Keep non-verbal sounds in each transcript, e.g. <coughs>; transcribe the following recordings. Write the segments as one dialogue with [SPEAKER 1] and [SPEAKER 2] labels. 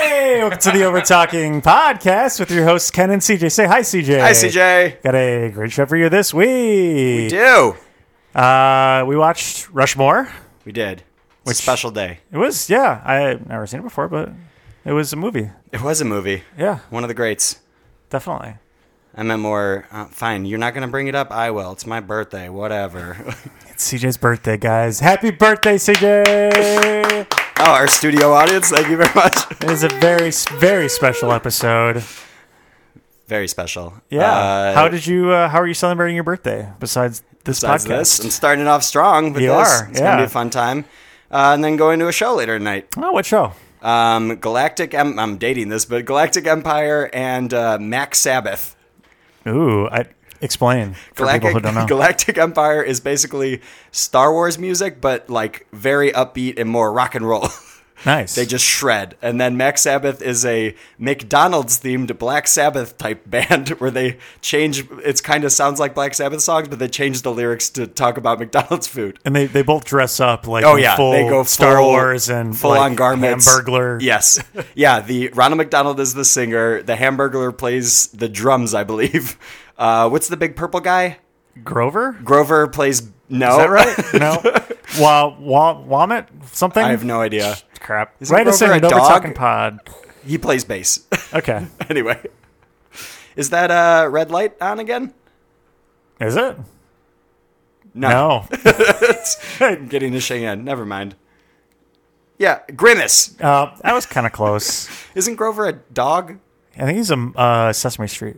[SPEAKER 1] to the Over Talking podcast with your hosts Ken and CJ. Say hi, CJ.
[SPEAKER 2] Hi, CJ.
[SPEAKER 1] Got a great show for you this week.
[SPEAKER 2] Do.
[SPEAKER 1] Uh, we watched Rushmore.
[SPEAKER 2] We did. It's a special day.
[SPEAKER 1] It was yeah, I never seen it before, but it was a movie.
[SPEAKER 2] It was a movie.
[SPEAKER 1] Yeah,
[SPEAKER 2] One of the greats.
[SPEAKER 1] definitely.
[SPEAKER 2] I meant more. Uh, fine, you're not going to bring it up. I will. It's my birthday. Whatever.
[SPEAKER 1] It's CJ's birthday, guys. Happy birthday, CJ!
[SPEAKER 2] oh, our studio audience, thank you very much.
[SPEAKER 1] It is a very, very special episode.
[SPEAKER 2] very special.
[SPEAKER 1] Yeah.
[SPEAKER 2] Uh,
[SPEAKER 1] how did you? Uh, how are you celebrating your birthday besides this
[SPEAKER 2] besides
[SPEAKER 1] podcast?
[SPEAKER 2] this? I'm starting it off strong. With
[SPEAKER 1] You
[SPEAKER 2] this.
[SPEAKER 1] are,
[SPEAKER 2] It's going to
[SPEAKER 1] yeah.
[SPEAKER 2] be a fun time. Uh, and then going to a show later tonight.
[SPEAKER 1] Oh, what show?
[SPEAKER 2] Um, Galactic. Em- I'm dating this, but Galactic Empire and uh, Max Sabbath.
[SPEAKER 1] Ooh, I explain for people who
[SPEAKER 2] Galactic,
[SPEAKER 1] don't know.
[SPEAKER 2] <laughs> Galactic Empire is basically Star Wars music, but like very upbeat and more rock and roll. <laughs>
[SPEAKER 1] nice.
[SPEAKER 2] they just shred. And then Max Sabbath is a McDonald's themed Black Sabbath type <laughs> band where they change. It's kind of sounds like Black Sabbath songs, but they change the lyrics to talk about <laughs> McDonald's food.
[SPEAKER 1] and they, they both dress up like
[SPEAKER 2] Oh
[SPEAKER 1] in
[SPEAKER 2] yeah,
[SPEAKER 1] full
[SPEAKER 2] they go
[SPEAKER 1] Star
[SPEAKER 2] full-
[SPEAKER 1] Wars and
[SPEAKER 2] full on garments.
[SPEAKER 1] Hamburglar. <laughs>
[SPEAKER 2] Yes, yeah. The Ronald McDonald is the singer. The Hamburglar plays the drums, I believe. Uh, what's the big purple guy?
[SPEAKER 1] Grover.
[SPEAKER 2] Grover plays no.
[SPEAKER 1] Is that right? no. Wa wa Womit something.
[SPEAKER 2] <laughs> I have no idea.
[SPEAKER 1] crap.
[SPEAKER 2] it
[SPEAKER 1] Write us in
[SPEAKER 2] Grover a
[SPEAKER 1] at Over
[SPEAKER 2] dog?
[SPEAKER 1] Talking Pod.
[SPEAKER 2] He plays bass. <laughs>
[SPEAKER 1] Okay.
[SPEAKER 2] anyway, is that uh, red light on again?
[SPEAKER 1] Is it?
[SPEAKER 2] No, <laughs>
[SPEAKER 1] No.
[SPEAKER 2] I'm getting the Cheyenne. Never mind. Yeah, Grimace.
[SPEAKER 1] uh, that was kind of close.
[SPEAKER 2] Isn't Grover a dog?
[SPEAKER 1] I think he's a uh, Sesame Street.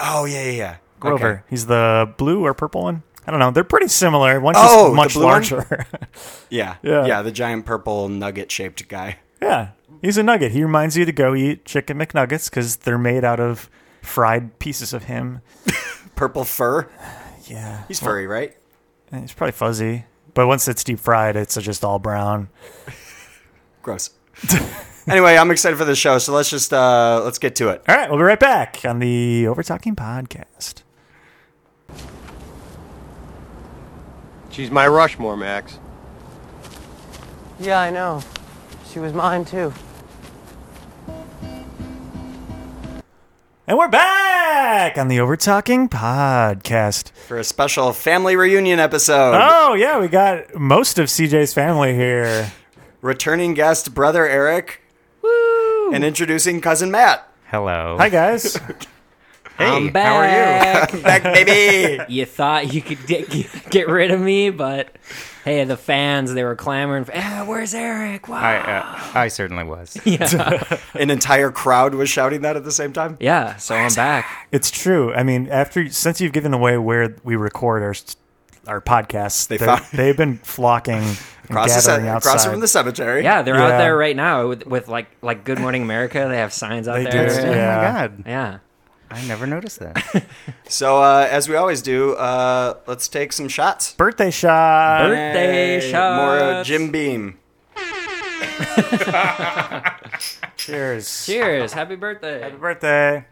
[SPEAKER 2] Oh yeah, yeah, yeah.
[SPEAKER 1] Grover.
[SPEAKER 2] Okay.
[SPEAKER 1] He's the blue or purple one. I don't know. They're pretty similar. One's
[SPEAKER 2] Oh, the
[SPEAKER 1] just much
[SPEAKER 2] blue one?
[SPEAKER 1] larger. <laughs>
[SPEAKER 2] Yeah,
[SPEAKER 1] Yeah.
[SPEAKER 2] yeah, The giant purple nugget shaped guy. <laughs>
[SPEAKER 1] yeah. He's a nugget. He reminds you to go eat chicken McNuggets because they're made out of fried pieces of him.
[SPEAKER 2] Purple fur.
[SPEAKER 1] Yeah.
[SPEAKER 2] He's furry, right?
[SPEAKER 1] And It's eh, probably fuzzy. But once it's deep fried, it's just all brown.
[SPEAKER 2] <laughs> Gross. anyway, I'm excited for the show, so let's just uh let's get to it.
[SPEAKER 1] All right. We'll be right back on the Over Talking Podcast.
[SPEAKER 3] She's my Rushmore, Max.
[SPEAKER 4] Yeah, I know. She was mine too.
[SPEAKER 1] And we're back on the Over Talking Podcast.
[SPEAKER 2] For a special family reunion episode.
[SPEAKER 1] Oh, yeah. We got most of CJ's family here.
[SPEAKER 2] Returning guest brother Eric. Woo! And introducing cousin Matt.
[SPEAKER 5] Hello.
[SPEAKER 1] Hi,
[SPEAKER 2] <laughs>
[SPEAKER 1] guys.
[SPEAKER 5] Hey,
[SPEAKER 2] I'm
[SPEAKER 5] how are you? <laughs>
[SPEAKER 2] I'm back,
[SPEAKER 6] <laughs>
[SPEAKER 2] baby.
[SPEAKER 6] you thought you could get, get rid of me, but hey, the fans they were clamoring. For, ah, where's Eric? Wow.
[SPEAKER 5] I, uh,
[SPEAKER 1] <sighs>
[SPEAKER 5] I certainly was.
[SPEAKER 6] Yeah,
[SPEAKER 2] An entire crowd was shouting that at the same time.
[SPEAKER 6] yeah. So I'm back.
[SPEAKER 1] It's true. I mean, after since you've given away where we record our our podcasts,
[SPEAKER 2] They
[SPEAKER 1] they're-
[SPEAKER 2] found-
[SPEAKER 1] <laughs> they've been
[SPEAKER 2] <laughs>
[SPEAKER 1] flocking and
[SPEAKER 2] Across, the ce-
[SPEAKER 1] gathering
[SPEAKER 2] across
[SPEAKER 1] outside.
[SPEAKER 2] from the cemetery.
[SPEAKER 6] Yeah, they're
[SPEAKER 1] Yeah.
[SPEAKER 6] out there right now with, with like like Good Morning America. They have signs out
[SPEAKER 1] They
[SPEAKER 6] there.
[SPEAKER 1] do,
[SPEAKER 6] yeah.
[SPEAKER 1] Yeah.
[SPEAKER 5] Oh my god. I never
[SPEAKER 2] <laughs>
[SPEAKER 5] noticed that.
[SPEAKER 2] So, uh, as we always do, uh, let's take some shots.
[SPEAKER 1] Birthday shot.
[SPEAKER 6] Birthday shots.
[SPEAKER 2] More uh, Jim Beam.
[SPEAKER 1] Cheers.
[SPEAKER 6] Cheers! Happy birthday.
[SPEAKER 1] Happy birthday.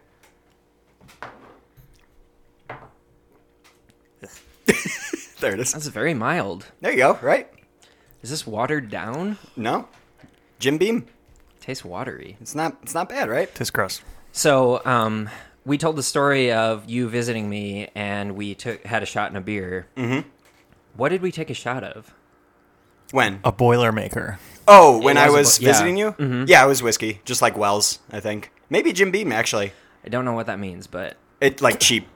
[SPEAKER 2] There it is.
[SPEAKER 6] That's very mild.
[SPEAKER 2] There you go, right?
[SPEAKER 6] Is this watered down?
[SPEAKER 2] No? Jim Beam?
[SPEAKER 6] tastes watery.
[SPEAKER 2] It's not It's not bad, right?
[SPEAKER 1] Tis gross.
[SPEAKER 6] So, um, we told the story of you visiting me, and we took had a shot in a beer. Mm-hmm. What did we take a shot of?
[SPEAKER 2] When?
[SPEAKER 1] A boilermaker.
[SPEAKER 2] Oh, when
[SPEAKER 6] It
[SPEAKER 2] I was
[SPEAKER 6] was a bu- yeah. Mm-hmm.
[SPEAKER 2] visiting you? Yeah, it was whiskey, just like Wells, I think. Maybe Jim Beam, actually.
[SPEAKER 6] I don't know what that
[SPEAKER 2] <laughs>
[SPEAKER 6] means, but
[SPEAKER 2] It Like cheap.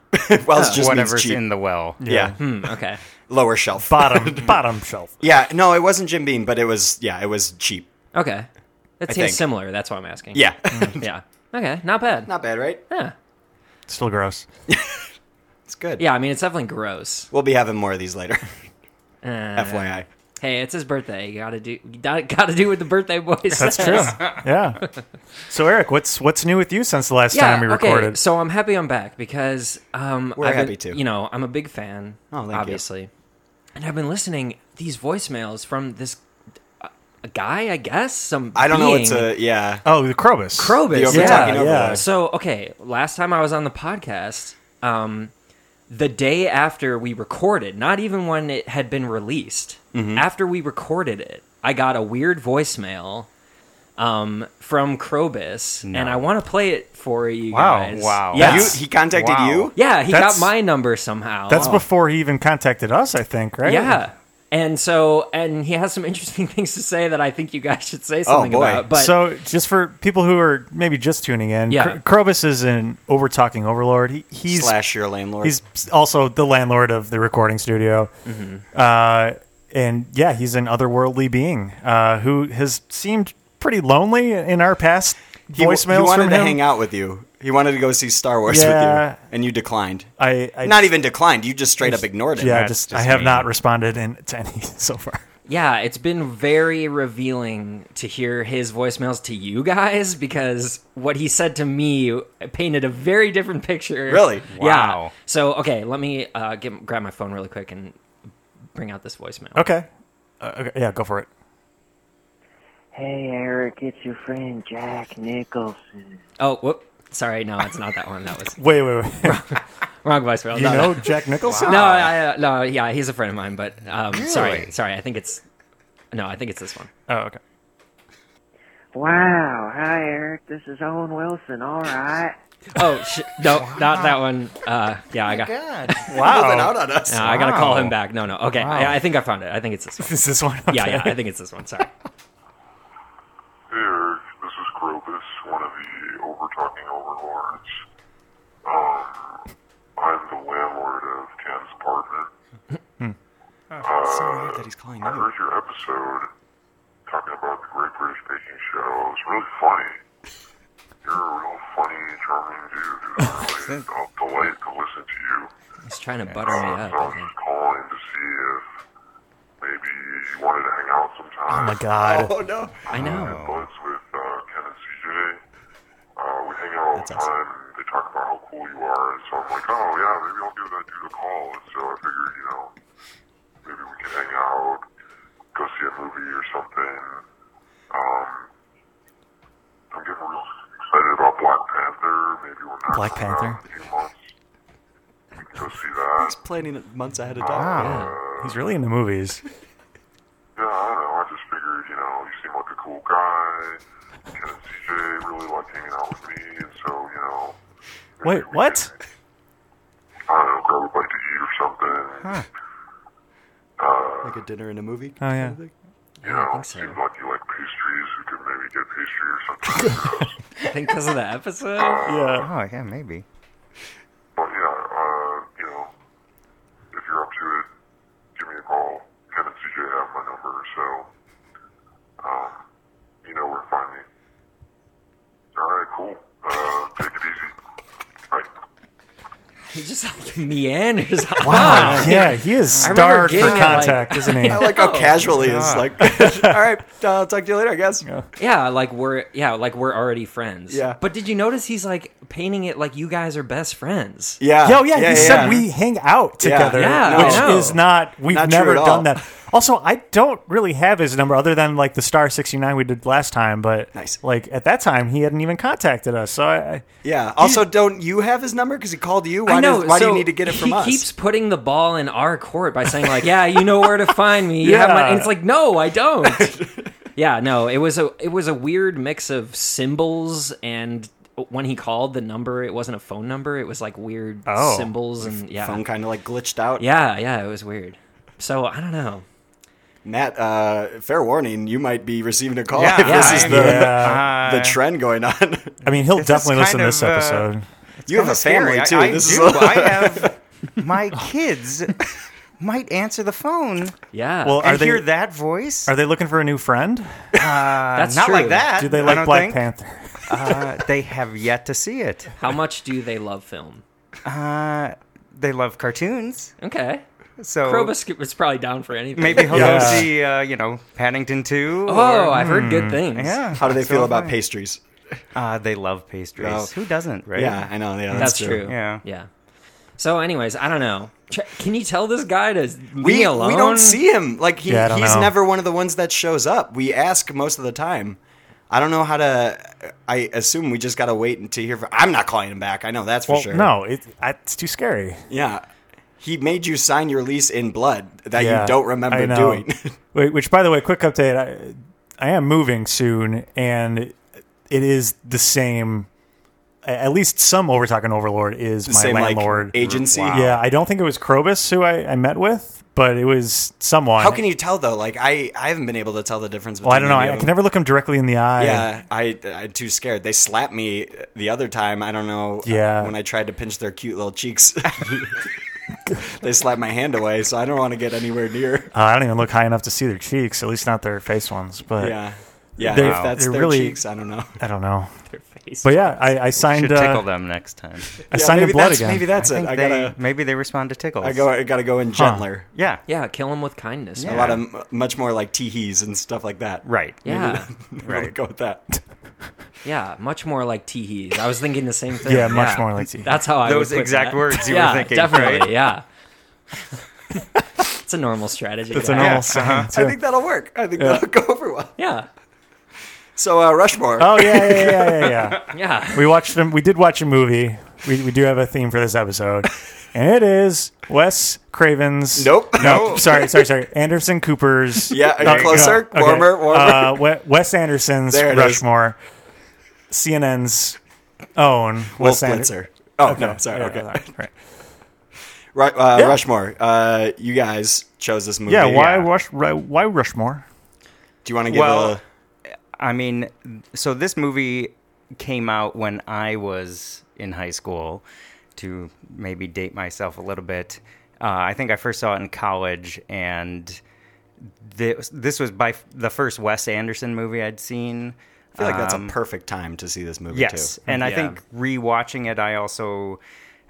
[SPEAKER 2] Wells just means
[SPEAKER 5] Whatever's
[SPEAKER 2] cheap.
[SPEAKER 5] in the well.
[SPEAKER 2] yeah.
[SPEAKER 6] hmm, okay.
[SPEAKER 2] Lower shelf.
[SPEAKER 1] <laughs> Bottom bottom shelf.
[SPEAKER 2] yeah, no, it wasn't Jim Beam, but it was, yeah, it was cheap.
[SPEAKER 6] Okay. That
[SPEAKER 2] think.
[SPEAKER 6] tastes similar. That's why I'm asking.
[SPEAKER 2] Yeah.
[SPEAKER 6] Yeah. Okay. Not bad.
[SPEAKER 2] <laughs> not bad, right?
[SPEAKER 6] yeah.
[SPEAKER 1] Still gross.
[SPEAKER 2] It's good.
[SPEAKER 6] Yeah. I mean, it's definitely gross.
[SPEAKER 2] We'll be having more of these later, <laughs>
[SPEAKER 6] Uh,
[SPEAKER 2] FYI.
[SPEAKER 6] Hey, it's his birthday. You gotta do. You gotta <laughs> gotta do what the birthday boy
[SPEAKER 1] That's
[SPEAKER 6] says. <laughs>
[SPEAKER 1] true. <laughs> yeah. So Eric, what's what's new with you since the last time we recorded?
[SPEAKER 6] Okay, so I'm happy I'm back because um,
[SPEAKER 2] We're
[SPEAKER 6] I've been-
[SPEAKER 2] happy too.
[SPEAKER 6] You know, I'm a big fan.
[SPEAKER 2] Oh, thank you.
[SPEAKER 6] obviously. And I've been listening these voicemails from this uh, a guy, I guess. Some
[SPEAKER 2] I don't know what's
[SPEAKER 6] being.
[SPEAKER 2] a, yeah.
[SPEAKER 1] oh, the Krobus.
[SPEAKER 2] The
[SPEAKER 6] Krobus.
[SPEAKER 2] over talking
[SPEAKER 1] over
[SPEAKER 6] yeah.
[SPEAKER 1] there.
[SPEAKER 6] So okay, last time I was on the podcast, um, the day after we recorded, not even when it had been released, after we recorded it, I got a weird voicemail um, from Krobus,
[SPEAKER 5] No.
[SPEAKER 6] and I want to play it for you
[SPEAKER 5] Wow,
[SPEAKER 6] guys.
[SPEAKER 5] wow.
[SPEAKER 6] Yeah,
[SPEAKER 2] You, he contacted
[SPEAKER 5] Wow.
[SPEAKER 2] you?
[SPEAKER 6] yeah, he
[SPEAKER 1] That's-
[SPEAKER 6] got my number somehow.
[SPEAKER 1] That's before he even contacted us, I think, right?
[SPEAKER 6] Yeah. And so, and he has some interesting <laughs> things to say that I think you guys should say something
[SPEAKER 2] boy.
[SPEAKER 6] about. But
[SPEAKER 1] so, just for people who are maybe just tuning in,
[SPEAKER 6] Yeah.
[SPEAKER 1] Kr- Krobus is an over talking overlord. He, he's
[SPEAKER 2] Slash your landlord.
[SPEAKER 1] he's also the landlord of the recording studio.
[SPEAKER 2] Mm-hmm.
[SPEAKER 1] Uh, and yeah, he's an otherworldly being uh, who has seemed pretty lonely in our past
[SPEAKER 2] he, w-
[SPEAKER 1] voicemails
[SPEAKER 2] he wanted
[SPEAKER 1] from
[SPEAKER 2] to
[SPEAKER 1] him.
[SPEAKER 2] hang out with you. He wanted to go see Star Wars
[SPEAKER 1] Yeah.
[SPEAKER 2] with you, and you declined.
[SPEAKER 1] I, I
[SPEAKER 2] Not even declined. You just straight up ignored it.
[SPEAKER 1] Yeah,
[SPEAKER 5] That's
[SPEAKER 1] just,
[SPEAKER 5] just
[SPEAKER 1] I have
[SPEAKER 5] me.
[SPEAKER 1] not responded in, to any <laughs> so far.
[SPEAKER 6] yeah, it's been very revealing to hear his voicemails to you guys because what he said to me painted a very different picture.
[SPEAKER 2] Really?
[SPEAKER 6] Yeah.
[SPEAKER 5] Wow.
[SPEAKER 6] So, okay, let me uh, get, grab my phone really quick and bring out this voicemail.
[SPEAKER 1] Okay. Uh, okay. Yeah, go for it.
[SPEAKER 7] Hey, Eric, it's your friend Jack Nicholson.
[SPEAKER 6] Oh, whoop. Sorry, no, it's not that one. That was <laughs>
[SPEAKER 1] Wait, wait,
[SPEAKER 2] <laughs>
[SPEAKER 1] wait.
[SPEAKER 6] wrong voicemail.
[SPEAKER 1] You
[SPEAKER 6] No,
[SPEAKER 1] know Jack Nicholson?
[SPEAKER 6] No, I, uh, no, yeah, he's a friend of mine, but um, sorry,
[SPEAKER 5] Really?
[SPEAKER 6] sorry. I think it's no, I think it's this one.
[SPEAKER 1] Oh, okay.
[SPEAKER 7] Wow, hi, Eric. This is Owen Wilson. All right.
[SPEAKER 6] Oh sh- no, not that one. Uh, yeah, I got.
[SPEAKER 5] God.
[SPEAKER 2] Holding out on us.
[SPEAKER 6] No, I gotta call
[SPEAKER 5] Wow.
[SPEAKER 6] him back. No, no. Okay, I, I think I found it. I think it's this one.
[SPEAKER 1] Is this one?
[SPEAKER 6] <laughs> Yeah,
[SPEAKER 1] Okay.
[SPEAKER 6] yeah, I think it's this one. Sorry.
[SPEAKER 8] Hey Eric, this is Crobus, one of the overtalking overlords. Um, I'm the landlord of Ken's apartment.
[SPEAKER 2] so weird that he's calling
[SPEAKER 8] I heard your episode talking about the Great British Baking Show. It's really funny. You're a real funny, charming dude.
[SPEAKER 1] <laughs>
[SPEAKER 8] It's really a delight to listen to you.
[SPEAKER 6] He's trying to butter me
[SPEAKER 8] Uh,
[SPEAKER 6] up.
[SPEAKER 8] so I
[SPEAKER 6] I
[SPEAKER 8] was
[SPEAKER 6] think.
[SPEAKER 8] just calling to see if maybe you wanted to hang out sometime.
[SPEAKER 1] Oh my god.
[SPEAKER 2] Oh no!
[SPEAKER 6] I know.
[SPEAKER 8] buds with uh, Ken and CJ. Uh, we hang out all the time. and They talk about how cool you are, and so I'm like, oh yeah, maybe I'll give that dude a call. And so I figured, you know, maybe we can hang out, go see a movie or something. Um, I'm getting real excited about Black Panther. Maybe we're not
[SPEAKER 1] Black
[SPEAKER 8] coming out
[SPEAKER 1] Panther?
[SPEAKER 8] in a few months. We can go see that.
[SPEAKER 2] He's planning it months ahead of time.
[SPEAKER 1] He's really into movies.
[SPEAKER 8] Yeah, I don't know. I just figured, you know, you seem like a cool guy. Ken and CJ really like hanging out with me, and so, you know,
[SPEAKER 1] Wait, what?
[SPEAKER 8] I don't know, grab a bite to eat or something.
[SPEAKER 2] Like a dinner and a movie.
[SPEAKER 1] Oh, yeah.
[SPEAKER 8] You know,
[SPEAKER 6] think so.
[SPEAKER 8] seems like you like pastries. We could maybe get pastry or something.
[SPEAKER 6] I think because of the episode.
[SPEAKER 1] Yeah.
[SPEAKER 5] Oh yeah, maybe.
[SPEAKER 8] but yeah, uh, you know, if you're up to it, give me a call. Ken and CJ have my number, so, um, you know where to find me. All right, cool. Uh, take it easy. Bye.
[SPEAKER 6] He just like <laughs> meanders.
[SPEAKER 1] Wow. Ah, Yeah, he is
[SPEAKER 6] remember
[SPEAKER 1] starved for
[SPEAKER 6] getting it, like-
[SPEAKER 1] contact, isn't
[SPEAKER 6] <laughs>
[SPEAKER 1] he?
[SPEAKER 2] I like how casually
[SPEAKER 1] <laughs>
[SPEAKER 2] it's like. <laughs> All right, uh, I'll talk to you later. I guess.
[SPEAKER 6] Yeah, like we're yeah, like we're already friends.
[SPEAKER 2] Yeah.
[SPEAKER 6] But did you notice he's like painting it like you guys are best friends?
[SPEAKER 2] Yeah.
[SPEAKER 1] Yo, yeah, he said
[SPEAKER 2] yeah.
[SPEAKER 1] we hang out
[SPEAKER 2] Yeah.
[SPEAKER 1] together,
[SPEAKER 6] Yeah,
[SPEAKER 1] which
[SPEAKER 6] I know.
[SPEAKER 1] is not. We've
[SPEAKER 2] Not true
[SPEAKER 1] never
[SPEAKER 2] at all.
[SPEAKER 1] done that. Also, I don't really have his number other than like the star sixty nine we did last time. But
[SPEAKER 2] Nice.
[SPEAKER 1] like at that time, he hadn't even contacted us. So I, I
[SPEAKER 2] Yeah. Also, don't you have his number? Because he called you. Why,
[SPEAKER 6] I know.
[SPEAKER 2] does- why do
[SPEAKER 6] so
[SPEAKER 2] you need to get it from
[SPEAKER 6] he
[SPEAKER 2] us?
[SPEAKER 6] keeps putting the ball in our court by saying like, "Yeah, you know where to find me." You have my,
[SPEAKER 1] Yeah.
[SPEAKER 6] and it's like, no,
[SPEAKER 2] <laughs>
[SPEAKER 6] I don't. yeah, no. It was a it was a weird mix of symbols and when he called the number, it wasn't a phone number. It was like weird
[SPEAKER 1] Oh.
[SPEAKER 6] symbols and yeah,
[SPEAKER 2] Phone kind of like glitched out.
[SPEAKER 6] yeah, yeah. It was weird. So I don't know.
[SPEAKER 2] Matt, uh, fair warning, you might be receiving a call
[SPEAKER 5] Yeah,
[SPEAKER 2] <laughs> if this
[SPEAKER 5] I
[SPEAKER 2] is
[SPEAKER 5] am.
[SPEAKER 2] the
[SPEAKER 1] Yeah.
[SPEAKER 2] the trend going on. <laughs>
[SPEAKER 1] I mean, he'll
[SPEAKER 5] This is
[SPEAKER 1] definitely listen to
[SPEAKER 5] kind
[SPEAKER 1] this
[SPEAKER 5] of, uh,
[SPEAKER 1] episode.
[SPEAKER 2] you have a family too.
[SPEAKER 5] I, I
[SPEAKER 2] this
[SPEAKER 5] do.
[SPEAKER 2] is <laughs> Oh.
[SPEAKER 5] I have my kids <laughs> might answer the phone
[SPEAKER 6] Yeah.
[SPEAKER 1] Well,
[SPEAKER 5] and
[SPEAKER 1] are they
[SPEAKER 5] hear that voice.
[SPEAKER 1] are they looking for a new friend?
[SPEAKER 2] uh,
[SPEAKER 6] that's
[SPEAKER 5] Not
[SPEAKER 6] true.
[SPEAKER 5] like that.
[SPEAKER 1] Do they
[SPEAKER 5] I
[SPEAKER 1] like
[SPEAKER 5] don't
[SPEAKER 1] Black
[SPEAKER 5] think.
[SPEAKER 1] Panther?
[SPEAKER 5] Uh, they have yet to see it.
[SPEAKER 6] How much do they love film?
[SPEAKER 5] Uh, they love cartoons,
[SPEAKER 6] Okay.
[SPEAKER 5] so
[SPEAKER 6] Krobus was probably down for
[SPEAKER 2] <laughs>
[SPEAKER 6] anything.
[SPEAKER 5] maybe
[SPEAKER 6] <laughs>
[SPEAKER 5] he'll
[SPEAKER 1] Yeah.
[SPEAKER 5] go see uh, you know Paddington Two.
[SPEAKER 6] Oh,
[SPEAKER 5] or-
[SPEAKER 6] I've heard
[SPEAKER 2] Hmm.
[SPEAKER 6] good things.
[SPEAKER 5] yeah.
[SPEAKER 2] How do they
[SPEAKER 5] so
[SPEAKER 2] feel
[SPEAKER 5] have
[SPEAKER 2] about
[SPEAKER 5] I.
[SPEAKER 2] pastries?
[SPEAKER 5] Uh, they love pastries.
[SPEAKER 2] No.
[SPEAKER 5] Who doesn't, right?
[SPEAKER 2] Yeah, I know. Yeah,
[SPEAKER 6] That's true.
[SPEAKER 5] Yeah.
[SPEAKER 6] Yeah. So, anyways, I don't know. Ch- Can you tell this guy to leave
[SPEAKER 2] We,
[SPEAKER 6] me
[SPEAKER 2] we
[SPEAKER 6] alone?
[SPEAKER 2] don't see him. Like he,
[SPEAKER 1] Yeah, I don't
[SPEAKER 2] he's
[SPEAKER 1] know.
[SPEAKER 2] never one of the ones that shows up. We ask most of the time. I don't know how to. I assume we just gotta wait to hear. From, I'm not calling him back. I know that's for
[SPEAKER 1] Well,
[SPEAKER 2] sure.
[SPEAKER 1] no, it, I- it's too scary.
[SPEAKER 2] Yeah. He made you sign your lease in blood that
[SPEAKER 1] Yeah,
[SPEAKER 2] you don't remember
[SPEAKER 1] I know.
[SPEAKER 2] doing. <laughs>
[SPEAKER 1] Wait, Which, by the way, quick update. I, I am moving soon, and it is the same. a- At least some Overtalk and Overlord is my
[SPEAKER 2] Same
[SPEAKER 1] landlord.
[SPEAKER 2] like agency.
[SPEAKER 1] Yeah, I don't think it was Krobus who I, I met with, but it was someone.
[SPEAKER 2] How can you tell though? Like I, I haven't been able to tell the difference. Between
[SPEAKER 1] Well, I don't know.
[SPEAKER 2] any
[SPEAKER 1] I, I
[SPEAKER 2] of
[SPEAKER 1] can
[SPEAKER 2] them.
[SPEAKER 1] never look him directly in the eye.
[SPEAKER 2] Yeah, I, I'm too scared. They slapped me the other time. I don't know. uh,
[SPEAKER 1] Yeah.
[SPEAKER 2] when I tried to pinch their cute little cheeks, <laughs> they slapped my hand away. So I don't want to get anywhere near.
[SPEAKER 1] Uh, I don't even look high enough to see their cheeks, at least not their face ones. But
[SPEAKER 2] Yeah, yeah.
[SPEAKER 1] They're-
[SPEAKER 2] if that's
[SPEAKER 1] they're
[SPEAKER 2] their
[SPEAKER 1] really-
[SPEAKER 2] cheeks, I don't know.
[SPEAKER 1] I don't know.
[SPEAKER 6] Their face.
[SPEAKER 1] But yeah, I, I signed.
[SPEAKER 5] Should tickle
[SPEAKER 1] Uh,
[SPEAKER 5] them next time.
[SPEAKER 1] I
[SPEAKER 2] Yeah,
[SPEAKER 1] signed in
[SPEAKER 2] maybe
[SPEAKER 1] blood
[SPEAKER 2] that's,
[SPEAKER 1] again.
[SPEAKER 2] Maybe that's
[SPEAKER 5] I
[SPEAKER 2] it.
[SPEAKER 5] think
[SPEAKER 2] I
[SPEAKER 5] they,
[SPEAKER 2] gotta,
[SPEAKER 5] maybe they respond to tickles.
[SPEAKER 2] I go, I gotta go in gentler.
[SPEAKER 5] yeah,
[SPEAKER 6] yeah, kill him with kindness.
[SPEAKER 5] Yeah.
[SPEAKER 2] A lot of m- much more like teehees and stuff like that. <laughs>
[SPEAKER 5] right.
[SPEAKER 6] Yeah,
[SPEAKER 2] Right. Go with that.
[SPEAKER 6] yeah, much more like teehees. I was thinking the same
[SPEAKER 1] <laughs>
[SPEAKER 6] thing.
[SPEAKER 1] Yeah, much more like teehees.
[SPEAKER 6] That's how I
[SPEAKER 5] Those
[SPEAKER 6] would put
[SPEAKER 5] exact
[SPEAKER 6] that.
[SPEAKER 5] words you were
[SPEAKER 6] yeah,
[SPEAKER 5] thinking,
[SPEAKER 6] definitely.
[SPEAKER 5] right?
[SPEAKER 6] Yeah, <laughs> it's a normal strategy.
[SPEAKER 1] It's
[SPEAKER 6] yeah.
[SPEAKER 1] a normal
[SPEAKER 5] Yeah,
[SPEAKER 1] sign.
[SPEAKER 5] uh-huh.
[SPEAKER 1] too.
[SPEAKER 2] I think that'll work. I think that'll <laughs> go over well.
[SPEAKER 6] Yeah,
[SPEAKER 2] So uh, Rushmore.
[SPEAKER 1] oh yeah, yeah, yeah, yeah, yeah.
[SPEAKER 6] yeah.
[SPEAKER 1] we watched them. We did watch a movie. We, we do have a theme for this episode, and it is Wes Craven's.
[SPEAKER 2] Nope.
[SPEAKER 1] No. Sorry. Sorry. Sorry. Anderson Cooper's.
[SPEAKER 2] <laughs> Yeah, are you closer? Warmer, warmer.
[SPEAKER 1] Uh, We- Wes Anderson's
[SPEAKER 2] There it is.
[SPEAKER 1] Rushmore. CNN's own
[SPEAKER 2] Wolf
[SPEAKER 1] Wes Anderson.
[SPEAKER 2] Blitzer. Oh no, sorry.
[SPEAKER 1] Yeah,
[SPEAKER 2] okay. <laughs>
[SPEAKER 1] right, right.
[SPEAKER 2] Ru- uh,
[SPEAKER 1] Yeah.
[SPEAKER 2] Rushmore. Uh, you guys chose this movie.
[SPEAKER 1] Yeah. Why
[SPEAKER 5] Yeah.
[SPEAKER 1] Rush? Ru- Why Rushmore?
[SPEAKER 2] Do you want to give
[SPEAKER 5] Well-
[SPEAKER 2] a?
[SPEAKER 5] I mean, so this movie came out when I was in high school to maybe date myself a little bit. Uh, I think I first saw it in college, and this, this was by f- the first Wes Anderson movie I'd seen.
[SPEAKER 2] I feel like that's a
[SPEAKER 5] Um,
[SPEAKER 2] perfect time to see this movie
[SPEAKER 5] Yes,
[SPEAKER 2] too.
[SPEAKER 5] and I
[SPEAKER 6] Yeah.
[SPEAKER 5] think rewatching it, I also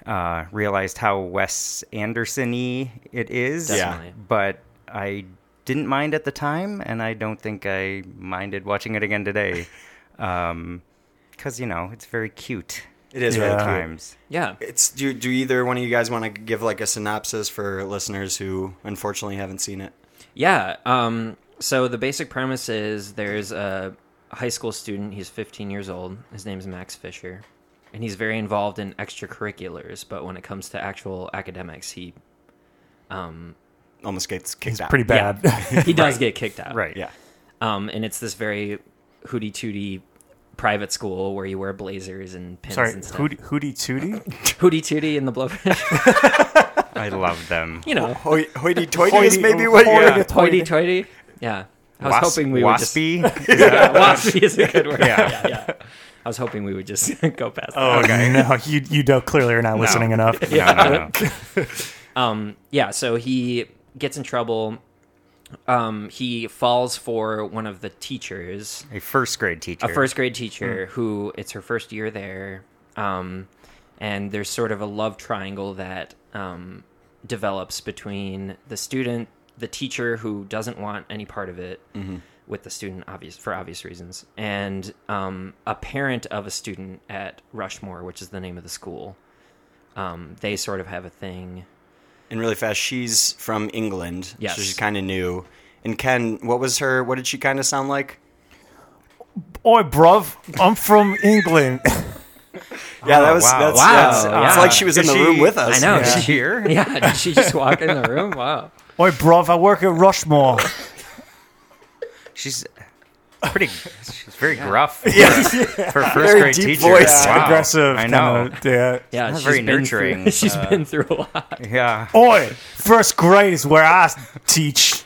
[SPEAKER 5] uh, realized how Wes Anderson-y it is.
[SPEAKER 6] Definitely.
[SPEAKER 5] but I didn't mind at the time, and I don't think I minded watching it again today, because you know it's very cute
[SPEAKER 2] It is
[SPEAKER 1] Yeah.
[SPEAKER 2] really
[SPEAKER 5] at
[SPEAKER 2] cute.
[SPEAKER 5] times.
[SPEAKER 6] Yeah.
[SPEAKER 2] It's do do either one of you guys want to give like a synopsis for listeners who unfortunately haven't seen it?
[SPEAKER 6] Yeah. Um, so the basic premise is there's a high school student. He's 15 years old. His name's Max Fisher, and he's very involved in extracurriculars. But when it comes to actual academics, he um,
[SPEAKER 2] Almost gets kicked out.
[SPEAKER 1] Pretty bad.
[SPEAKER 6] he does get kicked out.
[SPEAKER 5] Right.
[SPEAKER 2] Yeah.
[SPEAKER 6] Um, and it's this very hooty tooty private school where you wear blazers and
[SPEAKER 1] <laughs>
[SPEAKER 6] pins
[SPEAKER 1] Sorry.
[SPEAKER 6] and stuff. <laughs>
[SPEAKER 1] Hootie, hootie tootie.
[SPEAKER 6] Hooty tooty and the blowfish.
[SPEAKER 5] I love them.
[SPEAKER 6] <laughs> you know,
[SPEAKER 2] Hoi- Hoity-toity is maybe what you
[SPEAKER 1] Hoity-
[SPEAKER 2] <laughs>
[SPEAKER 6] hoity toity. Yeah. I was
[SPEAKER 5] Wasp-
[SPEAKER 6] hoping we would just
[SPEAKER 5] waspy. Is that-
[SPEAKER 6] <laughs> yeah, waspy is a good word. Yeah. yeah, I was hoping we would just <laughs> go past. that.
[SPEAKER 1] Oh <laughs> no! You you don't, clearly are not listening enough.
[SPEAKER 5] no, no, no.
[SPEAKER 6] yeah, so he gets in trouble. Um, he falls for one of the teachers,
[SPEAKER 5] A first grade teacher.
[SPEAKER 6] a first grade teacher who it's her first year there. Um, and there's sort of a love triangle that um, develops between the student, the teacher who doesn't want any part of it with the student, obvious for obvious reasons, and um, a parent of a student at Rushmore, which is the name of the school. Um, they sort of have a thing.
[SPEAKER 2] And really fast, she's from England.
[SPEAKER 6] Yes.
[SPEAKER 2] So she's kind of new. And Ken, what was her? What did she kind of sound like?
[SPEAKER 1] Oi, bruv! I'm from
[SPEAKER 2] <laughs>
[SPEAKER 1] England.
[SPEAKER 2] Yeah, that was
[SPEAKER 5] wow.
[SPEAKER 2] that's,
[SPEAKER 6] Wow,
[SPEAKER 2] that's- it's
[SPEAKER 6] yeah.
[SPEAKER 2] like she was in
[SPEAKER 5] Is
[SPEAKER 2] the
[SPEAKER 5] she-
[SPEAKER 2] room with us.
[SPEAKER 6] I know.
[SPEAKER 5] Is
[SPEAKER 6] Yeah.
[SPEAKER 5] she here?
[SPEAKER 6] Yeah, did she just walk in the room? Wow.
[SPEAKER 1] Oi, bruv! I work at Rushmore.
[SPEAKER 5] She's pretty. She's very gruff. Yeah. For a first
[SPEAKER 2] Very
[SPEAKER 5] grade
[SPEAKER 2] deep
[SPEAKER 5] teacher.
[SPEAKER 2] voice.
[SPEAKER 5] Wow.
[SPEAKER 1] aggressive.
[SPEAKER 5] I know.
[SPEAKER 1] Kinda, yeah.
[SPEAKER 6] Yeah,
[SPEAKER 5] Not
[SPEAKER 6] she's
[SPEAKER 5] very
[SPEAKER 6] been
[SPEAKER 5] nurturing,
[SPEAKER 6] Through, <laughs> she's been through a lot.
[SPEAKER 5] Yeah.
[SPEAKER 1] Oi, first grade is where I teach,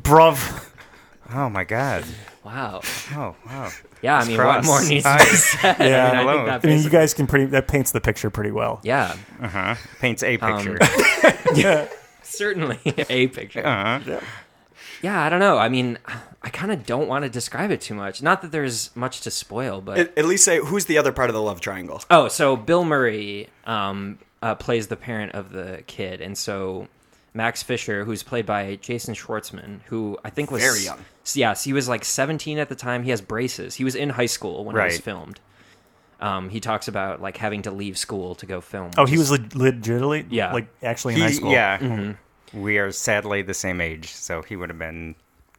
[SPEAKER 1] bruv.
[SPEAKER 5] Oh my god.
[SPEAKER 6] Wow.
[SPEAKER 5] Oh wow.
[SPEAKER 6] Yeah, I mean,
[SPEAKER 5] Cross.
[SPEAKER 6] what more needs to be
[SPEAKER 5] Eyes.
[SPEAKER 6] said?
[SPEAKER 1] Yeah.
[SPEAKER 6] I mean, I
[SPEAKER 5] Hello.
[SPEAKER 6] think that
[SPEAKER 1] I mean, you
[SPEAKER 6] basically,
[SPEAKER 1] guys can pretty. That paints the picture pretty well.
[SPEAKER 6] yeah,
[SPEAKER 5] Paints a picture.
[SPEAKER 6] certainly <laughs> a picture.
[SPEAKER 5] uh-huh.
[SPEAKER 6] Yeah, I don't know. I mean, I kind of don't want to describe it too much. Not that there's much to spoil, but
[SPEAKER 2] At, at least say who's the other part of the love triangle.
[SPEAKER 6] oh, so Bill Murray um, uh, plays the parent of the kid, and so Max Fisher, who's played by Jason Schwartzman, who I think was
[SPEAKER 2] Very young.
[SPEAKER 6] Yes, he was like 17 at the time. He has braces. He was in high school when it was
[SPEAKER 5] Right.
[SPEAKER 6] filmed. Um, he talks about like having to leave school to go film.
[SPEAKER 1] Oh,
[SPEAKER 6] which
[SPEAKER 1] he
[SPEAKER 6] is-
[SPEAKER 1] was le- legitimately,
[SPEAKER 6] Yeah.
[SPEAKER 1] like actually in high
[SPEAKER 5] He,
[SPEAKER 1] school.
[SPEAKER 5] yeah. We are sadly the same age, so he would have been,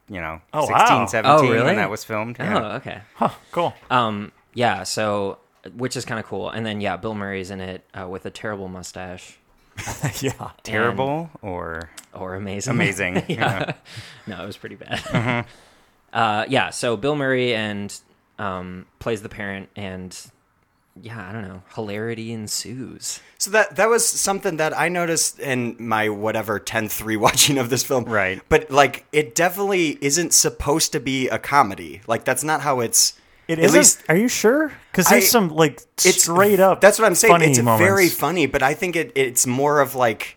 [SPEAKER 5] you know,
[SPEAKER 1] Oh,
[SPEAKER 5] 16,
[SPEAKER 1] wow.
[SPEAKER 5] 17
[SPEAKER 6] Oh, really?
[SPEAKER 5] when that was filmed.
[SPEAKER 6] Oh,
[SPEAKER 5] Yeah.
[SPEAKER 6] okay.
[SPEAKER 1] Huh, cool.
[SPEAKER 2] Uh,
[SPEAKER 6] Yeah, so which is kind of cool. And then yeah, Bill Murray's in it uh, with a terrible mustache
[SPEAKER 1] <laughs> yeah.
[SPEAKER 5] Terrible or
[SPEAKER 6] or amazing. <laughs>
[SPEAKER 5] amazing. yeah.
[SPEAKER 6] no, it was pretty bad. <laughs> Uh, yeah, so Bill Murray and um, plays the parent, and yeah, I don't know, hilarity ensues.
[SPEAKER 2] So that that was something that I noticed in my whatever 10-3 watching of this film.
[SPEAKER 5] Right.
[SPEAKER 2] But like it definitely isn't supposed to be a comedy. Like that's not how it's
[SPEAKER 1] It
[SPEAKER 2] at
[SPEAKER 1] isn't?
[SPEAKER 2] least
[SPEAKER 1] Are you sure? Because
[SPEAKER 2] I-
[SPEAKER 1] there's some like straight up.
[SPEAKER 2] That's what I'm saying.
[SPEAKER 1] funny
[SPEAKER 2] it's
[SPEAKER 1] moments.
[SPEAKER 2] very funny, but I think it it's more of like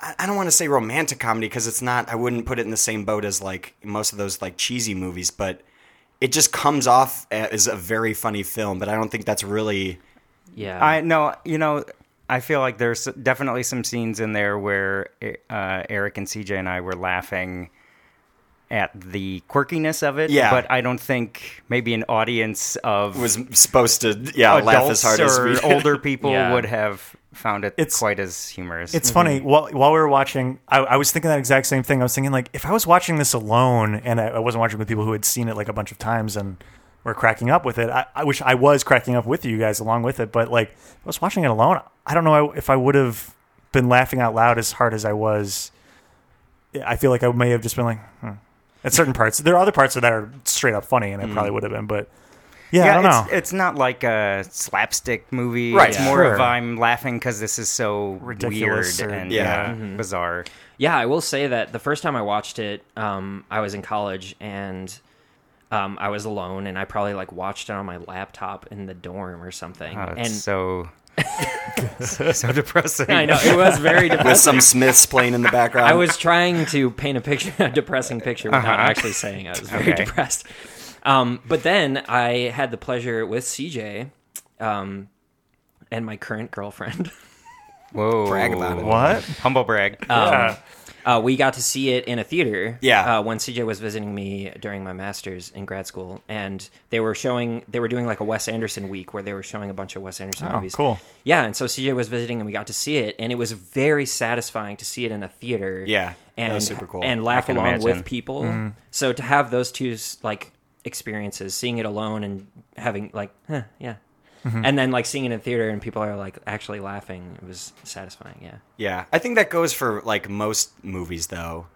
[SPEAKER 2] I I don't want to say romantic comedy because it's not. I wouldn't put it in the same boat as like most of those like cheesy movies, but it just comes off as a very funny film. But I don't think that's really
[SPEAKER 6] Yeah,
[SPEAKER 5] I no, you know, I feel like there's definitely some scenes in there where uh, Eric and CJ and I were laughing at the quirkiness of it.
[SPEAKER 2] Yeah.
[SPEAKER 5] but I don't think maybe an audience of
[SPEAKER 2] was supposed to. Yeah, laugh as
[SPEAKER 5] adults
[SPEAKER 2] hard as
[SPEAKER 5] or
[SPEAKER 2] we <laughs>
[SPEAKER 5] older people
[SPEAKER 6] Yeah.
[SPEAKER 5] would have found it
[SPEAKER 1] It's-
[SPEAKER 5] quite as humorous.
[SPEAKER 1] It's funny. While, while we were watching, I, I was thinking that exact same thing. I was thinking like, if I was watching this alone and I, I wasn't watching with people who had seen it like a bunch of times and were cracking up with it, I, I wish I was cracking up with you guys along with it. But like, if I was watching it alone. I don't know if I would have been laughing out loud as hard as I was. I feel like I may have just been like, hmm. at certain parts. There are other parts that are straight up funny, and I probably would have been. But yeah, I don't know.
[SPEAKER 5] it's, it's not like a slapstick movie.
[SPEAKER 2] Right,
[SPEAKER 5] It's more
[SPEAKER 1] sure.
[SPEAKER 5] of I'm laughing because this is so
[SPEAKER 1] Ridiculous
[SPEAKER 5] weird
[SPEAKER 1] or-
[SPEAKER 5] and
[SPEAKER 2] Yeah.
[SPEAKER 5] uh,
[SPEAKER 6] Mm-hmm.
[SPEAKER 5] bizarre.
[SPEAKER 6] Yeah, I will say that the first time I watched it, um, I was in college and um, I was alone, and I probably like watched it on my laptop in the dorm or something.
[SPEAKER 5] Oh, it's
[SPEAKER 6] and
[SPEAKER 5] so so depressing.
[SPEAKER 6] <laughs> I know it was very
[SPEAKER 2] with
[SPEAKER 6] depressing.
[SPEAKER 2] some Smiths playing in the background.
[SPEAKER 6] I was trying to paint a picture, <laughs> a depressing picture, without actually saying I was very
[SPEAKER 5] Okay.
[SPEAKER 6] depressed. Um, but then I had the pleasure with CJ um, and my current girlfriend. <laughs>
[SPEAKER 5] Whoa.
[SPEAKER 2] Brag about it.
[SPEAKER 1] What?
[SPEAKER 5] Humble brag.
[SPEAKER 1] Yeah.
[SPEAKER 6] Uh, we got to see it in a theater.
[SPEAKER 2] Yeah.
[SPEAKER 6] Uh, when CJ was visiting me during my master's in grad school, and they were showing, they were doing like a Wes Anderson week where they were showing a bunch of Wes Anderson
[SPEAKER 1] Oh,
[SPEAKER 6] movies.
[SPEAKER 1] cool.
[SPEAKER 6] Yeah, and so CJ was visiting, and we got to see it, and it was very satisfying to see it in a theater.
[SPEAKER 2] Yeah, that
[SPEAKER 6] and
[SPEAKER 2] was super cool.
[SPEAKER 6] and laugh
[SPEAKER 5] can
[SPEAKER 6] along
[SPEAKER 5] imagine.
[SPEAKER 6] with people.
[SPEAKER 2] Mm-hmm.
[SPEAKER 6] So to have those two like experiences, seeing it alone and having like, huh, yeah.
[SPEAKER 2] Mm-hmm.
[SPEAKER 6] And then, like seeing it in theater, and people are like actually laughing. It was satisfying. Yeah,
[SPEAKER 2] Yeah, I think that goes for like most movies though.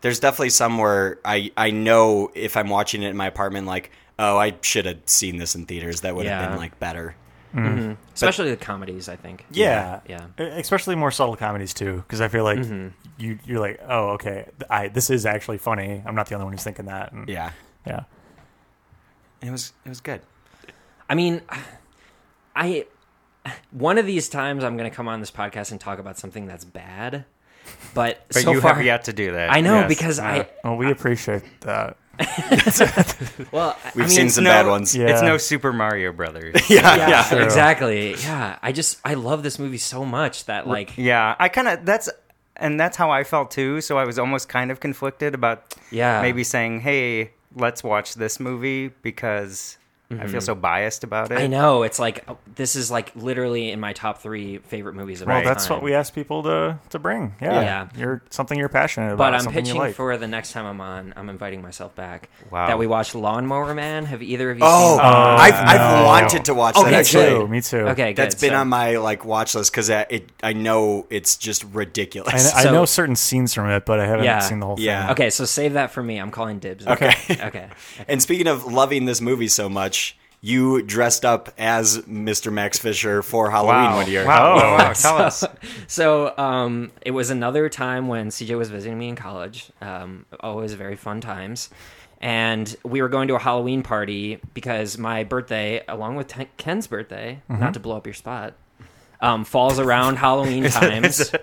[SPEAKER 2] There's definitely some where I I know if I'm watching it in my apartment, like oh I should have seen this in theaters. That would have
[SPEAKER 6] Yeah.
[SPEAKER 2] been like better.
[SPEAKER 6] Mm-hmm. especially the comedies. I think.
[SPEAKER 1] Yeah,
[SPEAKER 6] Yeah. Mm-hmm.
[SPEAKER 1] E- Especially more subtle comedies too, because I feel like you you're like, oh, okay, th- I this is actually funny. I'm not the only one who's thinking that. And,
[SPEAKER 2] Yeah,
[SPEAKER 1] yeah.
[SPEAKER 2] it was it was good.
[SPEAKER 6] I mean, I one of these times I'm going to come on this podcast and talk about something that's bad, but,
[SPEAKER 5] but
[SPEAKER 6] so
[SPEAKER 5] you
[SPEAKER 6] far
[SPEAKER 5] have yet to do that.
[SPEAKER 6] I know
[SPEAKER 5] Yes. Uh,
[SPEAKER 6] because
[SPEAKER 5] Yeah.
[SPEAKER 6] I
[SPEAKER 1] Well, we appreciate that.
[SPEAKER 6] well I-
[SPEAKER 2] We've
[SPEAKER 6] I mean,
[SPEAKER 2] seen
[SPEAKER 6] it's
[SPEAKER 2] some
[SPEAKER 5] no-
[SPEAKER 2] bad ones.
[SPEAKER 1] Yeah.
[SPEAKER 5] It's no Super Mario
[SPEAKER 1] <laughs>
[SPEAKER 5] Brothers.
[SPEAKER 6] yeah,
[SPEAKER 1] True.
[SPEAKER 6] exactly yeah I just I love this movie so much that like
[SPEAKER 5] yeah, I kind of that's and that's how I felt too. So I was almost kind of conflicted about
[SPEAKER 6] Yeah.
[SPEAKER 5] maybe saying, "Hey, let's watch this movie because I feel so biased about it."
[SPEAKER 6] I know it's like oh, this is like literally in my top three favorite movies of all
[SPEAKER 1] Well, that's
[SPEAKER 6] time.
[SPEAKER 1] what we ask people to to bring. Yeah,
[SPEAKER 6] Yeah.
[SPEAKER 1] you're something you're passionate about.
[SPEAKER 6] But I'm
[SPEAKER 1] something
[SPEAKER 6] pitching
[SPEAKER 1] you like.
[SPEAKER 6] for the next time I'm on. I'm inviting myself back.
[SPEAKER 5] Wow.
[SPEAKER 6] That we watch Lawnmower Man. Have either of you
[SPEAKER 2] Oh,
[SPEAKER 6] seen?
[SPEAKER 2] I've I've wanted to watch
[SPEAKER 6] Oh,
[SPEAKER 2] that
[SPEAKER 6] me
[SPEAKER 2] actually.
[SPEAKER 1] too. Me too.
[SPEAKER 6] Okay, good.
[SPEAKER 2] That's been
[SPEAKER 6] so-
[SPEAKER 2] on my like watch list because it I know it's just
[SPEAKER 1] I,
[SPEAKER 2] ridiculous.
[SPEAKER 1] I
[SPEAKER 2] <laughs>
[SPEAKER 6] So-
[SPEAKER 1] know certain scenes from it, but I haven't
[SPEAKER 6] Yeah.
[SPEAKER 1] seen the whole
[SPEAKER 2] Yeah.
[SPEAKER 5] Uh,
[SPEAKER 1] thing.
[SPEAKER 6] Okay, so save that for me. I'm calling dibs.
[SPEAKER 2] Okay.
[SPEAKER 5] <laughs>
[SPEAKER 6] okay.
[SPEAKER 2] and speaking of loving this movie so much, you dressed up as Mr. Max Fisher for Halloween
[SPEAKER 5] Wow.
[SPEAKER 2] one year.
[SPEAKER 5] Wow,
[SPEAKER 1] Oh.
[SPEAKER 5] wow, wow. Tell
[SPEAKER 6] <laughs>
[SPEAKER 5] us.
[SPEAKER 6] So um, it was another time when CJ was visiting me in college. Um, always very fun times. And we were going to a Halloween party because my birthday, along with Ten- Ken's birthday,
[SPEAKER 5] Mm-hmm.
[SPEAKER 6] not to blow up your spot, um, falls around
[SPEAKER 5] <laughs>
[SPEAKER 6] Halloween times.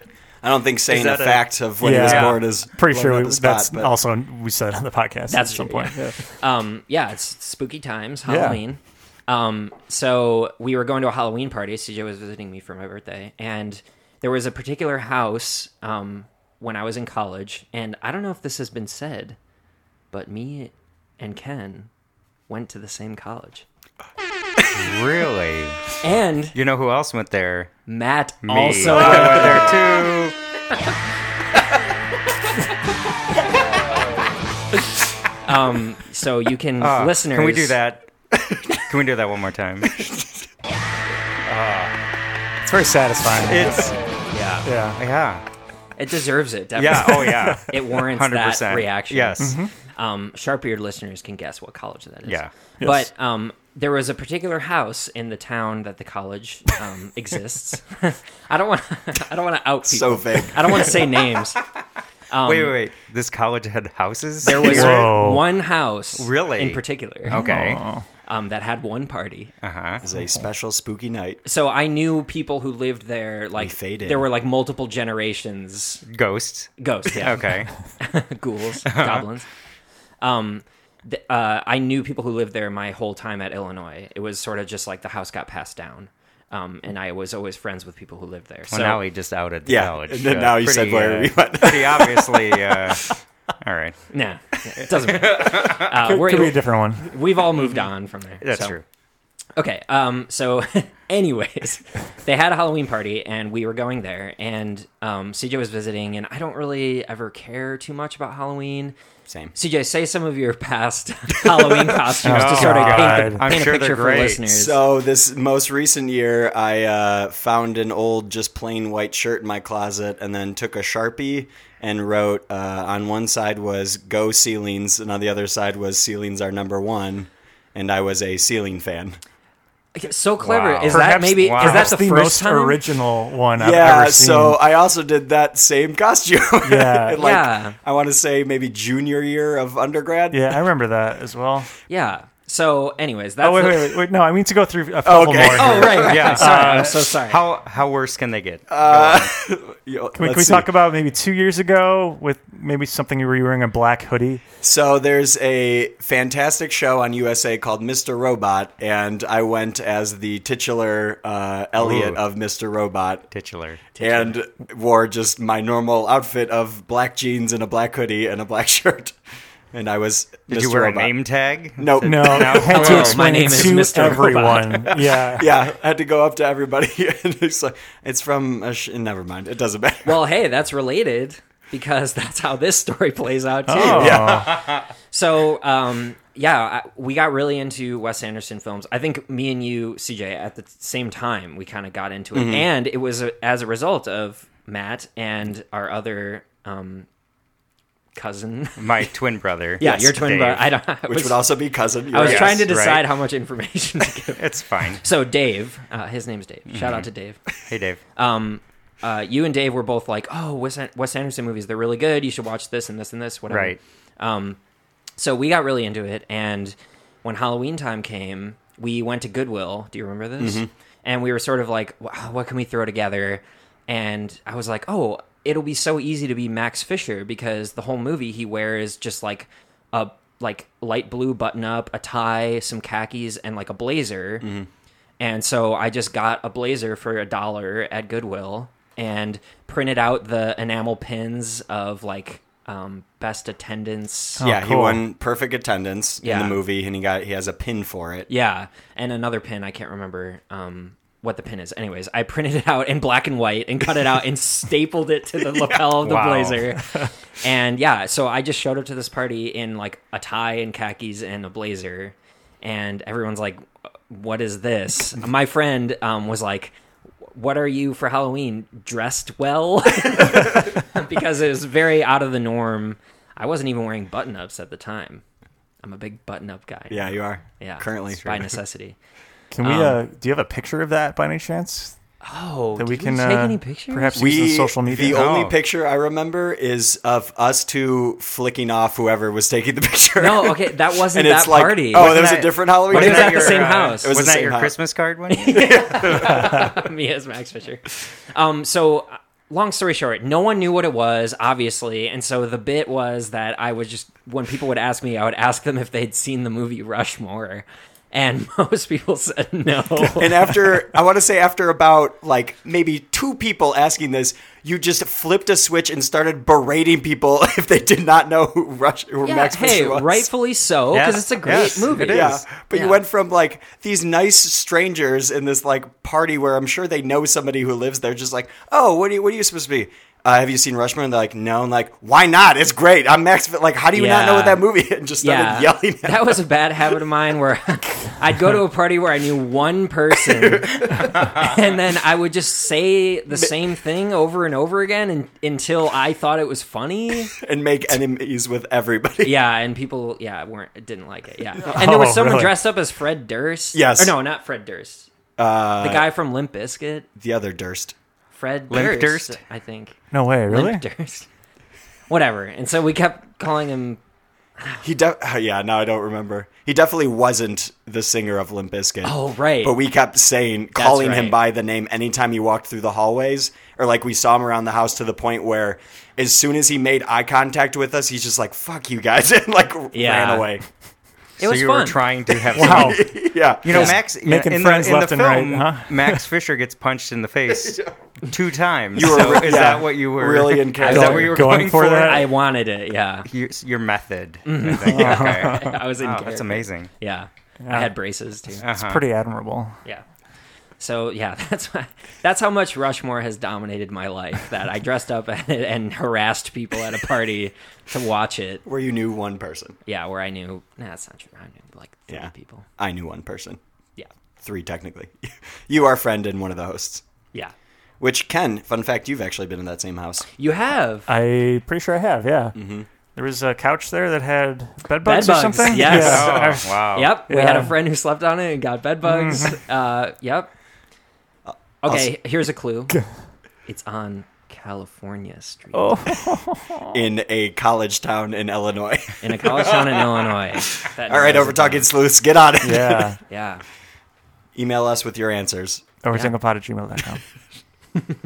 [SPEAKER 2] I don't think saying a
[SPEAKER 5] that a-
[SPEAKER 2] fact of when he was born is
[SPEAKER 1] pretty
[SPEAKER 2] blowing
[SPEAKER 1] sure
[SPEAKER 2] up
[SPEAKER 1] we,
[SPEAKER 2] the spot,
[SPEAKER 1] that's
[SPEAKER 2] but-
[SPEAKER 1] also we said on the podcast
[SPEAKER 6] That's
[SPEAKER 1] at some
[SPEAKER 6] true,
[SPEAKER 1] point. <laughs> Yeah.
[SPEAKER 6] um, yeah, it's spooky times, Halloween. Um, so we were going to a Halloween party. CJ was visiting me for my birthday, and there was a particular house um, when I was in college, and I don't know if this has been said, but me and Ken went to the same college,
[SPEAKER 5] really?
[SPEAKER 6] and
[SPEAKER 5] You know who else went there?
[SPEAKER 6] Matt
[SPEAKER 5] Me. Ah.
[SPEAKER 6] also.
[SPEAKER 5] I went there too. Ah,
[SPEAKER 6] So you can
[SPEAKER 5] Uh,
[SPEAKER 6] listeners,
[SPEAKER 5] Can we do that? Can we do that one more time?
[SPEAKER 1] It's very satisfying.
[SPEAKER 5] It's
[SPEAKER 6] Yeah,
[SPEAKER 1] yeah.
[SPEAKER 5] yeah,
[SPEAKER 6] it deserves it. Definitely.
[SPEAKER 5] yeah. Oh yeah.
[SPEAKER 6] it warrants that
[SPEAKER 5] 100%.
[SPEAKER 6] reaction.
[SPEAKER 5] Yes. Mm-hmm.
[SPEAKER 6] Um, sharp-eared listeners can guess what college that is.
[SPEAKER 5] Yeah.
[SPEAKER 1] Yes.
[SPEAKER 6] But um, there was a particular house in the town that the college um,
[SPEAKER 5] <laughs>
[SPEAKER 6] exists. <laughs> I don't want. I don't want to out people.
[SPEAKER 1] <laughs>
[SPEAKER 2] So vague.
[SPEAKER 6] I don't want to say names. Um,
[SPEAKER 5] wait, wait, wait. This college had houses.
[SPEAKER 6] There was
[SPEAKER 1] Whoa.
[SPEAKER 6] one house,
[SPEAKER 5] Really?
[SPEAKER 6] in particular,
[SPEAKER 5] okay.
[SPEAKER 1] Oh.
[SPEAKER 6] um, that had one party.
[SPEAKER 5] Uh huh.
[SPEAKER 2] It's a special spooky night.
[SPEAKER 6] So I knew people who lived there. Like
[SPEAKER 2] faded.
[SPEAKER 6] there were like multiple generations
[SPEAKER 5] Ghosts.
[SPEAKER 6] ghosts.
[SPEAKER 2] <laughs>
[SPEAKER 5] <laughs>
[SPEAKER 6] Yeah.
[SPEAKER 5] Okay.
[SPEAKER 6] <laughs>
[SPEAKER 5] <laughs>
[SPEAKER 6] ghouls,
[SPEAKER 5] Uh-huh.
[SPEAKER 6] goblins. Um, th- uh, I knew people who lived there my whole time at Illinois. It was sort of just like the house got passed down, um, and I was always friends with people who lived there.
[SPEAKER 5] Well,
[SPEAKER 6] so
[SPEAKER 5] now he just outed the
[SPEAKER 2] Yeah,
[SPEAKER 5] college.
[SPEAKER 2] and then now he said where we went.
[SPEAKER 5] pretty obviously.
[SPEAKER 2] <laughs>
[SPEAKER 5] Uh, all right.
[SPEAKER 6] nah, it doesn't. Matter.
[SPEAKER 5] <laughs>
[SPEAKER 6] Uh,
[SPEAKER 1] Could,
[SPEAKER 6] we're,
[SPEAKER 1] could be a different one.
[SPEAKER 6] we've all moved on from there.
[SPEAKER 5] That's
[SPEAKER 6] so-
[SPEAKER 5] true.
[SPEAKER 6] Okay. Um. So, <laughs> anyways, they had a Halloween party, and we were going there, and um, CJ was visiting, and I don't really ever care too much about Halloween.
[SPEAKER 2] Same.
[SPEAKER 6] CJ, say some of your past <laughs> Halloween costumes to
[SPEAKER 1] Oh,
[SPEAKER 6] sort of paint,
[SPEAKER 1] God.
[SPEAKER 6] a-
[SPEAKER 5] I'm
[SPEAKER 6] paint a
[SPEAKER 5] sure they're
[SPEAKER 6] picture for
[SPEAKER 5] great.
[SPEAKER 6] listeners.
[SPEAKER 2] So this most recent year, I uh, found an old, just plain white shirt in my closet, and then took a sharpie and wrote uh, on one side was "Go Ceilings" and on the other side was "Ceilings are number one," and I was a ceiling fan.
[SPEAKER 6] So clever.
[SPEAKER 5] Wow.
[SPEAKER 6] Is that
[SPEAKER 1] Perhaps-
[SPEAKER 6] maybe
[SPEAKER 5] wow.
[SPEAKER 6] is that
[SPEAKER 1] Perhaps
[SPEAKER 6] the,
[SPEAKER 1] the,
[SPEAKER 6] first
[SPEAKER 1] most
[SPEAKER 6] time?
[SPEAKER 1] original one I've
[SPEAKER 2] yeah,
[SPEAKER 1] ever seen.
[SPEAKER 2] so I also did that same <laughs> costume.
[SPEAKER 1] Yeah.
[SPEAKER 2] <laughs> In, like,
[SPEAKER 6] Yeah.
[SPEAKER 2] I want to say maybe junior year of undergrad.
[SPEAKER 1] yeah, I remember that as well.
[SPEAKER 6] Yeah. So, anyways, that's
[SPEAKER 1] Oh wait,
[SPEAKER 6] the- <laughs>
[SPEAKER 1] wait, wait, wait. No, I mean to go through a couple
[SPEAKER 2] Okay.
[SPEAKER 1] more. Here.
[SPEAKER 6] Oh right, right.
[SPEAKER 5] Yeah.
[SPEAKER 6] I'm <laughs> sorry. I'm so sorry.
[SPEAKER 5] How how worse can they get?
[SPEAKER 2] Uh, Yo,
[SPEAKER 1] Can we, can
[SPEAKER 2] let's
[SPEAKER 1] we
[SPEAKER 2] see.
[SPEAKER 1] talk about maybe two years ago with maybe something you were wearing a black hoodie?
[SPEAKER 2] So there's a fantastic show on USA called Mr. Robot, and I went as the titular uh, Elliot
[SPEAKER 5] Ooh.
[SPEAKER 2] of Mr. Robot,
[SPEAKER 5] Titular.
[SPEAKER 2] and wore just my normal outfit of black jeans and a black hoodie and a black <laughs> shirt, and I was.
[SPEAKER 5] Did
[SPEAKER 2] Mr.
[SPEAKER 5] you wear
[SPEAKER 2] Robot.
[SPEAKER 5] a name tag?
[SPEAKER 2] No.
[SPEAKER 1] No, I <laughs> had
[SPEAKER 6] Hello,
[SPEAKER 1] to explain
[SPEAKER 6] my name
[SPEAKER 1] it
[SPEAKER 6] is
[SPEAKER 1] to
[SPEAKER 6] Mr.
[SPEAKER 1] everyone.
[SPEAKER 6] <laughs>
[SPEAKER 1] Yeah,
[SPEAKER 2] Yeah, I had to go up to everybody, <laughs> and it's like it's from. A sh- never mind, it doesn't matter.
[SPEAKER 6] Well, hey, that's related because <laughs> that's how this story plays out too.
[SPEAKER 1] Oh.
[SPEAKER 6] So, um, yeah, I, we got really into Wes Anderson films. I think me and you, CJ, at the same time, we kind of got into it,
[SPEAKER 2] Mm-hmm.
[SPEAKER 6] and it was a, as a result of Matt and our other um, cousin. <laughs>
[SPEAKER 5] My twin brother.
[SPEAKER 6] Yeah, your twin
[SPEAKER 5] Dave.
[SPEAKER 6] brother. I don't. I
[SPEAKER 2] <laughs> Which
[SPEAKER 6] was,
[SPEAKER 2] would also be cousin.
[SPEAKER 6] I was
[SPEAKER 2] You're
[SPEAKER 6] trying to
[SPEAKER 5] right.
[SPEAKER 6] decide how much information to give.
[SPEAKER 5] <laughs> It's fine.
[SPEAKER 6] So Dave, uh, his name's Dave. Shout
[SPEAKER 2] Mm-hmm.
[SPEAKER 6] out to Dave.
[SPEAKER 5] Hey,
[SPEAKER 1] <laughs>
[SPEAKER 5] Dave.
[SPEAKER 6] Um, uh, you and Dave were both like, "Oh, Wes, An- Wes Anderson movies, they're really good. You should watch this and this and this, whatever."
[SPEAKER 5] Right.
[SPEAKER 6] Um, so we got really into it, and when Halloween time came, we went to Goodwill. Do you remember this? And we were sort of like, "Wow, "What can we throw together?" And I was like, "Oh, it'll be so easy to be Max Fisher because the whole movie he wears just like a like light blue button up, a tie, some khakis, and like a blazer." And so I just got a blazer for a dollar at Goodwill and printed out the enamel pins of like um, best attendance.
[SPEAKER 2] yeah, he
[SPEAKER 1] cool.
[SPEAKER 2] won perfect attendance
[SPEAKER 6] Yeah.
[SPEAKER 2] in the movie, and he got he has a pin for it.
[SPEAKER 6] Yeah. And another pin. I can't remember um, what the pin is. Anyways, I printed it out in black and white and cut it out and stapled it to the lapel of the
[SPEAKER 5] Wow.
[SPEAKER 6] blazer. and yeah, so I just showed up to this party in like a tie and khakis and a blazer. And everyone's like, what is this? My friend um, was like, what are you for Halloween? Dressed well? <laughs> because it was very out of the norm. I wasn't even wearing button ups at the time. I'm a big button up guy.
[SPEAKER 2] Yeah, you are.
[SPEAKER 6] Yeah.
[SPEAKER 2] currently. <laughs>
[SPEAKER 6] by necessity.
[SPEAKER 1] Can we? uh, do you have a picture of that by any chance
[SPEAKER 6] Um, Oh,
[SPEAKER 1] that we
[SPEAKER 6] did
[SPEAKER 1] can
[SPEAKER 6] take
[SPEAKER 1] uh,
[SPEAKER 6] any pictures?
[SPEAKER 1] Perhaps use in social media.
[SPEAKER 2] The
[SPEAKER 5] Oh.
[SPEAKER 2] only picture I remember is of us two flicking off whoever was taking the <laughs> picture.
[SPEAKER 6] No, okay, that wasn't
[SPEAKER 2] and
[SPEAKER 6] that
[SPEAKER 2] it's like,
[SPEAKER 6] party.
[SPEAKER 2] oh,
[SPEAKER 6] Wasn't
[SPEAKER 2] there was a
[SPEAKER 5] that- uh,
[SPEAKER 2] different Halloween.
[SPEAKER 6] But it was
[SPEAKER 2] party?
[SPEAKER 6] at the same house.
[SPEAKER 2] It was
[SPEAKER 5] Wasn't
[SPEAKER 2] the
[SPEAKER 5] that
[SPEAKER 2] same
[SPEAKER 5] your
[SPEAKER 2] house.
[SPEAKER 5] Christmas
[SPEAKER 1] <laughs>
[SPEAKER 5] card one? year?
[SPEAKER 6] <laughs> me as Max Fisher. Um, so uh, long story short, no one knew what it was, obviously, and so the bit was that I was just when people would ask me, I would ask them if they'd seen the movie Rushmore, and <laughs> most people said no.
[SPEAKER 2] And
[SPEAKER 6] <laughs>
[SPEAKER 2] after, I want to say, after about like maybe two people asking this, you just flipped a switch and started berating people <laughs> if they did not know who Rush who
[SPEAKER 6] <laughs> yeah,
[SPEAKER 2] Max
[SPEAKER 6] hey,
[SPEAKER 2] Fisher was.
[SPEAKER 6] rightfully so, because
[SPEAKER 5] Yes,
[SPEAKER 6] it's a great
[SPEAKER 5] yes,
[SPEAKER 6] movie.
[SPEAKER 5] it is.
[SPEAKER 2] Yeah, but
[SPEAKER 6] Yeah.
[SPEAKER 2] you went from like these nice strangers in this like party where I'm sure they know somebody who lives there, just like, oh, what are you, what are you supposed to be? uh, have you seen Rushmore? And they're like, no. And like, why not? It's great. I'm Max. Fin- Like, how do you not know
[SPEAKER 6] Yeah.
[SPEAKER 2] what that movie? is? And just started
[SPEAKER 6] yeah,
[SPEAKER 2] yelling. At
[SPEAKER 6] that was a bad habit of mine where <laughs> I'd go to a party where I knew one person, and then I would just say the same thing over and over again and, until I thought it was funny.
[SPEAKER 2] and make enemies with everybody.
[SPEAKER 6] Yeah, and people, yeah, weren't didn't like it. Yeah, and there was
[SPEAKER 1] Oh,
[SPEAKER 6] someone
[SPEAKER 1] really?
[SPEAKER 6] dressed up as Fred Durst.
[SPEAKER 2] Yes.
[SPEAKER 6] or no, not Fred Durst. the guy from Limp Bizkit,
[SPEAKER 2] <laughs> The other Durst.
[SPEAKER 6] Fred
[SPEAKER 5] Limp
[SPEAKER 6] Durst,
[SPEAKER 5] Durst?
[SPEAKER 6] I think.
[SPEAKER 1] No way, really?
[SPEAKER 6] Limp Durst. Whatever. And so we kept calling him.
[SPEAKER 2] He de- oh, <sighs> yeah, now I don't remember. He definitely wasn't the singer of Limp Bizkit.
[SPEAKER 6] Oh, right.
[SPEAKER 2] But we kept saying, calling him
[SPEAKER 6] right.
[SPEAKER 2] by the name anytime he walked through the hallways, or like we saw him around the house to the point where, as soon as he made eye contact with us, he's just like "fuck you guys" <laughs> and like
[SPEAKER 6] Yeah.
[SPEAKER 2] ran away. <laughs>
[SPEAKER 6] It was
[SPEAKER 5] so you
[SPEAKER 6] fun.
[SPEAKER 5] were trying to have
[SPEAKER 1] Wow.
[SPEAKER 6] <laughs>
[SPEAKER 2] yeah, <laughs>
[SPEAKER 5] You know, Max you know,
[SPEAKER 1] making
[SPEAKER 5] in
[SPEAKER 1] friends
[SPEAKER 5] the, in
[SPEAKER 1] left
[SPEAKER 5] the
[SPEAKER 1] and right,
[SPEAKER 5] film,
[SPEAKER 1] huh?
[SPEAKER 5] Max Fisher gets
[SPEAKER 2] <laughs>
[SPEAKER 5] punched in the face two times.
[SPEAKER 2] You were-
[SPEAKER 5] so is
[SPEAKER 2] yeah,
[SPEAKER 5] that what you were
[SPEAKER 2] really in
[SPEAKER 5] <laughs> Is that what you were going, for?
[SPEAKER 1] that?
[SPEAKER 6] I wanted it. Yeah,
[SPEAKER 5] Your, your method. I think. Okay.
[SPEAKER 6] <laughs> I was in.
[SPEAKER 5] Wow, that's
[SPEAKER 6] character.
[SPEAKER 5] amazing. Uh-huh.
[SPEAKER 6] Yeah. I had braces too.
[SPEAKER 1] It's pretty admirable.
[SPEAKER 6] Yeah. So yeah, <laughs> that's why, that's how much Rushmore has dominated my life. That I dressed up <laughs> and harassed people at a party to watch it.
[SPEAKER 2] where you knew one person.
[SPEAKER 6] Yeah, where I knew nah, that's not true. I knew like three
[SPEAKER 2] Yeah.
[SPEAKER 6] people.
[SPEAKER 2] I knew one person,
[SPEAKER 6] Yeah,
[SPEAKER 2] three technically. <laughs> you, our friend, and one of the hosts.
[SPEAKER 6] yeah.
[SPEAKER 2] Which Ken, fun fact, you've actually been in that same house.
[SPEAKER 6] You have
[SPEAKER 1] I pretty sure I have. Yeah. There was a couch there that had bed bugs, or
[SPEAKER 6] Mm-hmm. Bed bugs,
[SPEAKER 1] something.
[SPEAKER 6] yes.
[SPEAKER 1] Yeah. <laughs>
[SPEAKER 5] Oh, wow.
[SPEAKER 6] Yep, we had a
[SPEAKER 1] Yeah.
[SPEAKER 6] friend who slept on it and got bed bugs. uh, yep. Okay, here's a clue. It's on California Street
[SPEAKER 1] Oh.
[SPEAKER 2] in a college town in Illinois.
[SPEAKER 6] in a college town in Illinois.
[SPEAKER 2] <laughs>
[SPEAKER 6] That
[SPEAKER 2] All right,
[SPEAKER 6] narrows
[SPEAKER 2] over
[SPEAKER 6] it down.
[SPEAKER 2] talking sleuths, get on it.
[SPEAKER 1] <laughs> Yeah.
[SPEAKER 6] <laughs> Yeah,
[SPEAKER 2] <laughs> Email us with your answers.
[SPEAKER 1] Oversinglepod at gmail.com.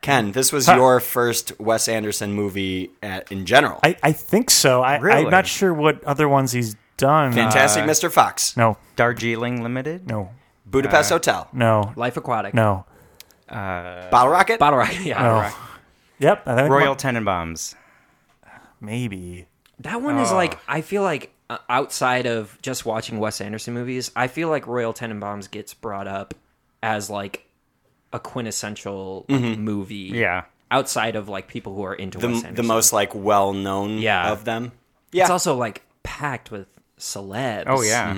[SPEAKER 2] Ken, this was
[SPEAKER 1] Huh.
[SPEAKER 2] your first Wes Anderson movie at, in general.
[SPEAKER 1] I, I think so. I,
[SPEAKER 5] Really?
[SPEAKER 1] I'm not sure what other ones he's done. Uh,
[SPEAKER 2] Fantastic Mr. Fox,
[SPEAKER 1] No,
[SPEAKER 5] Darjeeling Limited.
[SPEAKER 1] no,
[SPEAKER 2] Budapest Hotel,
[SPEAKER 1] no,
[SPEAKER 6] Life Aquatic.
[SPEAKER 1] no,
[SPEAKER 2] Bottle Rocket,
[SPEAKER 6] Bottle Rocket. <laughs> Yeah,
[SPEAKER 1] no. Yep. I think
[SPEAKER 5] Royal Tenenbaums. <laughs>
[SPEAKER 1] Maybe.
[SPEAKER 6] that one
[SPEAKER 2] Oh.
[SPEAKER 6] is like I feel like uh, outside of just watching Wes Anderson movies, I feel like Royal Tenenbaums gets brought up as like a quintessential movie.
[SPEAKER 5] Yeah.
[SPEAKER 6] outside of like people who are into
[SPEAKER 2] Mm-hmm. the,
[SPEAKER 6] Wes
[SPEAKER 2] the
[SPEAKER 6] Anderson.
[SPEAKER 2] most like well known
[SPEAKER 6] Yeah.
[SPEAKER 2] of them.
[SPEAKER 6] It's also like packed with celebs.
[SPEAKER 5] Oh yeah.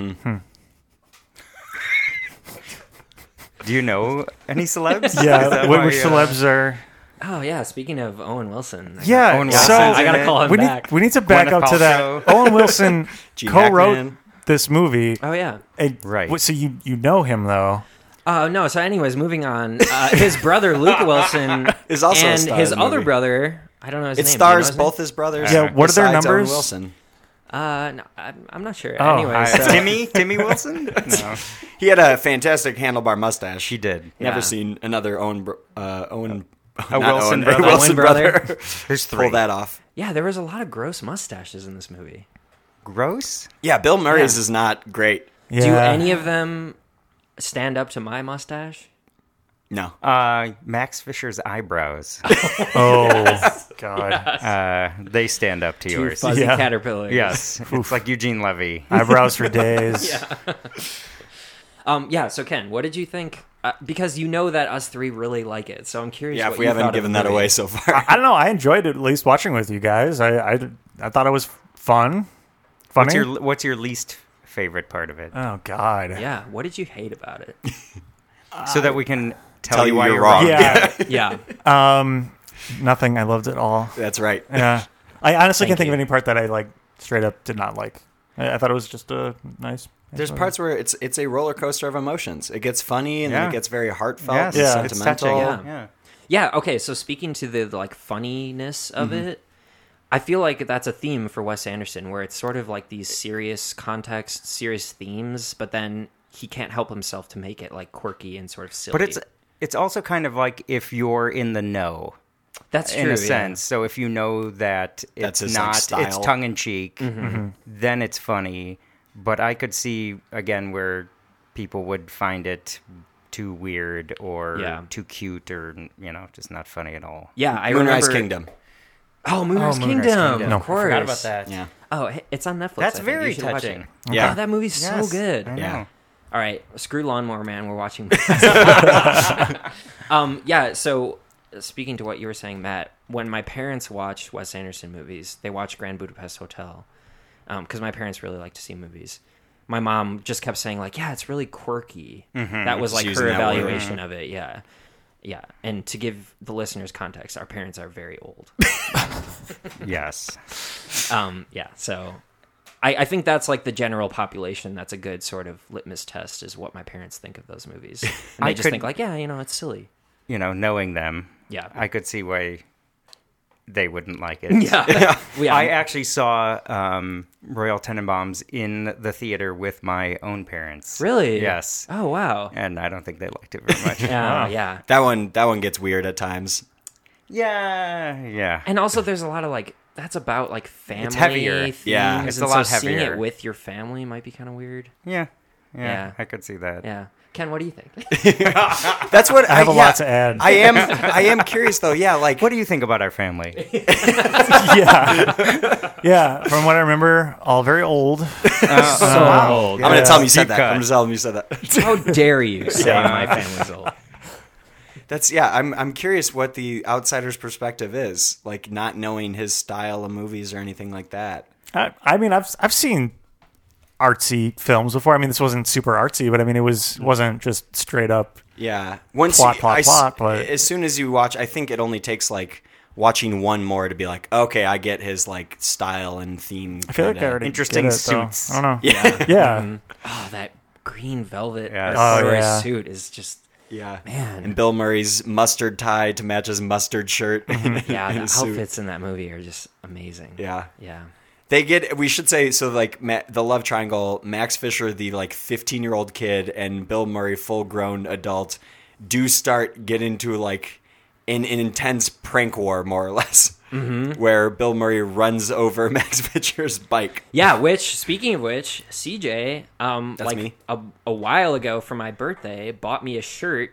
[SPEAKER 5] Do you know any celebs? Is
[SPEAKER 1] Yeah.
[SPEAKER 5] that
[SPEAKER 1] What
[SPEAKER 5] why,
[SPEAKER 1] which
[SPEAKER 5] uh, <laughs>
[SPEAKER 1] celebs are?
[SPEAKER 6] Oh yeah. Speaking of Owen Wilson. I
[SPEAKER 1] Yeah.
[SPEAKER 5] Owen
[SPEAKER 1] so
[SPEAKER 5] Wilson's in
[SPEAKER 6] I gotta
[SPEAKER 5] it?
[SPEAKER 6] call him
[SPEAKER 1] we
[SPEAKER 6] back.
[SPEAKER 1] need we need to back
[SPEAKER 5] Gwyneth
[SPEAKER 1] up to that.
[SPEAKER 5] Paltrow.
[SPEAKER 1] Owen
[SPEAKER 5] <laughs>
[SPEAKER 1] Wilson
[SPEAKER 2] Gene
[SPEAKER 1] co-wrote
[SPEAKER 2] Hackman.
[SPEAKER 1] this movie.
[SPEAKER 6] Oh yeah.
[SPEAKER 1] And-
[SPEAKER 5] Right.
[SPEAKER 1] what- So you you know him though.
[SPEAKER 6] Uh, no. So, anyways, moving on. Uh, his
[SPEAKER 2] <laughs>
[SPEAKER 6] brother Luke Wilson
[SPEAKER 2] Is also a
[SPEAKER 6] and
[SPEAKER 2] star
[SPEAKER 6] his
[SPEAKER 2] in the
[SPEAKER 6] other
[SPEAKER 2] movie.
[SPEAKER 6] brother. I don't know his
[SPEAKER 2] It
[SPEAKER 6] name. Do you know
[SPEAKER 2] stars
[SPEAKER 6] his name?
[SPEAKER 2] both his brothers.
[SPEAKER 1] Yeah, what are their
[SPEAKER 2] besides Owen
[SPEAKER 1] numbers?
[SPEAKER 2] Wilson.
[SPEAKER 6] Uh, no, I'm, I'm not sure.
[SPEAKER 1] Oh,
[SPEAKER 6] anyway,
[SPEAKER 1] I-
[SPEAKER 6] so,
[SPEAKER 5] Uh, Timmy? Timmy Wilson? No,
[SPEAKER 2] He had a fantastic handlebar mustache.
[SPEAKER 5] he did.
[SPEAKER 2] never
[SPEAKER 6] Yeah.
[SPEAKER 2] seen another Owen br- uh, Owen
[SPEAKER 5] A
[SPEAKER 2] not Owen,
[SPEAKER 5] Wilson
[SPEAKER 2] a <laughs>
[SPEAKER 5] brother.
[SPEAKER 2] Wilson
[SPEAKER 6] Owen
[SPEAKER 2] brother.
[SPEAKER 6] brother.
[SPEAKER 5] There's three.
[SPEAKER 2] Pull that off.
[SPEAKER 6] yeah, there was a lot of gross mustaches in this movie.
[SPEAKER 5] Gross?
[SPEAKER 2] Yeah, Bill Murray's is not great.
[SPEAKER 1] Yeah.
[SPEAKER 6] Do any of them stand up to my mustache?
[SPEAKER 2] No,
[SPEAKER 5] Uh, Max Fisher's eyebrows.
[SPEAKER 1] Oh
[SPEAKER 6] <laughs>
[SPEAKER 1] God.
[SPEAKER 5] Uh, they stand up to
[SPEAKER 6] You
[SPEAKER 5] yours.
[SPEAKER 6] fuzzy
[SPEAKER 1] Yeah.
[SPEAKER 6] caterpillars.
[SPEAKER 5] Yes. it's like Eugene Levy.
[SPEAKER 1] Eyebrows for days.
[SPEAKER 6] Um. Yeah. So Ken, what did you think? Uh, because you know that us three really like it, so I'm curious.
[SPEAKER 2] yeah,
[SPEAKER 6] what
[SPEAKER 2] if we
[SPEAKER 6] you thought
[SPEAKER 2] haven't
[SPEAKER 6] of
[SPEAKER 2] given
[SPEAKER 6] the
[SPEAKER 2] that
[SPEAKER 6] movie.
[SPEAKER 2] away so far.
[SPEAKER 1] <laughs> I don't know. I enjoyed it at least watching with you guys. I I, I thought it was fun. Funny.
[SPEAKER 5] What's your, what's your least favorite part of it?
[SPEAKER 1] oh God.
[SPEAKER 6] Yeah. What did you hate
[SPEAKER 2] <laughs>
[SPEAKER 6] about it?
[SPEAKER 5] so that we can tell,
[SPEAKER 2] tell
[SPEAKER 5] you
[SPEAKER 2] you
[SPEAKER 5] why
[SPEAKER 2] you're
[SPEAKER 5] you're
[SPEAKER 2] wrong.
[SPEAKER 5] wrong.
[SPEAKER 1] Yeah. <laughs> Um,
[SPEAKER 6] Yeah.
[SPEAKER 1] nothing. I loved it all.
[SPEAKER 2] That's right.
[SPEAKER 1] Yeah. I honestly can't think
[SPEAKER 6] you.
[SPEAKER 1] of any part that I like straight up did not like. I, I thought it was just a nice.
[SPEAKER 2] There's
[SPEAKER 1] nice
[SPEAKER 2] parts where it's it's a roller coaster of emotions. It gets funny and then
[SPEAKER 5] Yeah.
[SPEAKER 2] it gets very heartfelt
[SPEAKER 5] Yes,
[SPEAKER 2] and
[SPEAKER 1] Yeah.
[SPEAKER 5] it's
[SPEAKER 2] sentimental.
[SPEAKER 5] touching.
[SPEAKER 6] Yeah.
[SPEAKER 5] yeah.
[SPEAKER 6] Yeah, okay, so speaking to the like funniness of
[SPEAKER 5] Mm-hmm.
[SPEAKER 6] it, I feel like that's a theme for Wes Anderson where it's sort of like these serious contexts, serious themes, but then he can't help himself to make it like quirky and sort of silly.
[SPEAKER 5] But it's it's also kind of like if you're in the know
[SPEAKER 6] that's true
[SPEAKER 5] in
[SPEAKER 6] yeah.
[SPEAKER 5] a sense. So if you know that
[SPEAKER 2] That's
[SPEAKER 5] it's
[SPEAKER 2] his, like,
[SPEAKER 5] not it's
[SPEAKER 2] style.
[SPEAKER 5] tongue in cheek,
[SPEAKER 6] Mm-hmm.
[SPEAKER 5] then it's funny. But I could see again where people would find it too weird or
[SPEAKER 6] Yeah.
[SPEAKER 5] too cute or you know just not funny at all.
[SPEAKER 6] Yeah, I
[SPEAKER 2] Moonrise
[SPEAKER 6] remember
[SPEAKER 2] Kingdom.
[SPEAKER 6] Oh,
[SPEAKER 1] Moonrise
[SPEAKER 6] Moonrise, Kingdom,
[SPEAKER 5] Kingdom.
[SPEAKER 1] No, I
[SPEAKER 6] Of course.
[SPEAKER 5] Forgot about that.
[SPEAKER 2] Yeah.
[SPEAKER 6] Oh, hey, it's on Netflix.
[SPEAKER 5] That's
[SPEAKER 6] I think.
[SPEAKER 5] very
[SPEAKER 6] You should watch it.
[SPEAKER 5] touching.
[SPEAKER 2] Yeah.
[SPEAKER 6] Oh, that movie's
[SPEAKER 5] Yes,
[SPEAKER 6] so good.
[SPEAKER 5] I
[SPEAKER 2] Yeah.
[SPEAKER 5] know. <laughs>
[SPEAKER 6] All <laughs> right, screw Lawnmower Man. We're watching. um, yeah. So speaking to what you were saying, Matt, when my parents watched Wes Anderson movies, they watched Grand Budapest Hotel because my parents really like to see movies. My mom just kept saying like, "Yeah, it's really quirky."
[SPEAKER 5] Mm-hmm.
[SPEAKER 6] That was like
[SPEAKER 2] using
[SPEAKER 6] her
[SPEAKER 2] that word.
[SPEAKER 6] evaluation of it. Yeah, yeah. And to give the listeners context, our parents are very old.
[SPEAKER 5] Yes.
[SPEAKER 6] um, yeah. So I, I think that's like the general population. That's a good sort of litmus test is what my parents think of those
[SPEAKER 5] <laughs>
[SPEAKER 6] movies. And they
[SPEAKER 5] I
[SPEAKER 6] just
[SPEAKER 5] could-
[SPEAKER 6] think like, yeah, you know, it's silly.
[SPEAKER 5] You know, knowing them,
[SPEAKER 6] Yeah.
[SPEAKER 5] I could see why they wouldn't like it.
[SPEAKER 6] <laughs>
[SPEAKER 5] <laughs>
[SPEAKER 6] yeah. <laughs> yeah.
[SPEAKER 5] I actually saw um, Royal Tenenbaums in the theater with my own parents.
[SPEAKER 6] really?
[SPEAKER 5] Yes.
[SPEAKER 6] Oh wow.
[SPEAKER 5] And uh, I don't think they liked it very much.
[SPEAKER 6] <laughs> Yeah. Yeah.
[SPEAKER 2] That one, that one gets weird at times.
[SPEAKER 5] yeah, yeah.
[SPEAKER 6] And also, there's a lot of like that's about like family.
[SPEAKER 5] heavier.
[SPEAKER 6] Themes,
[SPEAKER 2] Yeah,
[SPEAKER 5] it's
[SPEAKER 6] and
[SPEAKER 5] a lot
[SPEAKER 6] so Seeing it
[SPEAKER 5] heavier.
[SPEAKER 6] with your family might be kind of weird.
[SPEAKER 5] yeah, yeah,
[SPEAKER 6] Yeah.
[SPEAKER 5] I could see that.
[SPEAKER 6] Yeah. Ken, what do you think?
[SPEAKER 5] <laughs>
[SPEAKER 2] That's what I
[SPEAKER 1] have a
[SPEAKER 2] a
[SPEAKER 1] lot to add.
[SPEAKER 2] I am, I am curious though. Yeah, like
[SPEAKER 5] What do you think about our family?
[SPEAKER 1] <laughs> yeah,
[SPEAKER 2] <laughs>
[SPEAKER 1] yeah. From what I remember, all very old.
[SPEAKER 6] so
[SPEAKER 2] I'm gonna tell him you said
[SPEAKER 5] Deep
[SPEAKER 2] that.
[SPEAKER 5] cut.
[SPEAKER 2] I'm gonna tell him you said
[SPEAKER 6] <laughs>
[SPEAKER 2] that.
[SPEAKER 6] How dare
[SPEAKER 5] <laughs>
[SPEAKER 6] you say my family's old? <laughs>
[SPEAKER 2] That's yeah. I'm, I'm curious what the outsider's perspective is, like not knowing his style of movies or anything like that.
[SPEAKER 1] I, I mean, I've I've seen artsy films before. I mean, this wasn't super artsy, but I mean, it was wasn't just straight up.
[SPEAKER 2] Yeah. Once
[SPEAKER 1] Plot,
[SPEAKER 2] you-
[SPEAKER 1] plot,
[SPEAKER 2] I s-
[SPEAKER 1] plot, but-
[SPEAKER 2] as soon as you watch, I think it only takes like watching one more to be like, okay, I get his like style and theme.
[SPEAKER 1] I feel like I already
[SPEAKER 5] Interesting
[SPEAKER 1] get it, though. Mm-hmm.
[SPEAKER 5] suits.
[SPEAKER 1] I don't know.
[SPEAKER 2] <laughs> Yeah.
[SPEAKER 1] <laughs> Yeah.
[SPEAKER 6] Oh, that green velvet
[SPEAKER 5] Yes.
[SPEAKER 1] Oh,
[SPEAKER 6] corduroy
[SPEAKER 1] yeah.
[SPEAKER 6] suit is just
[SPEAKER 2] Yeah.
[SPEAKER 6] Man.
[SPEAKER 2] And Bill Murray's mustard tie to match his mustard shirt. <laughs>
[SPEAKER 1] Mm-hmm.
[SPEAKER 6] yeah.
[SPEAKER 2] and
[SPEAKER 6] The
[SPEAKER 2] his suit.
[SPEAKER 6] outfits in that movie are just amazing.
[SPEAKER 2] Yeah.
[SPEAKER 6] Yeah.
[SPEAKER 2] They get, we should say, so like Ma- the love triangle, Max Fisher, the like 15 year old kid, and Bill Murray, full grown adult, do start get into like an, an intense prank war, more or less, where Bill Murray runs over <laughs> Max Fisher's bike.
[SPEAKER 6] Yeah, which speaking of which, CJ, um,
[SPEAKER 2] That's
[SPEAKER 6] like
[SPEAKER 2] me.
[SPEAKER 6] A, a while ago for my birthday, bought me a shirt.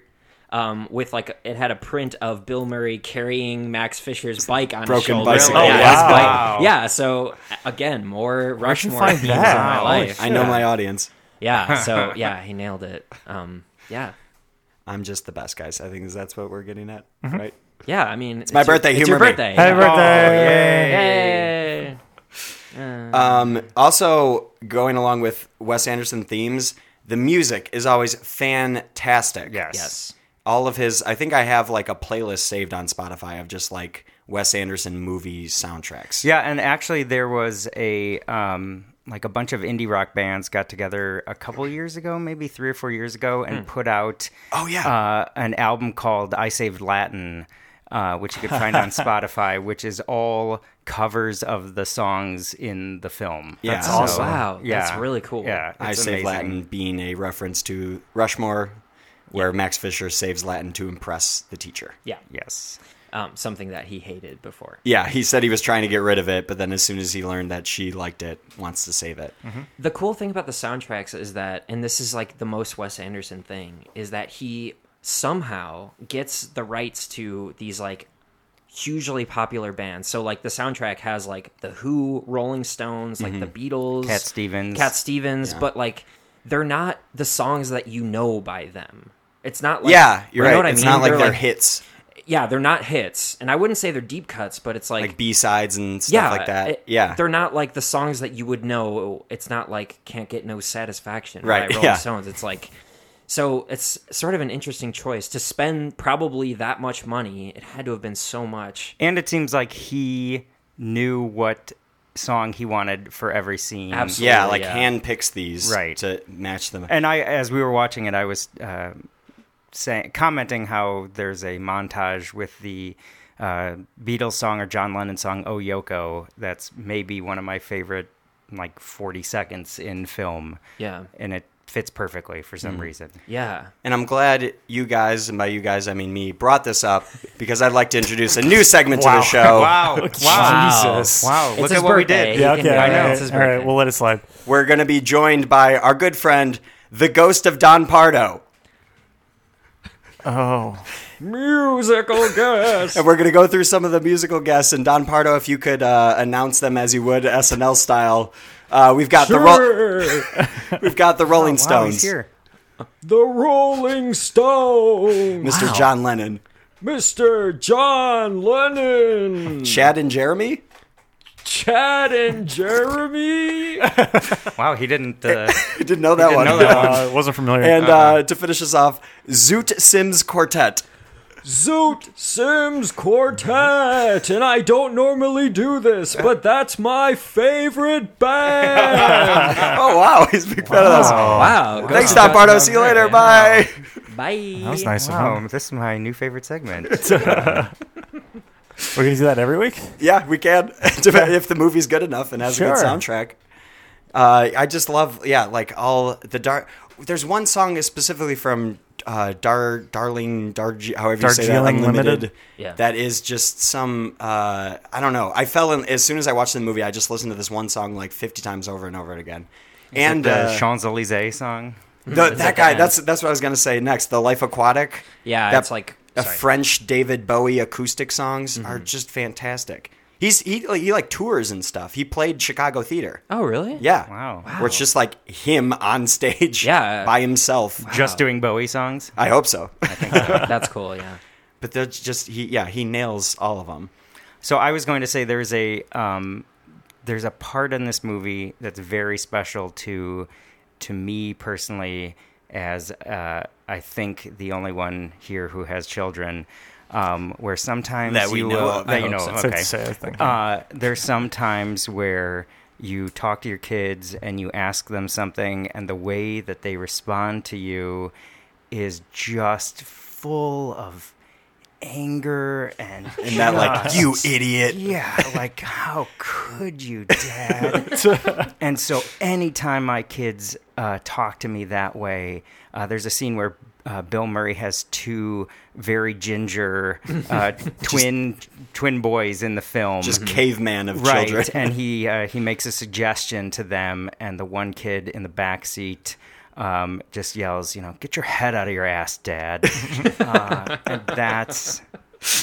[SPEAKER 6] Um, with like it had a print of Bill Murray carrying Max Fisher's bike on his
[SPEAKER 2] Broken
[SPEAKER 6] shoulder.
[SPEAKER 2] bicycle.
[SPEAKER 6] Yeah,
[SPEAKER 2] Oh,
[SPEAKER 6] his bike.
[SPEAKER 5] wow.
[SPEAKER 6] yeah. So again, more Rushmore
[SPEAKER 1] find
[SPEAKER 6] themes in
[SPEAKER 1] that?
[SPEAKER 6] my
[SPEAKER 1] Wow.
[SPEAKER 6] life.
[SPEAKER 2] I know my audience.
[SPEAKER 6] Yeah.
[SPEAKER 2] <laughs>
[SPEAKER 6] So yeah, he nailed it. Um, yeah,
[SPEAKER 2] I'm just the best, guys. I think that's what we're getting at, right?
[SPEAKER 6] yeah. I mean, it's,
[SPEAKER 2] my birthday,
[SPEAKER 6] Your, it's your
[SPEAKER 2] humor me.
[SPEAKER 6] birthday.
[SPEAKER 1] Happy birthday!
[SPEAKER 6] Yay.
[SPEAKER 2] Um, also, going along with Wes Anderson themes, the music is always fantastic.
[SPEAKER 5] Yes.
[SPEAKER 6] Yes.
[SPEAKER 2] all of his i think i have like a playlist saved on spotify of just like wes anderson movie soundtracks
[SPEAKER 5] Yeah, and actually, there was a um, like a bunch of indie rock bands got together a couple years ago, maybe three or four years ago, and put out
[SPEAKER 2] Hmm. oh yeah
[SPEAKER 5] uh, an album called I Saved Latin, uh, which you could find
[SPEAKER 2] <laughs>
[SPEAKER 5] on Spotify, which is all covers of the songs in the film.
[SPEAKER 2] Yeah. That's
[SPEAKER 5] So,
[SPEAKER 1] awesome.
[SPEAKER 6] Wow, that's really cool.
[SPEAKER 5] Yeah,
[SPEAKER 2] i
[SPEAKER 5] it's
[SPEAKER 2] save
[SPEAKER 5] amazing.
[SPEAKER 2] latin being a reference to rushmore where max fisher saves latin to impress the teacher
[SPEAKER 6] Yeah.
[SPEAKER 5] Yes.
[SPEAKER 6] Um, something that he hated before.
[SPEAKER 2] yeah he said he was trying to get rid of it but then as soon as he learned that she liked it wants to save it
[SPEAKER 6] The cool thing about the soundtracks is that, and this is like the most Wes Anderson thing, is that he somehow gets the rights to these like hugely popular bands. So like the soundtrack has like the Who, Rolling Stones, like the
[SPEAKER 2] Mm-hmm.
[SPEAKER 6] Beatles,
[SPEAKER 5] Cat Stevens.
[SPEAKER 6] Cat Stevens, but like they're not the songs that you know by them. It's not like
[SPEAKER 2] yeah you're
[SPEAKER 6] you
[SPEAKER 2] right
[SPEAKER 6] know what I
[SPEAKER 2] it's
[SPEAKER 6] mean?
[SPEAKER 2] not like they're
[SPEAKER 6] like-
[SPEAKER 2] hits
[SPEAKER 6] Yeah, they're not hits, and I wouldn't say they're deep cuts, but it's
[SPEAKER 2] like b-sides and stuff like that
[SPEAKER 6] it-
[SPEAKER 2] yeah
[SPEAKER 6] They're not like the songs that you would know. It's not like Can't Get No Satisfaction
[SPEAKER 2] Right,
[SPEAKER 6] by Rolling
[SPEAKER 2] yeah.
[SPEAKER 6] Stones. It's like so it's sort of an interesting choice to spend probably that much money. It had to have been so much.
[SPEAKER 5] And it seems like he knew what song he wanted for every scene.
[SPEAKER 6] Absolutely.
[SPEAKER 2] yeah like
[SPEAKER 6] yeah.
[SPEAKER 2] hand picks these
[SPEAKER 5] Right.
[SPEAKER 2] to match them
[SPEAKER 5] And I, as we were watching it, I was uh, saying, commenting how there's a montage with the uh, Beatles song or John Lennon song "Oh Yoko." That's maybe one of my favorite, like 40 seconds in film.
[SPEAKER 6] Yeah.
[SPEAKER 5] and it fits perfectly for some reason.
[SPEAKER 6] Yeah.
[SPEAKER 2] And I'm glad you guys, and by you guys I mean me, brought this up because I'd like to introduce a new segment to the show.
[SPEAKER 5] <laughs> Wow!
[SPEAKER 6] Wow.
[SPEAKER 1] Jesus.
[SPEAKER 5] Wow!
[SPEAKER 6] It's
[SPEAKER 5] Look
[SPEAKER 6] his
[SPEAKER 5] at what we
[SPEAKER 6] birthday.
[SPEAKER 5] did.
[SPEAKER 1] Yeah.
[SPEAKER 6] He
[SPEAKER 1] Okay.
[SPEAKER 6] can-
[SPEAKER 1] all
[SPEAKER 5] I know.
[SPEAKER 1] right,
[SPEAKER 6] It's his
[SPEAKER 1] all right.
[SPEAKER 6] birthday.
[SPEAKER 1] We'll let it slide.
[SPEAKER 2] We're going to be joined by our good friend, the ghost of Don Pardo.
[SPEAKER 1] Oh, <laughs>
[SPEAKER 6] Musical guest.
[SPEAKER 2] And we're going to go through some of the musical guests. And Don Pardo, if you could uh, announce them as you would SNL style. Uh, we've got the Ro- we've got the Rolling
[SPEAKER 5] Oh, Wow, he's
[SPEAKER 2] Stones,
[SPEAKER 5] here.
[SPEAKER 6] the Rolling Stone.
[SPEAKER 2] Mr. John Lennon,
[SPEAKER 9] Mr. John Lennon,
[SPEAKER 2] Chad and Jeremy? <laughs>
[SPEAKER 9] Chad and Jeremy.
[SPEAKER 5] Wow, he didn't. <laughs> Uh,
[SPEAKER 2] I didn't know that one.
[SPEAKER 5] know that
[SPEAKER 1] Uh, <laughs> wasn't familiar.
[SPEAKER 2] <laughs> And uh, to finish us off, Zoot Sims Quartet.
[SPEAKER 9] Zoot Sims Quartet, and I don't normally do this, but that's my favorite band.
[SPEAKER 2] Oh, wow. He's
[SPEAKER 5] <laughs>
[SPEAKER 2] a big fan of those.
[SPEAKER 6] Wow. go
[SPEAKER 2] Thanks,
[SPEAKER 6] to
[SPEAKER 2] Tom
[SPEAKER 6] John
[SPEAKER 2] Bardo. See you later.
[SPEAKER 6] Lennon.
[SPEAKER 2] Bye.
[SPEAKER 6] Bye.
[SPEAKER 1] that was nice of
[SPEAKER 5] wow,
[SPEAKER 1] him.
[SPEAKER 5] this is my new favorite segment.
[SPEAKER 1] We're gonna do that every week.
[SPEAKER 2] Yeah, we can. <laughs> if the movie's good enough and has a good
[SPEAKER 1] Sure.
[SPEAKER 2] soundtrack. Uh, I just love, yeah, like all the dark. There's one song is specifically from uh, Dar Darling Darg, however you say that,
[SPEAKER 1] Darjeeling
[SPEAKER 2] Unlimited.
[SPEAKER 1] Limited.
[SPEAKER 6] Yeah.
[SPEAKER 2] That is just some. Uh, I don't know. I fell in as soon as I watched the movie. I just listened to this one song like 50 times over and over again. and
[SPEAKER 5] the
[SPEAKER 2] uh,
[SPEAKER 5] Champs Elysees song.
[SPEAKER 2] the, that guy.
[SPEAKER 6] end.
[SPEAKER 2] That's that's what I was gonna say next. The Life Aquatic.
[SPEAKER 6] Yeah,
[SPEAKER 2] That's
[SPEAKER 6] it's like
[SPEAKER 2] a
[SPEAKER 6] sorry.
[SPEAKER 2] French David Bowie acoustic songs are
[SPEAKER 5] Mm-hmm.
[SPEAKER 2] just fantastic. He's he like, he like tours and stuff. He played Chicago theater.
[SPEAKER 6] Oh, really?
[SPEAKER 2] Yeah,
[SPEAKER 5] Wow.
[SPEAKER 2] Where it's just like him on stage, <laughs>
[SPEAKER 6] Yeah.
[SPEAKER 2] by himself.
[SPEAKER 5] Just doing Bowie songs.
[SPEAKER 2] I hope so.
[SPEAKER 6] <laughs>
[SPEAKER 2] <laughs>
[SPEAKER 6] That's cool. Yeah.
[SPEAKER 2] but that's just he. Yeah, he nails all of them.
[SPEAKER 5] So I was going to say there's a um, there's a part in this movie that's very special to to me personally, as uh, I think the only one here who has children. Um, where sometimes
[SPEAKER 2] That we
[SPEAKER 5] you
[SPEAKER 2] know
[SPEAKER 5] will-
[SPEAKER 2] of, I
[SPEAKER 5] that you know,
[SPEAKER 2] hope so.
[SPEAKER 5] of,
[SPEAKER 1] That's what I'd
[SPEAKER 5] okay.
[SPEAKER 1] say, I think.
[SPEAKER 5] Uh, there's some times where you talk to your kids and you ask them something, and the way that they respond to you is just full of anger and
[SPEAKER 2] And that like you idiot.
[SPEAKER 5] yeah, like how could you, Dad? and so, anytime my kids uh, talk to me that way, uh, there's a scene where uh, Bill Murray has two very ginger uh, twin twin boys in the film,
[SPEAKER 2] Just caveman of
[SPEAKER 5] Mm-hmm. right?
[SPEAKER 2] children.
[SPEAKER 5] and he uh, he makes a suggestion to them, and the one kid in the back seat. Um, just yells, you know, get your head out of your ass, dad.
[SPEAKER 2] <laughs>
[SPEAKER 5] uh, and that's,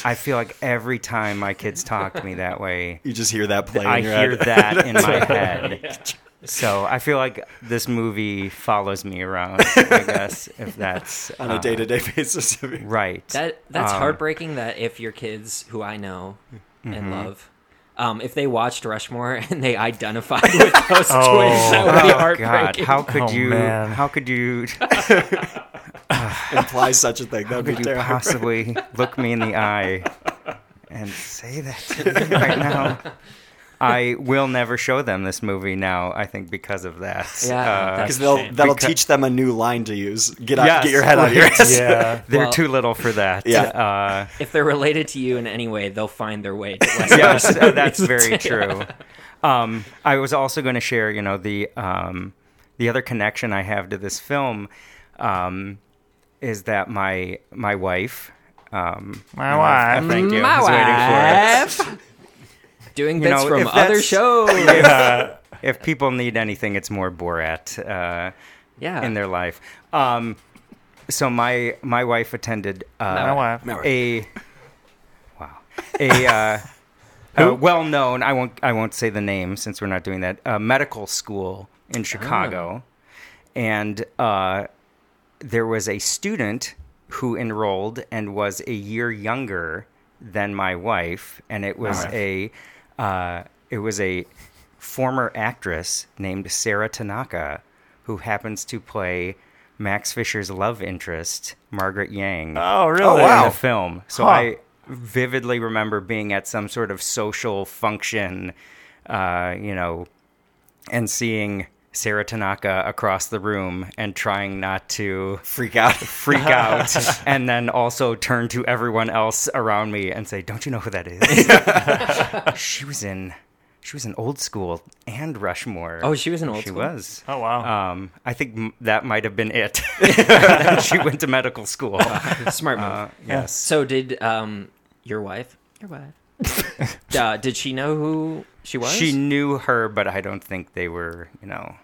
[SPEAKER 5] I feel like every time my kids talk to me that way,
[SPEAKER 2] <laughs> You just hear that play.
[SPEAKER 5] I
[SPEAKER 2] in your
[SPEAKER 5] hear
[SPEAKER 2] head. <laughs>
[SPEAKER 5] that in my head. So I feel like this movie follows me around. I guess if that's
[SPEAKER 2] <laughs> on a
[SPEAKER 5] uh,
[SPEAKER 2] day to day basis.
[SPEAKER 5] right.
[SPEAKER 6] That that's
[SPEAKER 5] Um,
[SPEAKER 6] heartbreaking. That if your kids, who I know and love, um, if they watched Rushmore <laughs> and they identified with those twins, that would be
[SPEAKER 5] Oh
[SPEAKER 6] heartbreaking.
[SPEAKER 5] God! How could
[SPEAKER 1] Oh,
[SPEAKER 5] you?
[SPEAKER 1] man.
[SPEAKER 5] How could you?
[SPEAKER 2] imply such a thing. That would be
[SPEAKER 5] Could you
[SPEAKER 2] terrible.
[SPEAKER 5] possibly look me in the eye and say that to me right now? I will never show them this movie now. I think because of that. Uh,
[SPEAKER 6] Yeah, that's-
[SPEAKER 2] Because they'll that'll
[SPEAKER 5] Because-
[SPEAKER 2] teach them a new line to use. Get out,
[SPEAKER 5] Yes,
[SPEAKER 2] get your head out of your ass.
[SPEAKER 5] <laughs>
[SPEAKER 1] Yeah.
[SPEAKER 5] they're
[SPEAKER 6] Well-
[SPEAKER 5] too little for
[SPEAKER 2] <laughs>
[SPEAKER 5] that.
[SPEAKER 2] Yeah.
[SPEAKER 5] Uh,
[SPEAKER 6] if they're related to you in any way, they'll find their way. To
[SPEAKER 5] yes, uh, that's very true. Um, I was also going to share, you know, the um, the other connection I have to this film um, is that my my wife, um,
[SPEAKER 1] My wife.
[SPEAKER 5] thank you, was waiting
[SPEAKER 6] My wife. <laughs> Doing bits
[SPEAKER 5] know, if
[SPEAKER 6] from
[SPEAKER 5] that's-
[SPEAKER 6] other
[SPEAKER 1] <laughs>
[SPEAKER 6] shows.
[SPEAKER 5] for it. If people need anything, it's more Borat uh,
[SPEAKER 6] yeah.
[SPEAKER 5] in their life. Um, so my my wife attended
[SPEAKER 1] My
[SPEAKER 5] uh,
[SPEAKER 1] wife.
[SPEAKER 5] a wow
[SPEAKER 1] <laughs>
[SPEAKER 5] a uh, a well-known I won't I won't say the name since we're not doing that uh, medical school in Chicago,
[SPEAKER 1] Oh.
[SPEAKER 5] and uh, there was a student who enrolled and was a year younger than my wife, and it was a uh, it was a former actress named Sarah Tanaka who happens to play. Max Fisher's love interest, Margaret Yang
[SPEAKER 1] Oh, really?
[SPEAKER 2] Oh, wow.
[SPEAKER 5] in the film. So
[SPEAKER 1] Huh.
[SPEAKER 5] I vividly remember being at some sort of social function, uh, you know, and seeing Sarah Tanaka across the room and trying not to
[SPEAKER 2] Freak out.
[SPEAKER 5] <laughs>
[SPEAKER 6] <laughs>
[SPEAKER 5] freak out and then also turn to everyone else around me and say, "Don't you know who that is?"
[SPEAKER 6] <laughs>
[SPEAKER 5] she was in she was in Old School and Rushmore.
[SPEAKER 6] Oh, she was in Old
[SPEAKER 5] She
[SPEAKER 6] School?
[SPEAKER 5] was.
[SPEAKER 1] Oh, wow.
[SPEAKER 5] Um, I think m- that might have been
[SPEAKER 6] <laughs>
[SPEAKER 5] it. That she went to medical school.
[SPEAKER 6] <laughs> Smart
[SPEAKER 5] Uh,
[SPEAKER 6] move.
[SPEAKER 5] yes.
[SPEAKER 6] So did um your wife? Your wife.
[SPEAKER 5] <laughs>
[SPEAKER 6] uh, did she know who she was?
[SPEAKER 5] She knew her, but I don't think they were, you know,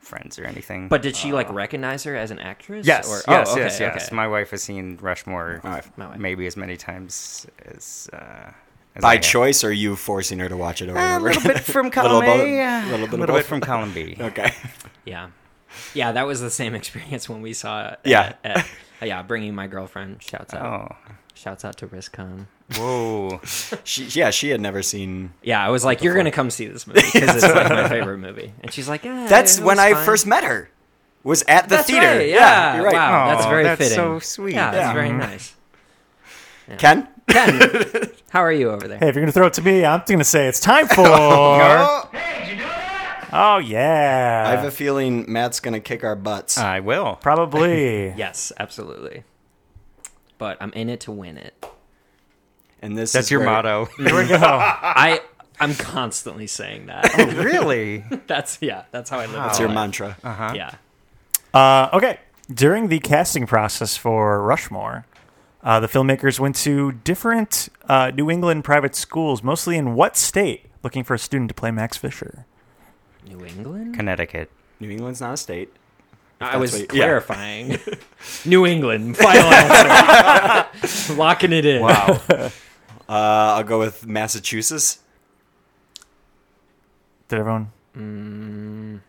[SPEAKER 5] friends or anything.
[SPEAKER 6] But did she like recognize her as an actress?
[SPEAKER 5] Uh, yes,
[SPEAKER 6] Or,
[SPEAKER 5] yes,
[SPEAKER 6] oh, okay,
[SPEAKER 5] yes, yes.
[SPEAKER 6] okay.
[SPEAKER 5] My wife has seen Rushmore
[SPEAKER 6] My wife.
[SPEAKER 5] maybe as many times as, uh, as
[SPEAKER 2] By
[SPEAKER 5] I have.
[SPEAKER 2] choice, or are you forcing her to watch it over
[SPEAKER 5] A
[SPEAKER 2] and over?
[SPEAKER 5] little bit
[SPEAKER 6] <laughs>
[SPEAKER 5] from
[SPEAKER 2] <laughs> Little
[SPEAKER 5] column
[SPEAKER 2] bit-
[SPEAKER 5] A, a
[SPEAKER 2] little bit of
[SPEAKER 5] little bit
[SPEAKER 2] both.
[SPEAKER 5] from column B. <laughs>
[SPEAKER 2] Okay.
[SPEAKER 6] Yeah, yeah. <laughs> That was the same experience when we saw. it uh,
[SPEAKER 2] Yeah.
[SPEAKER 6] at- at- yeah, bringing my girlfriend. Shouts out.
[SPEAKER 5] Oh,
[SPEAKER 6] Shouts out to RISCON.
[SPEAKER 5] Whoa.
[SPEAKER 2] She, yeah, she had never seen.
[SPEAKER 6] Yeah, I was like, you're going to come see this movie because it's
[SPEAKER 5] <laughs>
[SPEAKER 6] like my favorite movie. And she's like, yeah.
[SPEAKER 2] That's
[SPEAKER 6] it
[SPEAKER 2] when
[SPEAKER 6] was
[SPEAKER 2] I
[SPEAKER 6] fine."
[SPEAKER 2] first met her. Was at the
[SPEAKER 6] That's
[SPEAKER 2] theater.
[SPEAKER 6] right, yeah.
[SPEAKER 2] you're right.
[SPEAKER 6] Wow, <laughs> that's
[SPEAKER 5] Aw,
[SPEAKER 6] very
[SPEAKER 5] Oh, that's
[SPEAKER 6] fitting.
[SPEAKER 5] so sweet.
[SPEAKER 6] Yeah, that's
[SPEAKER 2] Yeah.
[SPEAKER 6] very
[SPEAKER 5] Mm-hmm.
[SPEAKER 6] nice.
[SPEAKER 2] Ken.
[SPEAKER 6] Ken, how are you over there?
[SPEAKER 1] Hey, if you're gonna throw it to me, I'm gonna say it's time for. oh yeah,
[SPEAKER 2] I have a feeling Matt's gonna kick our butts.
[SPEAKER 5] I will.
[SPEAKER 1] probably.
[SPEAKER 6] Yes, absolutely. But I'm in it to win it.
[SPEAKER 2] and this
[SPEAKER 5] That's
[SPEAKER 2] is
[SPEAKER 5] your
[SPEAKER 2] where-
[SPEAKER 5] motto. <laughs>
[SPEAKER 1] Here
[SPEAKER 6] <laughs>
[SPEAKER 1] we go.
[SPEAKER 6] I I'm constantly
[SPEAKER 5] <laughs>
[SPEAKER 6] saying that. Oh,
[SPEAKER 5] really?
[SPEAKER 6] that's yeah. That's how I live. my
[SPEAKER 2] That's your
[SPEAKER 5] Oh,
[SPEAKER 6] life.
[SPEAKER 2] mantra.
[SPEAKER 5] Uh-huh.
[SPEAKER 6] Yeah.
[SPEAKER 1] Uh, okay, during the casting process for Rushmore, uh, the filmmakers went to different uh, New England private schools, mostly in what state, looking for a student to play Max Fisher.
[SPEAKER 6] New England.
[SPEAKER 5] Connecticut.
[SPEAKER 2] New England's not a state.
[SPEAKER 6] I was
[SPEAKER 2] what- yeah.
[SPEAKER 6] clarifying. <laughs> New England. Final answer. Locking it in.
[SPEAKER 5] Wow.
[SPEAKER 2] Uh, I'll go with Massachusetts.
[SPEAKER 1] Did everyone?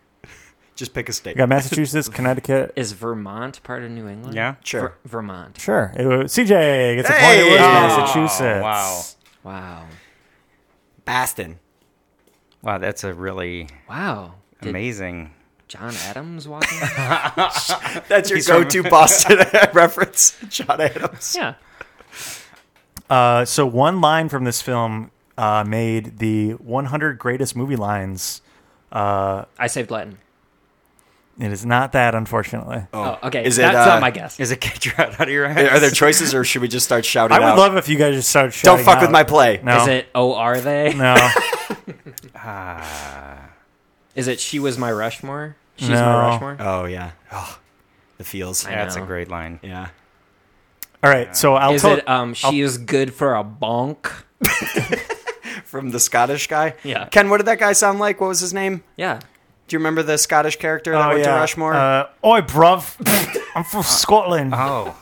[SPEAKER 2] Just pick a state.
[SPEAKER 1] We
[SPEAKER 2] <laughs>
[SPEAKER 1] got Massachusetts, Connecticut.
[SPEAKER 6] Is Vermont part of New England?
[SPEAKER 5] Yeah.
[SPEAKER 2] Sure.
[SPEAKER 6] Ver- Vermont.
[SPEAKER 1] Sure. It was- CJ gets a point.
[SPEAKER 2] Hey!
[SPEAKER 1] It was
[SPEAKER 2] Oh,
[SPEAKER 1] Massachusetts.
[SPEAKER 5] wow.
[SPEAKER 6] Wow.
[SPEAKER 2] Boston.
[SPEAKER 5] Wow, that's a really
[SPEAKER 6] Wow. Did
[SPEAKER 5] amazing.
[SPEAKER 6] John Adams walking?
[SPEAKER 2] That's your go-to
[SPEAKER 1] <laughs>
[SPEAKER 2] Boston <laughs> reference, John Adams.
[SPEAKER 6] yeah.
[SPEAKER 1] Uh, so one line from this film uh, made the 100 greatest movie lines.
[SPEAKER 6] I saved Latin.
[SPEAKER 1] It is not that, unfortunately.
[SPEAKER 6] Oh, okay.
[SPEAKER 2] Is it,
[SPEAKER 6] that's
[SPEAKER 2] uh,
[SPEAKER 6] not my guess.
[SPEAKER 5] Is it get <laughs> your out of your ass?
[SPEAKER 2] Are there choices, or should we just start shouting
[SPEAKER 1] I would
[SPEAKER 2] out?
[SPEAKER 1] love if you guys just started shouting.
[SPEAKER 2] Don't fuck
[SPEAKER 1] out.
[SPEAKER 2] with my play.
[SPEAKER 1] No.
[SPEAKER 6] Is it Oh Are They?
[SPEAKER 2] <laughs>
[SPEAKER 1] No.
[SPEAKER 6] Is it She Was My Rushmore? She's
[SPEAKER 1] No.
[SPEAKER 6] My Rushmore?
[SPEAKER 2] Oh yeah. Oh, the feels.
[SPEAKER 6] I
[SPEAKER 5] That's a
[SPEAKER 6] No.
[SPEAKER 5] great line.
[SPEAKER 2] Yeah.
[SPEAKER 1] All right. So I'll
[SPEAKER 6] Is
[SPEAKER 1] tell.
[SPEAKER 6] it um She Is Good for a Bonk?
[SPEAKER 2] From the Scottish guy.
[SPEAKER 6] Yeah.
[SPEAKER 2] Ken, what did that guy sound like? What was his name?
[SPEAKER 6] Yeah.
[SPEAKER 2] Do you remember the Scottish character that
[SPEAKER 1] oh
[SPEAKER 2] went
[SPEAKER 1] yeah.
[SPEAKER 2] to Rushmore? Uh-huh.
[SPEAKER 1] Uh, Oi, bruv. <laughs> I'm from Scotland.
[SPEAKER 5] Oh.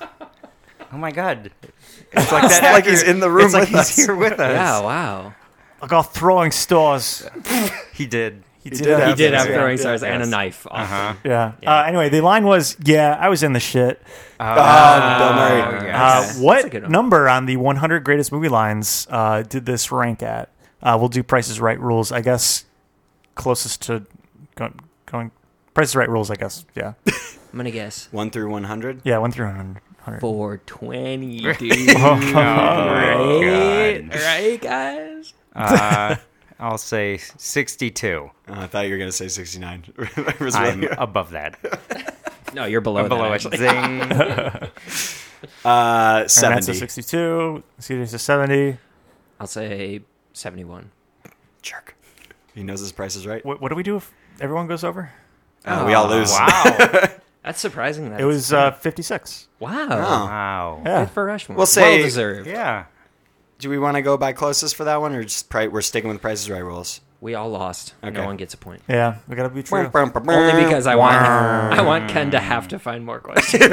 [SPEAKER 5] Oh my god. It's
[SPEAKER 2] <laughs>
[SPEAKER 5] like that
[SPEAKER 2] like he's in the room
[SPEAKER 5] It's like
[SPEAKER 2] with
[SPEAKER 5] he's
[SPEAKER 2] us.
[SPEAKER 5] here with us.
[SPEAKER 6] Yeah, wow.
[SPEAKER 1] I got throwing stars.
[SPEAKER 5] He did.
[SPEAKER 1] He
[SPEAKER 2] did have-
[SPEAKER 6] He did
[SPEAKER 2] Yeah,
[SPEAKER 6] have
[SPEAKER 2] yeah,
[SPEAKER 6] throwing
[SPEAKER 2] yeah,
[SPEAKER 6] stars and a
[SPEAKER 5] yes.
[SPEAKER 6] knife. Uh-huh.
[SPEAKER 1] Yeah. Uh, anyway, the line was, "Yeah, I was in the shit."
[SPEAKER 2] Ah,
[SPEAKER 6] Oh,
[SPEAKER 2] Bill Murray.
[SPEAKER 1] Uh,
[SPEAKER 6] a good
[SPEAKER 1] what
[SPEAKER 6] one.
[SPEAKER 1] number on the 100 greatest movie lines uh, did this rank at? Uh, we'll do Price's Right rules, I guess. Closest to going, going Price's Right rules, I guess.
[SPEAKER 6] <laughs>
[SPEAKER 1] Yeah,
[SPEAKER 6] I'm going to guess
[SPEAKER 2] One through one hundred.
[SPEAKER 1] yeah, one through 100.
[SPEAKER 6] 420, dude.
[SPEAKER 5] Oh, God.
[SPEAKER 6] right, guys?
[SPEAKER 5] Uh, I'll say 62.
[SPEAKER 2] Oh, I thought you were gonna say sixty <laughs> nine.
[SPEAKER 5] I'm above that.
[SPEAKER 6] No, you're below that,
[SPEAKER 5] below it.
[SPEAKER 6] actually.
[SPEAKER 5] Zing.
[SPEAKER 2] uh,
[SPEAKER 1] Matt's
[SPEAKER 2] seventy.
[SPEAKER 1] at 62. CJ's at 70.
[SPEAKER 6] I'll say 71.
[SPEAKER 2] Jerk. He knows his price is right.
[SPEAKER 1] What, what do we do if everyone goes over?
[SPEAKER 2] Uh, we all
[SPEAKER 1] Oh,
[SPEAKER 2] lose.
[SPEAKER 5] Wow.
[SPEAKER 6] That's surprising. That
[SPEAKER 1] It was uh, 56.
[SPEAKER 6] wow.
[SPEAKER 2] Oh.
[SPEAKER 5] Wow.
[SPEAKER 1] Yeah.
[SPEAKER 6] Good for Rushmore.
[SPEAKER 2] We'll say-
[SPEAKER 6] well deserved.
[SPEAKER 5] Yeah.
[SPEAKER 2] <laughs> Do we want to go by closest for that one, or just pri- we're sticking with prices right rules?
[SPEAKER 6] We all lost.
[SPEAKER 2] Okay.
[SPEAKER 6] No one gets a point.
[SPEAKER 1] Yeah, we gotta be true.
[SPEAKER 6] Only
[SPEAKER 2] Only
[SPEAKER 6] because I want I want Ken to have to find more questions.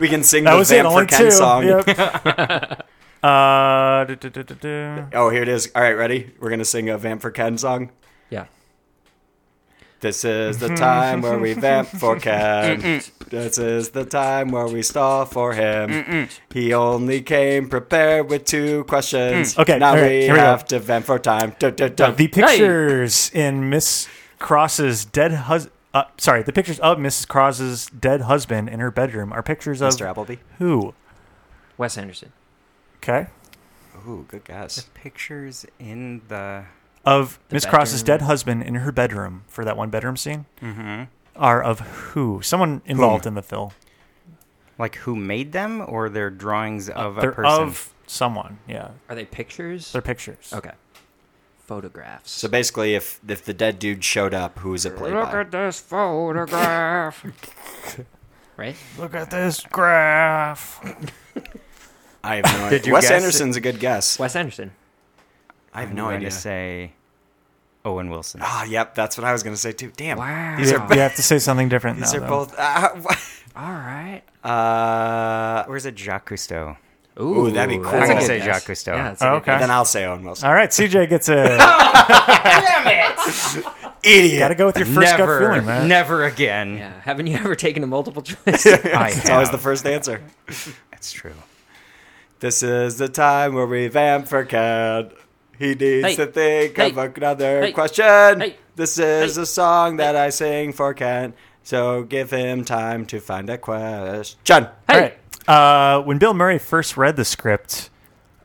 [SPEAKER 2] we can
[SPEAKER 1] <laughs>
[SPEAKER 2] sing
[SPEAKER 1] That
[SPEAKER 2] the
[SPEAKER 1] was it.
[SPEAKER 2] Vamp for
[SPEAKER 1] Only
[SPEAKER 2] Ken
[SPEAKER 1] two.
[SPEAKER 2] song.
[SPEAKER 1] Yep.
[SPEAKER 2] <laughs>
[SPEAKER 1] uh, <laughs> du- du- du- du- du.
[SPEAKER 2] Oh, here it is. All right, ready? We're gonna sing a Vamp for Ken song.
[SPEAKER 6] yeah.
[SPEAKER 2] This is the time
[SPEAKER 1] <laughs>
[SPEAKER 2] where we vamp for Ken. this is the time where we stall for him. He only came prepared with two questions.
[SPEAKER 1] Mm. Okay,
[SPEAKER 2] now
[SPEAKER 1] all right,
[SPEAKER 2] we
[SPEAKER 1] here we go.
[SPEAKER 2] have to vamp for time. Dun, dun, dun.
[SPEAKER 1] Uh, The pictures in Miss Cross's dead hus Uh, sorry, the pictures of Mrs. Cross's dead husband in her bedroom are pictures of
[SPEAKER 2] Mr. Appleby.
[SPEAKER 1] who?
[SPEAKER 6] Wes Anderson.
[SPEAKER 1] Okay,
[SPEAKER 2] Ooh, good guess.
[SPEAKER 5] Pictures in the.
[SPEAKER 1] of Miss Cross's
[SPEAKER 6] bedroom.
[SPEAKER 1] dead husband in her bedroom for that one bedroom scene are of who? Someone involved in the film.
[SPEAKER 5] Like who made them or their drawings of a
[SPEAKER 1] They're
[SPEAKER 5] person?
[SPEAKER 1] of someone. Yeah,
[SPEAKER 6] Are they pictures?
[SPEAKER 1] they're pictures.
[SPEAKER 6] okay. Photographs.
[SPEAKER 2] So basically, if if the dead dude showed up, who was it played by?
[SPEAKER 6] this photograph. right?
[SPEAKER 1] Look at this graph.
[SPEAKER 2] I have no
[SPEAKER 5] Did
[SPEAKER 2] idea.
[SPEAKER 5] you
[SPEAKER 2] Wes
[SPEAKER 5] guess it?
[SPEAKER 2] Anderson's a good guess.
[SPEAKER 6] Wes Anderson.
[SPEAKER 2] I have
[SPEAKER 5] I'm
[SPEAKER 2] no
[SPEAKER 5] going
[SPEAKER 2] idea.
[SPEAKER 5] to say Owen Wilson.
[SPEAKER 2] Ah, yep, that's what I was gonna say too. Damn,
[SPEAKER 6] Wow.
[SPEAKER 2] these
[SPEAKER 1] You-
[SPEAKER 2] are
[SPEAKER 1] you have to say something different.
[SPEAKER 2] <laughs> these
[SPEAKER 1] now,
[SPEAKER 2] are
[SPEAKER 1] though.
[SPEAKER 2] both. <laughs> Uh,
[SPEAKER 6] All right.
[SPEAKER 2] uh,
[SPEAKER 5] Or is it Jacques Cousteau?
[SPEAKER 6] Ooh,
[SPEAKER 2] that'd be cool.
[SPEAKER 6] that's a
[SPEAKER 2] I'm gonna
[SPEAKER 6] good
[SPEAKER 5] say
[SPEAKER 6] guess.
[SPEAKER 5] Jacques Cousteau.
[SPEAKER 6] Yeah, that's a
[SPEAKER 1] Oh,
[SPEAKER 6] good
[SPEAKER 1] okay.
[SPEAKER 2] then I'll say Owen Wilson.
[SPEAKER 1] All right, CJ gets a
[SPEAKER 2] Idiot.
[SPEAKER 1] gotta go with your first
[SPEAKER 5] never,
[SPEAKER 1] gut feeling, man.
[SPEAKER 5] never again.
[SPEAKER 6] Yeah.
[SPEAKER 2] <laughs>
[SPEAKER 6] Haven't <laughs> you ever taken a multiple choice?
[SPEAKER 5] I
[SPEAKER 2] It's always
[SPEAKER 5] have.
[SPEAKER 2] the first answer.
[SPEAKER 5] That's true.
[SPEAKER 2] This is the time where we vamp for Ken. He needs
[SPEAKER 6] Hey.
[SPEAKER 2] to think
[SPEAKER 6] Hey.
[SPEAKER 2] of another
[SPEAKER 6] Hey.
[SPEAKER 2] question.
[SPEAKER 6] Hey.
[SPEAKER 2] This is
[SPEAKER 6] Hey.
[SPEAKER 2] a song that I sing for Ken. So give him time to find a question.
[SPEAKER 6] Hey,
[SPEAKER 2] <laughs>
[SPEAKER 1] Uh, when Bill Murray first read the script,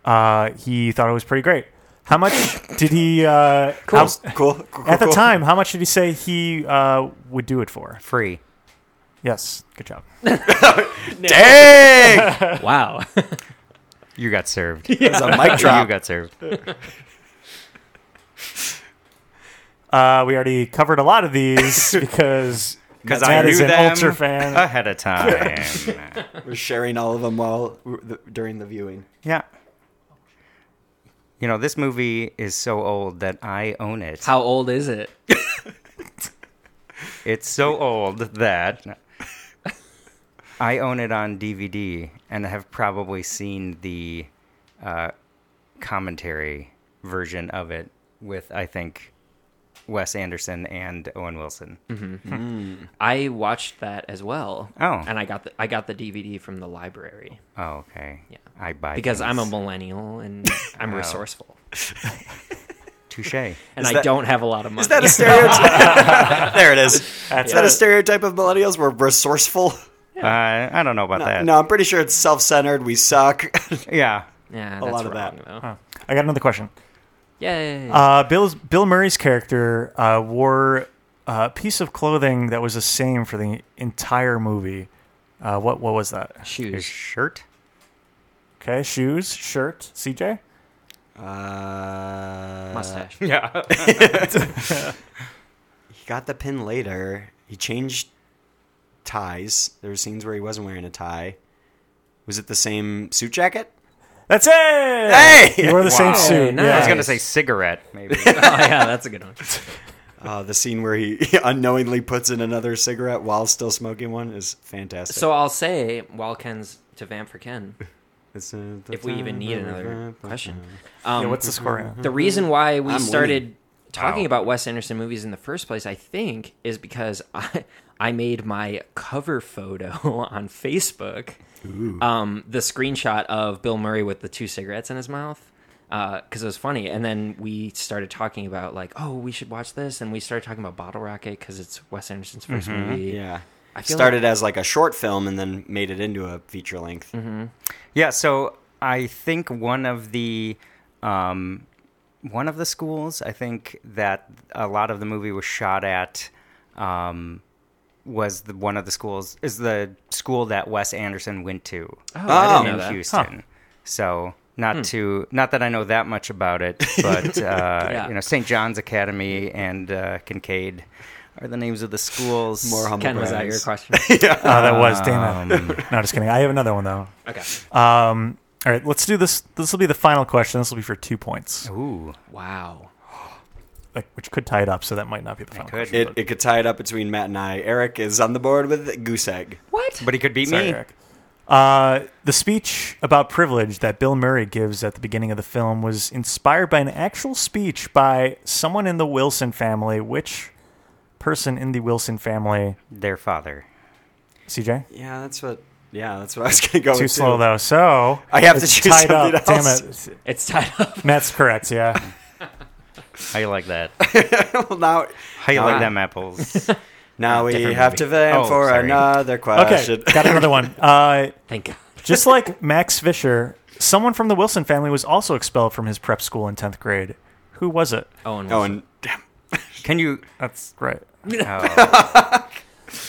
[SPEAKER 1] uh, he thought it was pretty great. How
[SPEAKER 5] <coughs>
[SPEAKER 1] much did he? Uh, how-
[SPEAKER 2] Cool. cool, cool,
[SPEAKER 1] at the
[SPEAKER 2] cool.
[SPEAKER 1] time, how much did he say he uh, would do it for?
[SPEAKER 5] Free.
[SPEAKER 1] Yes, good job.
[SPEAKER 2] Dang! that
[SPEAKER 6] wow. <laughs>
[SPEAKER 5] You got served.
[SPEAKER 2] was a mic
[SPEAKER 5] <laughs> You
[SPEAKER 2] drop.
[SPEAKER 5] got served.
[SPEAKER 1] Uh, we already covered a lot of
[SPEAKER 5] <laughs>
[SPEAKER 1] these because
[SPEAKER 5] Because
[SPEAKER 1] Matt
[SPEAKER 5] I knew
[SPEAKER 1] is an
[SPEAKER 5] them
[SPEAKER 1] Ultra
[SPEAKER 5] <laughs>
[SPEAKER 1] fan.
[SPEAKER 5] ahead of time.
[SPEAKER 2] We're sharing all of them while during the viewing.
[SPEAKER 5] yeah. You know, this movie is so old that I own it.
[SPEAKER 6] How old is it?
[SPEAKER 5] It's so old that I own it on DVD and have probably seen the uh, commentary version of it with, I think, Wes Anderson and Owen Wilson.
[SPEAKER 6] I watched that as well.
[SPEAKER 5] Oh.
[SPEAKER 6] and I got the I got the DVD from the library
[SPEAKER 5] Oh, okay. Yeah. I buy
[SPEAKER 6] because I'm a
[SPEAKER 5] things.
[SPEAKER 2] <laughs>
[SPEAKER 6] millennial and I'm resourceful,
[SPEAKER 5] <laughs> touche.
[SPEAKER 6] and
[SPEAKER 2] Is
[SPEAKER 6] I
[SPEAKER 2] that-
[SPEAKER 6] don't have a lot of money.
[SPEAKER 2] Is
[SPEAKER 6] <laughs>
[SPEAKER 2] that a stereotype? there it is.
[SPEAKER 1] That's
[SPEAKER 2] is that
[SPEAKER 1] it.
[SPEAKER 2] a stereotype of millennials? We're resourceful.
[SPEAKER 5] Uh, I don't know about that.
[SPEAKER 2] No, I'm pretty sure it's self-centered. We suck. <laughs>
[SPEAKER 5] Yeah.
[SPEAKER 6] yeah,
[SPEAKER 2] a
[SPEAKER 6] that's
[SPEAKER 2] lot of
[SPEAKER 6] wrong,
[SPEAKER 2] that.
[SPEAKER 6] Though.
[SPEAKER 1] I got another question.
[SPEAKER 6] Yay!
[SPEAKER 1] Uh, Bill's, Bill Murray's character uh, wore uh, a piece of clothing that was the same for the entire movie. Uh, what what was that?
[SPEAKER 5] His
[SPEAKER 6] Shoes.
[SPEAKER 5] shirt?
[SPEAKER 1] Okay, shoes, shirt, CJ.
[SPEAKER 2] Uh, <laughs>
[SPEAKER 6] Mustache. <laughs> Oh,
[SPEAKER 5] Yeah.
[SPEAKER 2] He got the pin later. He changed ties. There were scenes where he wasn't wearing a tie. Was it the same suit jacket?
[SPEAKER 1] That's it.
[SPEAKER 2] Hey!
[SPEAKER 1] he wore the
[SPEAKER 5] Wow.
[SPEAKER 1] same suit.
[SPEAKER 6] Nice.
[SPEAKER 5] I
[SPEAKER 1] Yeah.
[SPEAKER 5] was going to say cigarette, maybe.
[SPEAKER 6] oh yeah, that's a
[SPEAKER 2] <laughs>
[SPEAKER 6] good one.
[SPEAKER 2] Uh, the scene where he <laughs> unknowingly puts in another cigarette while still smoking one is fantastic.
[SPEAKER 6] So I'll say, while Ken's to vamp for Ken,
[SPEAKER 2] It's, uh,
[SPEAKER 6] if we even
[SPEAKER 2] <laughs>
[SPEAKER 6] need another question. Um,
[SPEAKER 1] Yeah, what's the score? now?
[SPEAKER 6] the reason why we
[SPEAKER 2] I'm
[SPEAKER 6] started
[SPEAKER 2] winning.
[SPEAKER 6] talking
[SPEAKER 5] Wow.
[SPEAKER 6] about Wes Anderson movies in the first place, I think, is because <laughs> I I made my cover photo <laughs> on Facebook. Um, the screenshot of Bill Murray with the two cigarettes in his mouth. Because it was funny, and then we started talking about like, oh, we should watch this, and we started talking about Bottle Rocket because it's Wes Anderson's 1st movie.
[SPEAKER 2] Yeah.
[SPEAKER 6] I feel
[SPEAKER 2] Started as like a short film and then made it into a feature length.
[SPEAKER 6] Mm-hmm.
[SPEAKER 5] Yeah, so I think one of the um, one of the schools I think that a lot of the movie was shot at um, was the, one of the schools is the school that Wes Anderson went to
[SPEAKER 6] Oh, I didn't
[SPEAKER 5] in
[SPEAKER 6] know that. Hmm.
[SPEAKER 5] Houston. So not to not that I know that much about
[SPEAKER 6] <laughs>
[SPEAKER 5] it, but uh, you know St. John's Academy and uh, Kincaid are the names of the schools.
[SPEAKER 2] More humble
[SPEAKER 6] Ken, was that
[SPEAKER 2] brags.
[SPEAKER 6] your question?
[SPEAKER 1] Oh, that was damn
[SPEAKER 6] um,
[SPEAKER 1] it. no, just kidding. I have another one though.
[SPEAKER 6] okay.
[SPEAKER 1] Um, all right, let's do this. This will be the final question. This will be for two points,
[SPEAKER 5] Ooh,
[SPEAKER 6] Wow.
[SPEAKER 1] like, which could tie it up. So that might not be the
[SPEAKER 6] Oh,
[SPEAKER 1] final
[SPEAKER 5] could.
[SPEAKER 1] question.
[SPEAKER 2] It, it could tie it up between Matt and I. Eric is on the board with Goose Egg.
[SPEAKER 6] What?
[SPEAKER 5] but he could beat
[SPEAKER 1] Sorry,
[SPEAKER 5] me.
[SPEAKER 1] Eric. Uh, the speech about privilege that Bill Murray gives at the beginning of the film was inspired by an actual speech by someone in the Wilson family. Which person in the Wilson family?
[SPEAKER 5] Their father.
[SPEAKER 1] CJ.
[SPEAKER 2] Yeah, that's what. Yeah, that's what I was <laughs> gonna go
[SPEAKER 1] Too
[SPEAKER 2] with.
[SPEAKER 1] slow
[SPEAKER 2] too.
[SPEAKER 1] though. So
[SPEAKER 2] I have to
[SPEAKER 1] it's
[SPEAKER 2] choose
[SPEAKER 1] tied
[SPEAKER 2] something
[SPEAKER 1] up.
[SPEAKER 2] else.
[SPEAKER 1] Damn it.
[SPEAKER 6] it's tied up.
[SPEAKER 1] Matt's correct. Yeah.
[SPEAKER 5] How you like that?
[SPEAKER 2] <laughs> well, now,
[SPEAKER 5] How you
[SPEAKER 6] Ah.
[SPEAKER 5] like them
[SPEAKER 6] <laughs>
[SPEAKER 5] apples?
[SPEAKER 2] now we
[SPEAKER 6] Different
[SPEAKER 2] have
[SPEAKER 6] movie.
[SPEAKER 2] to vamp
[SPEAKER 5] Oh,
[SPEAKER 2] for
[SPEAKER 5] sorry.
[SPEAKER 2] another
[SPEAKER 1] Okay.
[SPEAKER 2] question.
[SPEAKER 1] Got another one. Uh,
[SPEAKER 6] Thank God.
[SPEAKER 1] Just like Max Fisher, someone from the Wilson family was also expelled from his prep school in 10th grade. Who was it?
[SPEAKER 6] Owen.
[SPEAKER 2] <laughs> Oh,
[SPEAKER 6] Wilson.
[SPEAKER 2] and <laughs> damn,
[SPEAKER 5] Can
[SPEAKER 6] <laughs>
[SPEAKER 5] you?
[SPEAKER 1] That's right.
[SPEAKER 5] Oh,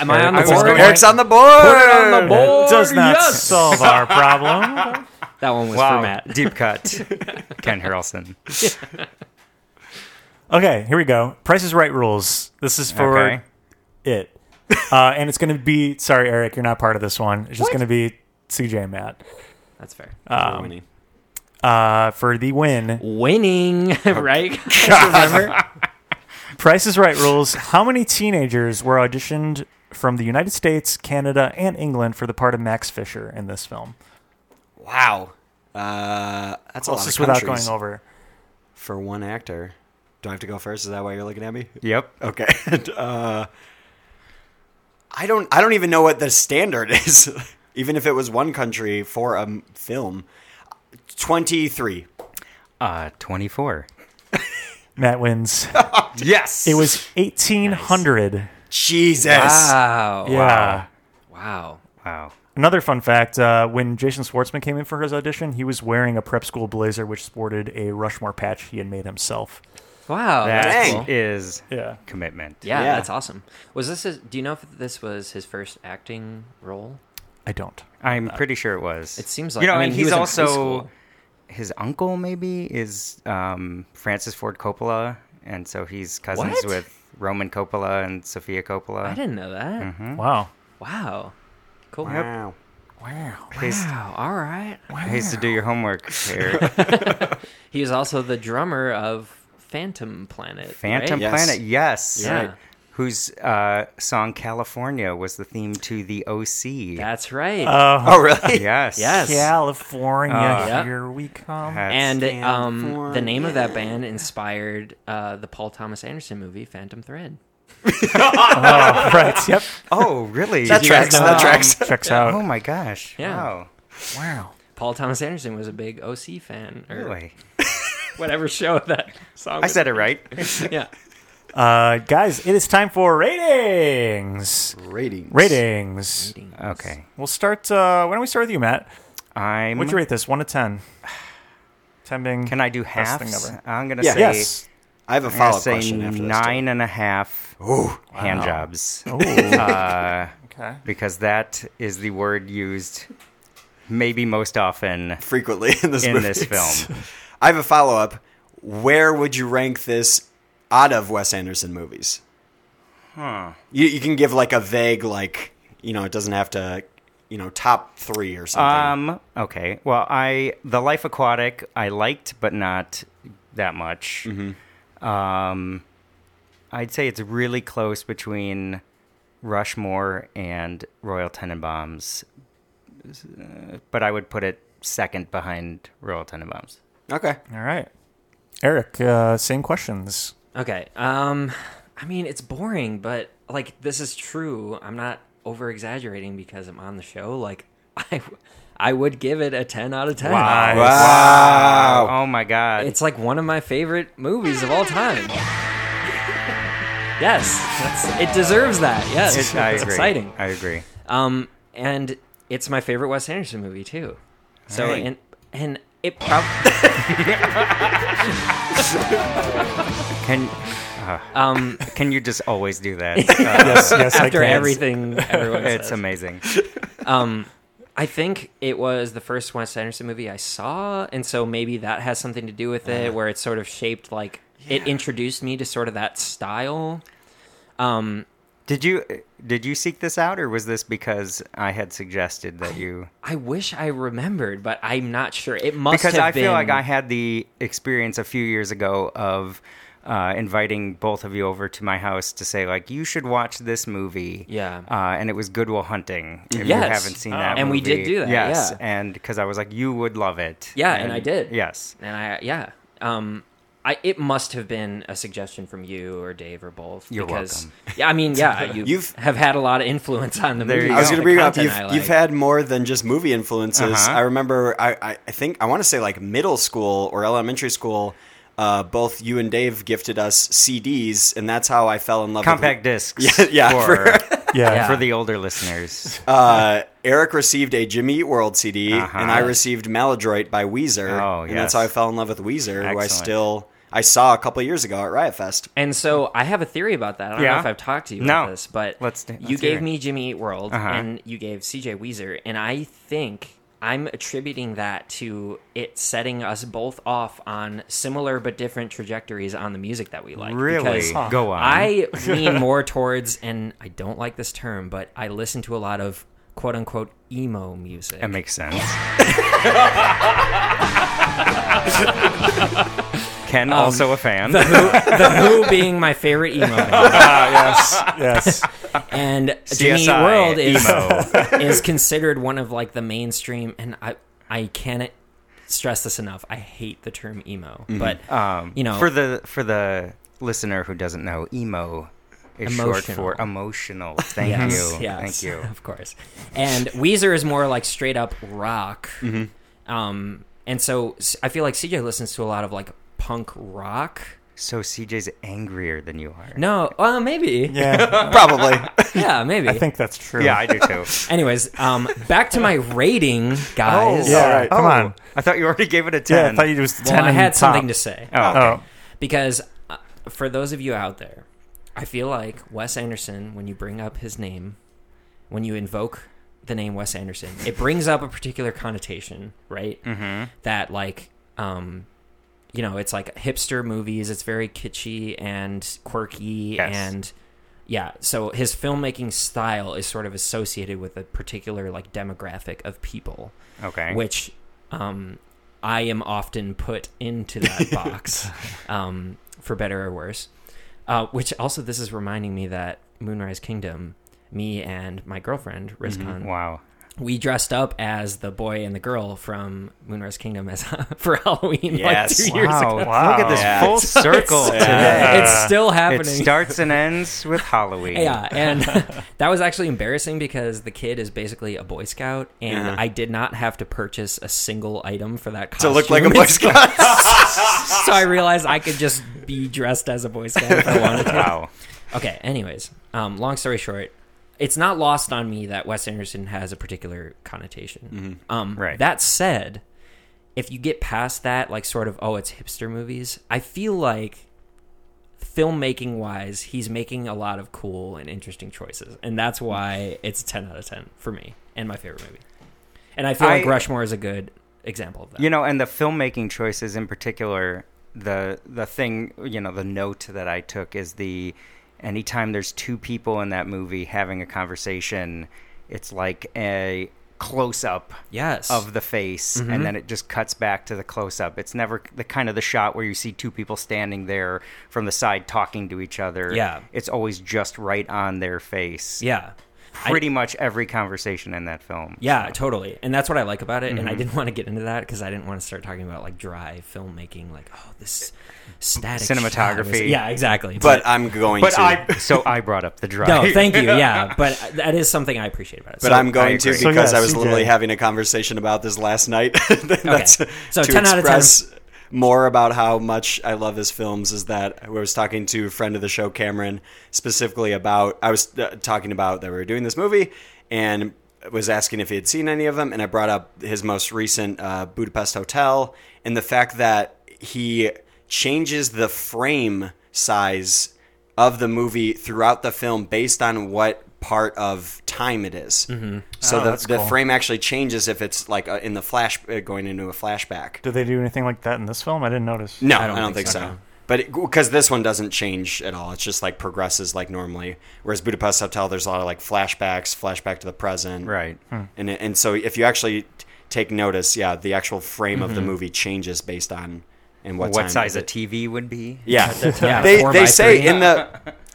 [SPEAKER 6] Am I on the
[SPEAKER 5] I was
[SPEAKER 6] board?
[SPEAKER 5] going-
[SPEAKER 2] Eric's on the board.
[SPEAKER 9] on the board.
[SPEAKER 1] It does not
[SPEAKER 9] yes!
[SPEAKER 1] solve <laughs> our problem.
[SPEAKER 6] That one was for
[SPEAKER 5] wow! <laughs>
[SPEAKER 6] Matt.
[SPEAKER 5] Deep
[SPEAKER 6] <laughs>
[SPEAKER 5] cut. Ken Harrelson.
[SPEAKER 1] Okay, here we go. Price is Right rules. This is for
[SPEAKER 5] Okay.
[SPEAKER 1] it. Uh, and it's going to be, sorry, Eric, you're not part of this one. It's just going to be CJ and Matt
[SPEAKER 6] That's fair.
[SPEAKER 1] Um,
[SPEAKER 2] We're winning.
[SPEAKER 1] uh, for the win.
[SPEAKER 6] Winning, <laughs> right?
[SPEAKER 1] Price is Right rules. How many teenagers were auditioned from the United States, Canada, and England for the part of Max Fisher in this film?
[SPEAKER 2] Wow. Uh, that's a lot
[SPEAKER 1] Just
[SPEAKER 2] of
[SPEAKER 1] without
[SPEAKER 2] countries
[SPEAKER 1] going over.
[SPEAKER 2] for one actor. Do I have to go first? Is that why you're looking at me?
[SPEAKER 5] Yep.
[SPEAKER 2] Okay. <laughs> And, uh, I don't. I don't <laughs> even know what the standard is. even if it was one country for a m- film, 23.
[SPEAKER 5] Uh, 24.
[SPEAKER 1] Matt wins.
[SPEAKER 2] <laughs> Yes.
[SPEAKER 1] It was 1800.
[SPEAKER 2] Jesus. Ah.
[SPEAKER 6] Wow.
[SPEAKER 1] Yeah.
[SPEAKER 6] Wow.
[SPEAKER 5] Wow.
[SPEAKER 1] Another fun fact uh, when Jason Schwartzman came in for his audition, he was wearing a prep school blazer which sported a Rushmore patch he had made himself.
[SPEAKER 6] Wow. That's
[SPEAKER 2] Dang.
[SPEAKER 6] cool.
[SPEAKER 5] Is
[SPEAKER 1] Yeah.
[SPEAKER 5] commitment.
[SPEAKER 6] Yeah,
[SPEAKER 2] Yeah.
[SPEAKER 6] that's awesome. Was this? His, do you know if this was his first acting role?
[SPEAKER 1] I don't.
[SPEAKER 5] I'm
[SPEAKER 6] Uh,
[SPEAKER 5] pretty sure it was.
[SPEAKER 6] It seems like-
[SPEAKER 5] you know,
[SPEAKER 6] I mean,
[SPEAKER 5] and
[SPEAKER 6] he
[SPEAKER 5] he's
[SPEAKER 6] was in high
[SPEAKER 5] also
[SPEAKER 6] school.
[SPEAKER 5] his uncle. Maybe is um, Francis Ford Coppola, and so he's cousins
[SPEAKER 6] What?
[SPEAKER 5] with Roman Coppola and Sophia Coppola.
[SPEAKER 6] I didn't know that.
[SPEAKER 2] Hmm?
[SPEAKER 1] Wow.
[SPEAKER 6] Wow. Cool.
[SPEAKER 2] Wow.
[SPEAKER 1] Wow.
[SPEAKER 5] Pays,
[SPEAKER 6] Wow. All right.
[SPEAKER 5] pays to do your
[SPEAKER 6] <laughs>
[SPEAKER 5] homework here.
[SPEAKER 6] He was also the drummer of Phantom Planet.
[SPEAKER 5] Phantom
[SPEAKER 6] right?
[SPEAKER 2] Yes.
[SPEAKER 5] Planet, yes.
[SPEAKER 6] Yeah. Right.
[SPEAKER 5] Whose uh, song California was the theme to the OC.
[SPEAKER 6] That's right.
[SPEAKER 2] Oh, really?
[SPEAKER 5] yes.
[SPEAKER 6] yes.
[SPEAKER 1] California,
[SPEAKER 2] Uh,
[SPEAKER 6] yeah.
[SPEAKER 1] here we come.
[SPEAKER 5] That's-
[SPEAKER 6] And um, the
[SPEAKER 2] California.
[SPEAKER 6] name of that band inspired uh, the Paul Thomas Anderson movie Phantom Thread.
[SPEAKER 1] Oh, right. Yep.
[SPEAKER 5] <laughs> oh, really?
[SPEAKER 2] <laughs> <laughs> That tracks.
[SPEAKER 1] know that?
[SPEAKER 2] That tracks. <laughs>
[SPEAKER 1] Checks
[SPEAKER 5] oh
[SPEAKER 1] out.
[SPEAKER 5] my gosh!
[SPEAKER 6] Yeah.
[SPEAKER 5] Wow,
[SPEAKER 1] Wow.
[SPEAKER 6] Paul Thomas Anderson was a big OC fan, or
[SPEAKER 5] really?
[SPEAKER 6] whatever show that song.
[SPEAKER 5] I
[SPEAKER 6] was-
[SPEAKER 5] said it
[SPEAKER 6] <laughs>
[SPEAKER 5] right.
[SPEAKER 6] yeah.
[SPEAKER 1] Uh, guys, it is time for ratings.
[SPEAKER 2] Ratings.
[SPEAKER 1] Ratings.
[SPEAKER 5] Okay,
[SPEAKER 1] We'll start. Uh, why don't we start with you, Matt?
[SPEAKER 5] I'm.
[SPEAKER 1] What'd you rate this? One to ten. Ten being.
[SPEAKER 5] Mm-hmm. Can I do
[SPEAKER 1] Best thing
[SPEAKER 5] halves?
[SPEAKER 1] ever.
[SPEAKER 5] I'm gonna
[SPEAKER 2] Yeah.
[SPEAKER 5] say.
[SPEAKER 1] Yes.
[SPEAKER 2] I have a
[SPEAKER 5] I'm
[SPEAKER 2] follow
[SPEAKER 5] gonna
[SPEAKER 2] up
[SPEAKER 5] say
[SPEAKER 2] question after
[SPEAKER 5] nine and a half
[SPEAKER 2] this. Ooh.
[SPEAKER 5] hand jobs
[SPEAKER 1] Oh. okay.
[SPEAKER 5] because that is the word used maybe most often
[SPEAKER 2] Frequently <laughs> in this
[SPEAKER 5] in
[SPEAKER 2] movie.
[SPEAKER 5] this film.
[SPEAKER 2] I have a follow up. Where would you rank this out of Wes Anderson movies? Huh. You, you can give like a vague, like, you know, it doesn't have to, you know, top three or something.
[SPEAKER 5] Um. Okay. Well, I the Life Aquatic I liked, but not that much. Um, I'd say it's really close between Rushmore and Royal Tenenbaums, uh, but I would put it second behind Royal Tenenbaums.
[SPEAKER 2] okay.
[SPEAKER 1] All right. Eric, uh, same questions.
[SPEAKER 5] <laughs>
[SPEAKER 6] Okay. Um, I mean, it's boring, but like this is true. I'm not over exaggerating because I'm on the show. Like, <laughs> I, I would give it a ten out of ten.
[SPEAKER 1] Wow.
[SPEAKER 2] Wow.
[SPEAKER 5] Oh my God!
[SPEAKER 6] It's like one of my favorite movies of all time. yes, that's, it deserves that. Yes,
[SPEAKER 5] It's-
[SPEAKER 6] <laughs> it's,
[SPEAKER 5] I agree.
[SPEAKER 6] exciting.
[SPEAKER 5] I agree.
[SPEAKER 6] Um, and it's my favorite Wes Anderson movie too. So
[SPEAKER 5] Hey.
[SPEAKER 6] and and it probably.
[SPEAKER 5] Can uh,
[SPEAKER 6] Um,
[SPEAKER 5] can you just always do
[SPEAKER 6] <laughs>
[SPEAKER 5] that? Uh,
[SPEAKER 1] Yes, yes, I
[SPEAKER 6] after
[SPEAKER 1] can.
[SPEAKER 6] everything, everyone
[SPEAKER 5] <laughs>
[SPEAKER 6] says.
[SPEAKER 5] it's amazing.
[SPEAKER 6] I think it was the first Wes Anderson movie I saw, and so maybe that has something to do with
[SPEAKER 2] Uh.
[SPEAKER 6] it, where it's sort of shaped like it introduced me to sort of that style. Um,
[SPEAKER 5] Did you did you seek this out, or was this because I had suggested that you?
[SPEAKER 6] I wish I remembered, but I'm not sure. It must
[SPEAKER 5] because
[SPEAKER 6] have
[SPEAKER 5] I feel like
[SPEAKER 6] been-
[SPEAKER 5] I had the experience a few years ago of uh, inviting both of you over to my house to say like you should watch this movie.
[SPEAKER 6] Yeah.
[SPEAKER 5] uh, and it was Goodwill Hunting. If you
[SPEAKER 6] Yes.
[SPEAKER 5] haven't seen that,
[SPEAKER 6] And we did
[SPEAKER 5] movie.
[SPEAKER 6] do that,
[SPEAKER 5] Yes,
[SPEAKER 6] yeah.
[SPEAKER 5] and because I was like you would love it.
[SPEAKER 6] Yeah, and I did.
[SPEAKER 5] Yes,
[SPEAKER 6] and I yeah. Um, I it must have been a suggestion from you or Dave or both.
[SPEAKER 5] You're
[SPEAKER 6] because,
[SPEAKER 5] welcome.
[SPEAKER 6] Yeah, I mean,
[SPEAKER 5] <laughs>
[SPEAKER 6] yeah, you
[SPEAKER 2] You've-
[SPEAKER 6] have have had a lot of influence on the
[SPEAKER 5] There
[SPEAKER 6] movie.
[SPEAKER 5] you
[SPEAKER 2] I was
[SPEAKER 5] go.
[SPEAKER 2] going to
[SPEAKER 6] the
[SPEAKER 2] bring up.
[SPEAKER 6] content
[SPEAKER 2] You've,
[SPEAKER 6] I
[SPEAKER 2] you've
[SPEAKER 6] like.
[SPEAKER 2] had more than just movie influences.
[SPEAKER 5] Uh-huh.
[SPEAKER 2] I remember. I, I, I think I want to say like middle school or elementary school. Uh, both you and Dave gifted us CDs, and that's how I fell in love.
[SPEAKER 5] compact
[SPEAKER 2] With,
[SPEAKER 5] discs.
[SPEAKER 6] <laughs>
[SPEAKER 2] Yeah, yeah,
[SPEAKER 5] for,
[SPEAKER 1] Yeah.
[SPEAKER 6] Yeah.
[SPEAKER 5] for the older listeners.
[SPEAKER 2] uh, Eric received a Jimmy Eat World CD,
[SPEAKER 5] Uh-huh.
[SPEAKER 2] and I received Maladroit by Weezer,
[SPEAKER 5] Oh,
[SPEAKER 2] and that's
[SPEAKER 5] yes.
[SPEAKER 2] how I fell in love with Weezer, who I
[SPEAKER 5] Excellent.
[SPEAKER 2] still I saw a couple years ago at Riot
[SPEAKER 5] <laughs>
[SPEAKER 2] Fest.
[SPEAKER 6] And so I have a theory about that. I don't
[SPEAKER 5] Yeah?
[SPEAKER 6] know if I've talked to you
[SPEAKER 5] No.
[SPEAKER 6] about this, but
[SPEAKER 5] Let's- let's
[SPEAKER 6] you
[SPEAKER 5] hear
[SPEAKER 6] gave
[SPEAKER 5] it.
[SPEAKER 6] me Jimmy Eat World
[SPEAKER 5] Uh-huh.
[SPEAKER 6] and you gave CJ Weezer, and I think I'm attributing that to it setting us both off on similar but different trajectories on the music that we like.
[SPEAKER 5] really,
[SPEAKER 6] <laughs> Because
[SPEAKER 5] go on. <laughs>
[SPEAKER 6] I lean more towards, and I don't like this term, but I listen to a lot of quote unquote emo music.
[SPEAKER 5] that makes sense. <laughs> Ken
[SPEAKER 6] Um,
[SPEAKER 5] also a fan.
[SPEAKER 6] the Who being my favorite emo
[SPEAKER 5] <laughs>
[SPEAKER 6] band.
[SPEAKER 1] Ah, yes. Yes.
[SPEAKER 6] and Jimmy Eat
[SPEAKER 5] CSI
[SPEAKER 6] World is
[SPEAKER 5] emo.
[SPEAKER 6] <laughs> is considered one of like the mainstream, and I I can't stress this enough. I hate the term emo, but
[SPEAKER 5] <laughs> Um,
[SPEAKER 6] you know
[SPEAKER 5] for the for the listener who doesn't know, emo is short for
[SPEAKER 6] Emotional.
[SPEAKER 5] emotional. Thank
[SPEAKER 6] yes,
[SPEAKER 5] you,
[SPEAKER 6] yes,
[SPEAKER 5] thank you.
[SPEAKER 6] <laughs> of course. And Weezer is more like straight up rock. Um, And so s- I feel like CJ listens to a lot of like punk rock.
[SPEAKER 5] So CJ's angrier than you are.
[SPEAKER 6] No, well, maybe.
[SPEAKER 1] Yeah,
[SPEAKER 5] <laughs>
[SPEAKER 2] Probably.
[SPEAKER 6] Yeah, maybe.
[SPEAKER 1] I think that's true.
[SPEAKER 5] Yeah, I do too.
[SPEAKER 6] Anyways, um, back to my rating, guys.
[SPEAKER 1] Yeah, come
[SPEAKER 5] Oh,
[SPEAKER 1] on.
[SPEAKER 5] I thought you already gave it a
[SPEAKER 1] Yeah, I
[SPEAKER 5] ten.
[SPEAKER 1] thought you was
[SPEAKER 6] Well,
[SPEAKER 1] ten.
[SPEAKER 6] I
[SPEAKER 1] and
[SPEAKER 6] had
[SPEAKER 1] top.
[SPEAKER 6] something to say.
[SPEAKER 5] Oh, okay.
[SPEAKER 1] Oh,
[SPEAKER 6] because uh, for those of you out there, I feel like Wes Anderson, when you bring up his name, when you invoke the name Wes Anderson, it brings up a particular connotation, right? Mm-hmm. That like, um, you know, it's like hipster movies. It's very kitschy and quirky,
[SPEAKER 5] Yes.
[SPEAKER 6] and yeah. So his filmmaking style is sort of associated with a particular like demographic of people
[SPEAKER 5] okay.
[SPEAKER 6] which um, I am often put into that box, um, for better or worse. Uh, which also, this is reminding me that Moonrise Kingdom, me and my girlfriend Rizcon,
[SPEAKER 5] Wow.
[SPEAKER 6] we dressed up as the boy and the girl from Moonrise Kingdom as <laughs> for Halloween
[SPEAKER 2] Yes.
[SPEAKER 6] like two years
[SPEAKER 5] Wow.
[SPEAKER 6] ago.
[SPEAKER 5] Look at this
[SPEAKER 2] Wow.
[SPEAKER 5] full
[SPEAKER 6] So it's- <laughs>
[SPEAKER 5] circle today.
[SPEAKER 6] It's still happening.
[SPEAKER 5] It starts and ends with Halloween.
[SPEAKER 6] Yeah, and <laughs> that was actually embarrassing because the kid is basically a Boy Scout, and I did not have to purchase a single item for
[SPEAKER 2] to
[SPEAKER 6] that costume.
[SPEAKER 2] look like a Boy Scout.
[SPEAKER 5] <laughs>
[SPEAKER 6] so I realized I could just be dressed as a Boy Scout if I wanted to. <laughs>
[SPEAKER 5] Wow.
[SPEAKER 6] Okay. Anyways, um, long story short, it's not lost on me that Wes Anderson has a particular
[SPEAKER 5] Mm-hmm.
[SPEAKER 6] connotation. Um,
[SPEAKER 5] Right.
[SPEAKER 6] That said, if you get past that, like sort of, oh, it's hipster movies. I feel like filmmaking wise, he's making a lot of cool and interesting choices, and that's why it's a ten out of ten for me and my favorite movie. And I feel like
[SPEAKER 5] I-
[SPEAKER 6] Rushmore is a good example of that.
[SPEAKER 5] You know, and the filmmaking choices in particular, the the thing, you know, the note that I took is the anytime there's two people in that movie having a conversation, it's like a close up
[SPEAKER 6] yes. Mm-hmm.
[SPEAKER 5] of the face and then it just cuts back to the close up. It's never the kind of the shot where you see two people standing there from the side talking to each other.
[SPEAKER 6] Yeah.
[SPEAKER 5] It's always just right on their face.
[SPEAKER 6] yeah. I-
[SPEAKER 5] Pretty much every conversation in that film.
[SPEAKER 6] Yeah, totally. And that's what I like about it. And I didn't <laughs> want to get into that because I didn't want to start talking about like dry filmmaking, like oh this static shot was-
[SPEAKER 5] Cinematography.
[SPEAKER 6] Yeah, exactly.
[SPEAKER 2] but I'm going
[SPEAKER 5] But
[SPEAKER 2] to.
[SPEAKER 5] I so I brought up the drive.
[SPEAKER 6] <laughs> no, thank you. Yeah, but uh, that is something I appreciate about it.
[SPEAKER 2] but
[SPEAKER 6] So-
[SPEAKER 2] I'm going to
[SPEAKER 5] agree.
[SPEAKER 2] because
[SPEAKER 5] So,
[SPEAKER 1] yeah,
[SPEAKER 2] I was
[SPEAKER 1] CJ.
[SPEAKER 2] literally having a conversation about this last night. <laughs> That's
[SPEAKER 6] So,
[SPEAKER 2] to
[SPEAKER 6] 10 out of 10.
[SPEAKER 2] express more about how much I love his films is that I was talking to a friend of the show, Cameron, specifically about I was uh, talking about that we were doing this movie and was asking if he had seen any of them, and I brought up his most recent uh, Budapest Hotel and the fact that he changes the frame size of the movie throughout the film based on what part of time it is. So
[SPEAKER 1] Oh,
[SPEAKER 2] the,
[SPEAKER 1] that's
[SPEAKER 2] the
[SPEAKER 1] cool.
[SPEAKER 2] frame actually changes if it's like uh, in the flash uh, going into a flashback.
[SPEAKER 1] did they do anything like that in this film? I didn't notice.
[SPEAKER 5] Mm,
[SPEAKER 2] No, I don't, think, so. But because this one doesn't change at all, it's just like progresses like normally. Whereas Budapest Hotel, there's a lot of like flashbacks, flashback to the present,
[SPEAKER 5] Right.
[SPEAKER 6] Hmm.
[SPEAKER 2] And it- and so if you actually t- take notice, yeah, the actual frame of the movie changes based on and Mm-hmm. what,
[SPEAKER 5] What,
[SPEAKER 2] time
[SPEAKER 5] size
[SPEAKER 2] it-
[SPEAKER 5] a TV would be?
[SPEAKER 2] <laughs> Yeah,
[SPEAKER 6] yeah,
[SPEAKER 2] they
[SPEAKER 6] four
[SPEAKER 2] they
[SPEAKER 6] by
[SPEAKER 2] say
[SPEAKER 6] three.
[SPEAKER 2] in <laughs> the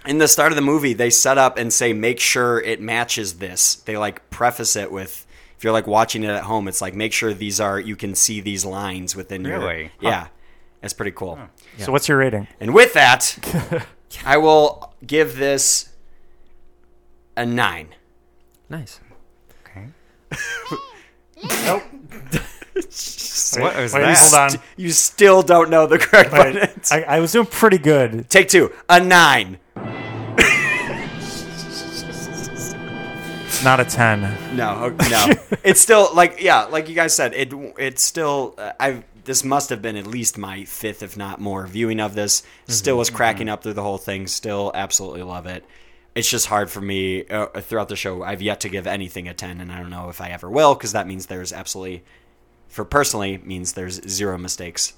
[SPEAKER 2] in the start of the movie they set up and say make sure it matches this. They like preface it with if you're like watching it at home, it's like make sure these are you can see these lines within your
[SPEAKER 5] Really?
[SPEAKER 2] yeah. That's pretty cool.
[SPEAKER 1] So what's your rating?
[SPEAKER 2] And with that,
[SPEAKER 1] <laughs>
[SPEAKER 2] I will give this a nine.
[SPEAKER 6] nice.
[SPEAKER 5] Okay.
[SPEAKER 1] Nope.
[SPEAKER 5] What was
[SPEAKER 1] wait,
[SPEAKER 5] that?
[SPEAKER 1] Hold on.
[SPEAKER 5] <laughs>
[SPEAKER 2] St- you still don't know the correct
[SPEAKER 1] Wait,
[SPEAKER 2] one.
[SPEAKER 1] I, I was doing pretty good.
[SPEAKER 2] Take two. A nine.
[SPEAKER 1] Not a ten.
[SPEAKER 2] No, o-
[SPEAKER 5] <laughs>
[SPEAKER 2] no. it's still like yeah, like you guys said, it it's still uh, I this must have been at least my fifth if not more viewing of this.
[SPEAKER 5] Mm-hmm.
[SPEAKER 2] Still was cracking up through the whole thing. Still absolutely love it. It's just hard for me uh, throughout the show. I've yet to give anything a 10 and I don't know if I ever will cuz that means there's absolutely for personally means there's zero mistakes.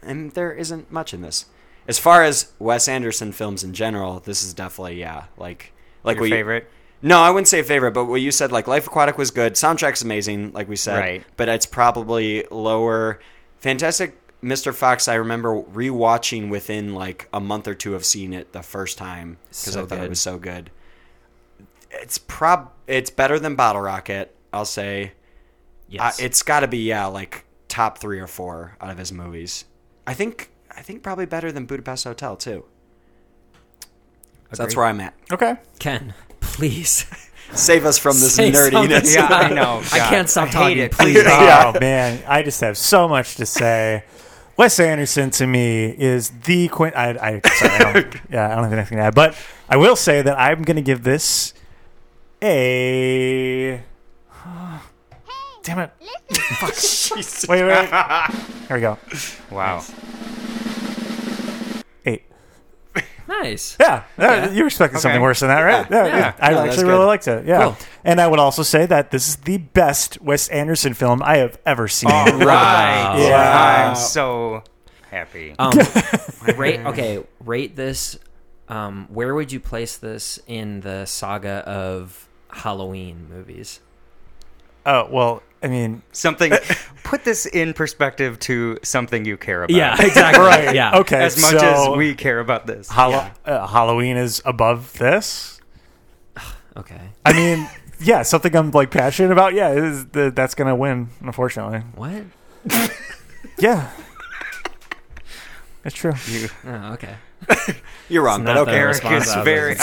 [SPEAKER 2] And there isn't much in this. As far as Wes Anderson films in general, this is definitely yeah, like like
[SPEAKER 5] Your
[SPEAKER 2] we
[SPEAKER 5] favorite?
[SPEAKER 2] no, I wouldn't say favorite, but what you said, like Life Aquatic was good. Soundtrack's amazing, like we said.
[SPEAKER 5] Right.
[SPEAKER 2] But it's probably lower. Fantastic Mr. Fox, I remember rewatching within like a month or two of seeing it the first time because
[SPEAKER 6] So
[SPEAKER 2] I thought
[SPEAKER 6] good.
[SPEAKER 2] it was so good. It's prob it's better than Bottle Rocket, I'll say.
[SPEAKER 6] Yes.
[SPEAKER 2] Uh, it's got to be yeah, like top 3 or 4 out of his movies. I think I think probably better than Budapest Hotel too. So that's
[SPEAKER 6] Agreed.
[SPEAKER 2] where I'm at.
[SPEAKER 1] Okay.
[SPEAKER 6] Ken, please
[SPEAKER 2] Save us from this <laughs>
[SPEAKER 6] Say
[SPEAKER 2] nerdiness.
[SPEAKER 6] something.
[SPEAKER 5] Yeah, I know.
[SPEAKER 6] I
[SPEAKER 5] God.
[SPEAKER 6] can't stop
[SPEAKER 5] hate
[SPEAKER 6] talking,
[SPEAKER 5] it.
[SPEAKER 6] please.
[SPEAKER 1] Oh <laughs> man, I just have so much to say. Wes Anderson to me is the Quint. I, I, sorry, I don't, yeah, I don't have anything to add, but I will say that I'm going to give this a. <sighs> Damn it! <laughs> Wait, wait, wait. Here we go.
[SPEAKER 5] Wow.
[SPEAKER 1] Eight.
[SPEAKER 6] Nice.
[SPEAKER 1] Yeah, yeah, you were expecting something
[SPEAKER 5] Okay.
[SPEAKER 1] worse than that, right? Yeah,
[SPEAKER 6] Yeah.
[SPEAKER 1] I
[SPEAKER 2] No, that's
[SPEAKER 1] actually
[SPEAKER 2] good.
[SPEAKER 1] really liked it. Yeah,
[SPEAKER 6] Cool.
[SPEAKER 1] and I would also say that this is the best Wes Anderson film I have ever seen.
[SPEAKER 5] All <laughs> right.
[SPEAKER 1] Yeah.
[SPEAKER 5] I'm so happy.
[SPEAKER 6] Um, rate okay. Rate this. Um, where would you place this in the saga of Halloween movies?
[SPEAKER 1] Oh well, I mean,
[SPEAKER 5] something. Put this in perspective to something you care about.
[SPEAKER 6] <laughs> Yeah, exactly.
[SPEAKER 1] right?
[SPEAKER 6] Yeah.
[SPEAKER 1] Okay.
[SPEAKER 5] As much
[SPEAKER 1] so
[SPEAKER 5] as we care about this.
[SPEAKER 1] Hallo- uh, Halloween is above this.
[SPEAKER 6] Okay.
[SPEAKER 1] I mean, <laughs> yeah, something I'm like passionate about. Yeah, it is the, that's gonna win, unfortunately.
[SPEAKER 6] What?
[SPEAKER 1] Yeah, it's true.
[SPEAKER 5] <laughs>
[SPEAKER 6] Oh, okay.
[SPEAKER 2] You're wrong, but
[SPEAKER 6] not
[SPEAKER 2] okay.
[SPEAKER 6] the-
[SPEAKER 5] Eric
[SPEAKER 6] response
[SPEAKER 5] is
[SPEAKER 6] out of
[SPEAKER 5] very.
[SPEAKER 6] it.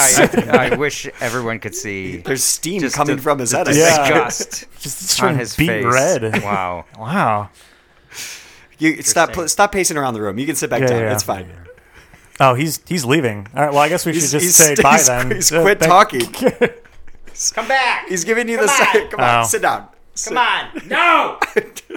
[SPEAKER 5] I, I wish everyone could see
[SPEAKER 2] There's steam
[SPEAKER 5] Just
[SPEAKER 2] coming
[SPEAKER 5] the-
[SPEAKER 2] from his head. I
[SPEAKER 1] Yeah.
[SPEAKER 2] think.
[SPEAKER 5] disgust
[SPEAKER 1] Just it's
[SPEAKER 5] on
[SPEAKER 1] trying
[SPEAKER 5] his
[SPEAKER 1] to beat
[SPEAKER 5] face.
[SPEAKER 1] red.
[SPEAKER 5] Wow.
[SPEAKER 1] <laughs> Wow.
[SPEAKER 2] <laughs> You stop. pl- Stop pacing around the room. You can sit back
[SPEAKER 1] Yeah,
[SPEAKER 2] down.
[SPEAKER 1] yeah.
[SPEAKER 2] It's fine.
[SPEAKER 1] Oh, he's he's leaving. All right. Well, I guess we should
[SPEAKER 2] He's-
[SPEAKER 1] just
[SPEAKER 2] he's-
[SPEAKER 1] say bye
[SPEAKER 2] he's-
[SPEAKER 1] then.
[SPEAKER 2] he's
[SPEAKER 1] Uh,
[SPEAKER 2] quit
[SPEAKER 1] thank-
[SPEAKER 2] talking.
[SPEAKER 5] Come back.
[SPEAKER 2] He's giving you the sign. Come on,
[SPEAKER 1] Oh.
[SPEAKER 2] sit Uh, down.
[SPEAKER 5] Come
[SPEAKER 2] <laughs>
[SPEAKER 5] on. No.
[SPEAKER 1] <laughs>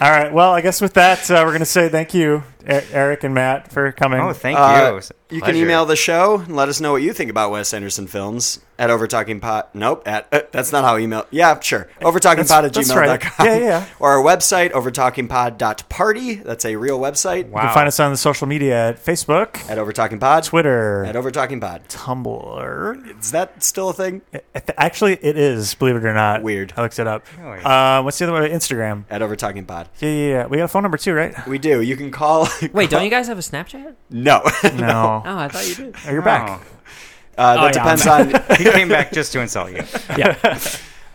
[SPEAKER 1] All right. Well, I guess with that, uh, we're gonna say thank you, E- Eric and Matt, for coming.
[SPEAKER 5] Oh, thank
[SPEAKER 2] Uh,
[SPEAKER 5] you.
[SPEAKER 2] you
[SPEAKER 5] It's a
[SPEAKER 2] can
[SPEAKER 5] pleasure.
[SPEAKER 2] email the show and let us know what you think about Wes Anderson films at overtalkingpot. Nope, at uh, that's not how email. Yeah, sure. Overtalkingpot at
[SPEAKER 1] That's- that's
[SPEAKER 2] gmail.com.
[SPEAKER 1] right. Yeah, yeah.
[SPEAKER 2] <laughs> Or our website, overtalkingpod.party. That's a real website.
[SPEAKER 1] You can find us on the social media at Facebook,
[SPEAKER 2] At overtalkingpod.
[SPEAKER 1] Twitter,
[SPEAKER 2] At overtalkingpod.
[SPEAKER 1] Tumblr.
[SPEAKER 2] Is that still a thing?
[SPEAKER 1] I th- Actually, it is. Believe it or not.
[SPEAKER 2] Weird.
[SPEAKER 1] I looked it up.
[SPEAKER 5] yeah.
[SPEAKER 1] Uh, what's the other one? Instagram.
[SPEAKER 2] At overtalkingpod.
[SPEAKER 1] Yeah, yeah, yeah. We got a phone number too,
[SPEAKER 5] <laughs>
[SPEAKER 1] right?
[SPEAKER 2] We do. You can call.
[SPEAKER 6] <laughs> Wait, don't you guys have a Snapchat?
[SPEAKER 2] no. <laughs>
[SPEAKER 1] No.
[SPEAKER 6] Oh, I thought you
[SPEAKER 5] <laughs>
[SPEAKER 6] did.
[SPEAKER 1] Oh, you're back.
[SPEAKER 2] Uh, that
[SPEAKER 6] Oh, yeah, I'm
[SPEAKER 2] depends on.
[SPEAKER 5] He came back just to insult you.
[SPEAKER 1] <laughs>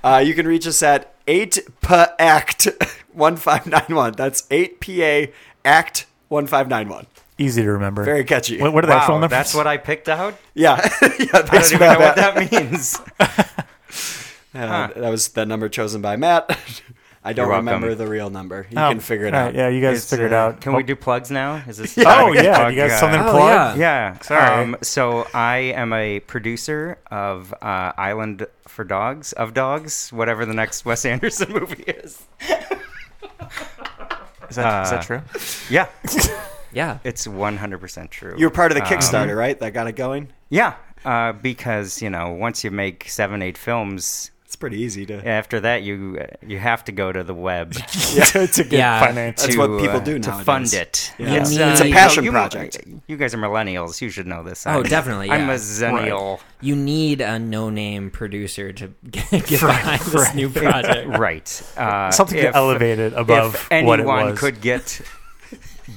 [SPEAKER 2] Uh, you can reach us at <laughs> 8PACT1591. That's 8PA ACT 1591.
[SPEAKER 1] Easy to remember.
[SPEAKER 2] Very catchy.
[SPEAKER 1] What, what are the actual
[SPEAKER 5] Wow,
[SPEAKER 1] numbers?
[SPEAKER 5] that's what I picked out.
[SPEAKER 2] Yeah. <laughs> yeah
[SPEAKER 5] I don't even know what that means.
[SPEAKER 2] Uh, that was the number chosen by Matt. <laughs> I don't
[SPEAKER 5] You're welcome.
[SPEAKER 2] remember the real number. You
[SPEAKER 1] Oh,
[SPEAKER 2] can figure it
[SPEAKER 1] all
[SPEAKER 2] out.
[SPEAKER 1] right, yeah, you guys
[SPEAKER 5] It's,
[SPEAKER 1] figured
[SPEAKER 5] uh,
[SPEAKER 1] out.
[SPEAKER 5] Can we do plugs now? Is this? <laughs>
[SPEAKER 1] Oh
[SPEAKER 5] is this
[SPEAKER 1] yeah,
[SPEAKER 5] plug,
[SPEAKER 1] you guys
[SPEAKER 5] uh,
[SPEAKER 1] got something to
[SPEAKER 6] Oh,
[SPEAKER 1] plug?
[SPEAKER 6] yeah.
[SPEAKER 5] Yeah.
[SPEAKER 1] Sorry.
[SPEAKER 5] Um, so I am a producer of uh, Island for Dogs, of Dogs, whatever the next Wes Anderson <laughs> movie is.
[SPEAKER 1] Is, that, is that
[SPEAKER 5] uh,
[SPEAKER 1] true?
[SPEAKER 5] Yeah,
[SPEAKER 6] Yeah.
[SPEAKER 5] it's 100% true.
[SPEAKER 2] You were part of the
[SPEAKER 5] Um,
[SPEAKER 2] Kickstarter, right? That got it going?
[SPEAKER 5] Yeah, uh, because, you know, once you make seven, eight films,
[SPEAKER 2] It's pretty easy to. <laughs>
[SPEAKER 5] after that you you have to go to the web to,
[SPEAKER 1] to, to get
[SPEAKER 6] <laughs> Yeah.
[SPEAKER 1] financed.
[SPEAKER 2] That's what people
[SPEAKER 5] uh,
[SPEAKER 2] do
[SPEAKER 5] to
[SPEAKER 2] nowadays.
[SPEAKER 5] fund it.
[SPEAKER 2] Yeah.
[SPEAKER 6] It's, uh,
[SPEAKER 2] It's a
[SPEAKER 6] you-
[SPEAKER 2] passion
[SPEAKER 5] you-
[SPEAKER 2] project.
[SPEAKER 5] You guys are millennials. You should know this.
[SPEAKER 6] Oh,
[SPEAKER 5] I'm-
[SPEAKER 6] definitely,
[SPEAKER 5] I'm
[SPEAKER 6] yeah.
[SPEAKER 5] a zennial.
[SPEAKER 6] You need a no-name producer to <laughs> get, get behind this
[SPEAKER 5] <laughs>
[SPEAKER 6] new project.
[SPEAKER 5] Right. Uh,
[SPEAKER 1] Something to
[SPEAKER 5] if-
[SPEAKER 1] elevate it above
[SPEAKER 5] if
[SPEAKER 1] what it
[SPEAKER 5] anyone
[SPEAKER 1] was.
[SPEAKER 5] could get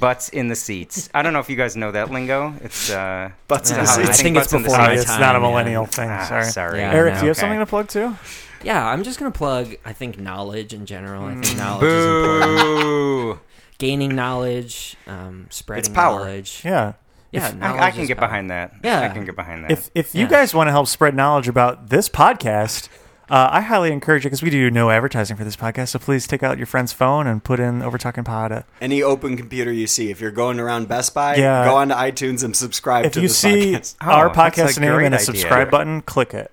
[SPEAKER 5] butts in the seats. I don't know if you guys know that lingo. It's uh,
[SPEAKER 2] Butts in
[SPEAKER 5] it's
[SPEAKER 2] the
[SPEAKER 5] how-
[SPEAKER 2] seats.
[SPEAKER 6] I think it's
[SPEAKER 5] butts in the
[SPEAKER 1] Oh,
[SPEAKER 6] before my
[SPEAKER 5] seats.
[SPEAKER 1] it's not a
[SPEAKER 6] time, yeah.
[SPEAKER 1] millennial thing.
[SPEAKER 5] Ah,
[SPEAKER 1] sorry.
[SPEAKER 5] sorry.
[SPEAKER 6] Yeah,
[SPEAKER 1] Eric,
[SPEAKER 6] no.
[SPEAKER 1] do you have
[SPEAKER 5] Okay.
[SPEAKER 1] something to plug too?
[SPEAKER 6] Yeah, I'm just gonna plug. I think knowledge in general. I
[SPEAKER 5] Mm.
[SPEAKER 6] think knowledge is important.
[SPEAKER 5] Boo!
[SPEAKER 6] Gaining knowledge, um, spreading
[SPEAKER 2] power.
[SPEAKER 6] knowledge.
[SPEAKER 1] Yeah.
[SPEAKER 6] Yeah, knowledge
[SPEAKER 5] I, I can
[SPEAKER 6] is
[SPEAKER 5] get
[SPEAKER 6] power.
[SPEAKER 5] behind that.
[SPEAKER 6] Yeah.
[SPEAKER 5] I can get behind that.
[SPEAKER 1] if if you
[SPEAKER 6] Yeah.
[SPEAKER 1] guys want to help spread knowledge about this podcast, uh, I highly encourage it because we do no advertising for this podcast. So please take out your friend's phone and put in Over Talking Pod. Uh,
[SPEAKER 2] Any open computer you see, if you're going around Best Buy,
[SPEAKER 1] Yeah.
[SPEAKER 2] go onto iTunes and subscribe
[SPEAKER 1] If
[SPEAKER 2] to
[SPEAKER 1] you
[SPEAKER 2] this
[SPEAKER 1] see <laughs>
[SPEAKER 2] podcast.
[SPEAKER 1] our
[SPEAKER 5] Oh, that's
[SPEAKER 1] podcast
[SPEAKER 5] a
[SPEAKER 1] name
[SPEAKER 5] great
[SPEAKER 1] and a
[SPEAKER 5] idea.
[SPEAKER 1] subscribe button, click it.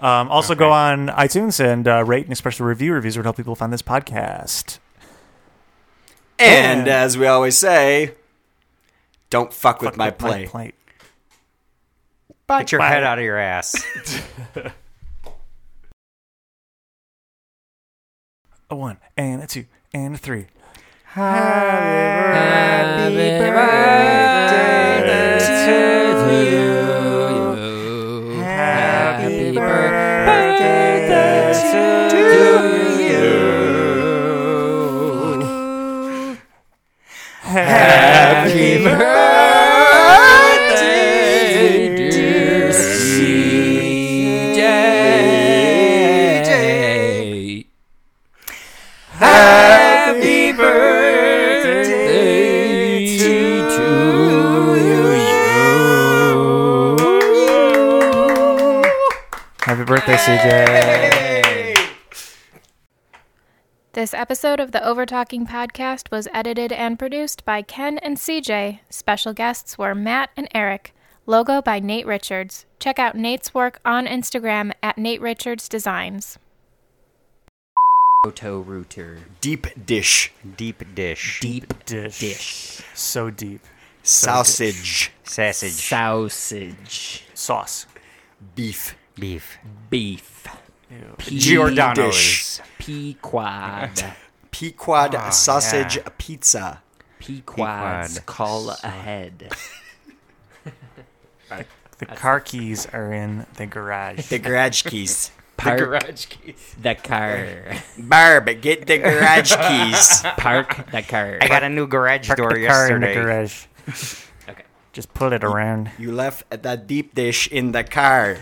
[SPEAKER 1] Um, also, go on iTunes and uh, rate and express a review. Reviews would help people find this podcast.
[SPEAKER 2] And
[SPEAKER 1] Yeah.
[SPEAKER 2] as we always say, don't fuck with my
[SPEAKER 1] With
[SPEAKER 2] play.
[SPEAKER 1] plate.
[SPEAKER 5] Get your head out of
[SPEAKER 1] <laughs>
[SPEAKER 5] your ass.
[SPEAKER 1] A one and a two and a three.
[SPEAKER 6] Happy birthday to you. Happy birthday, dear CJ. Happy birthday to you.
[SPEAKER 1] Happy birthday, CJ.
[SPEAKER 10] This episode of the Over Talking podcast was edited and produced by Ken and CJ. Special guests were Matt and Eric. Logo by Nate Richards. Check out Nate's work on Instagram at Nate Richards Designs.
[SPEAKER 6] Roto Rooter.
[SPEAKER 2] Deep dish.
[SPEAKER 5] Deep dish.
[SPEAKER 1] Deep dish.
[SPEAKER 6] Dish.
[SPEAKER 1] So deep.
[SPEAKER 2] Sausage.
[SPEAKER 5] Sausage.
[SPEAKER 6] Sausage.
[SPEAKER 1] Sauce.
[SPEAKER 2] Beef.
[SPEAKER 5] Beef.
[SPEAKER 6] Beef.
[SPEAKER 5] Pea
[SPEAKER 2] Giordano's.
[SPEAKER 5] dish.
[SPEAKER 6] Pequod.
[SPEAKER 2] Pequod sausage
[SPEAKER 5] yeah.
[SPEAKER 2] pizza.
[SPEAKER 6] Pequod's call ahead.
[SPEAKER 1] The car keys are in the
[SPEAKER 2] <laughs>
[SPEAKER 1] garage.
[SPEAKER 2] The garage keys.
[SPEAKER 6] Park the, garage keys. the car.
[SPEAKER 2] Barb, get the garage keys.
[SPEAKER 6] Park the car.
[SPEAKER 5] I got a new garage door
[SPEAKER 1] the car in the
[SPEAKER 5] yesterday.
[SPEAKER 1] garage.
[SPEAKER 6] Okay.
[SPEAKER 1] Just pull it around.
[SPEAKER 2] You left the deep dish in the car.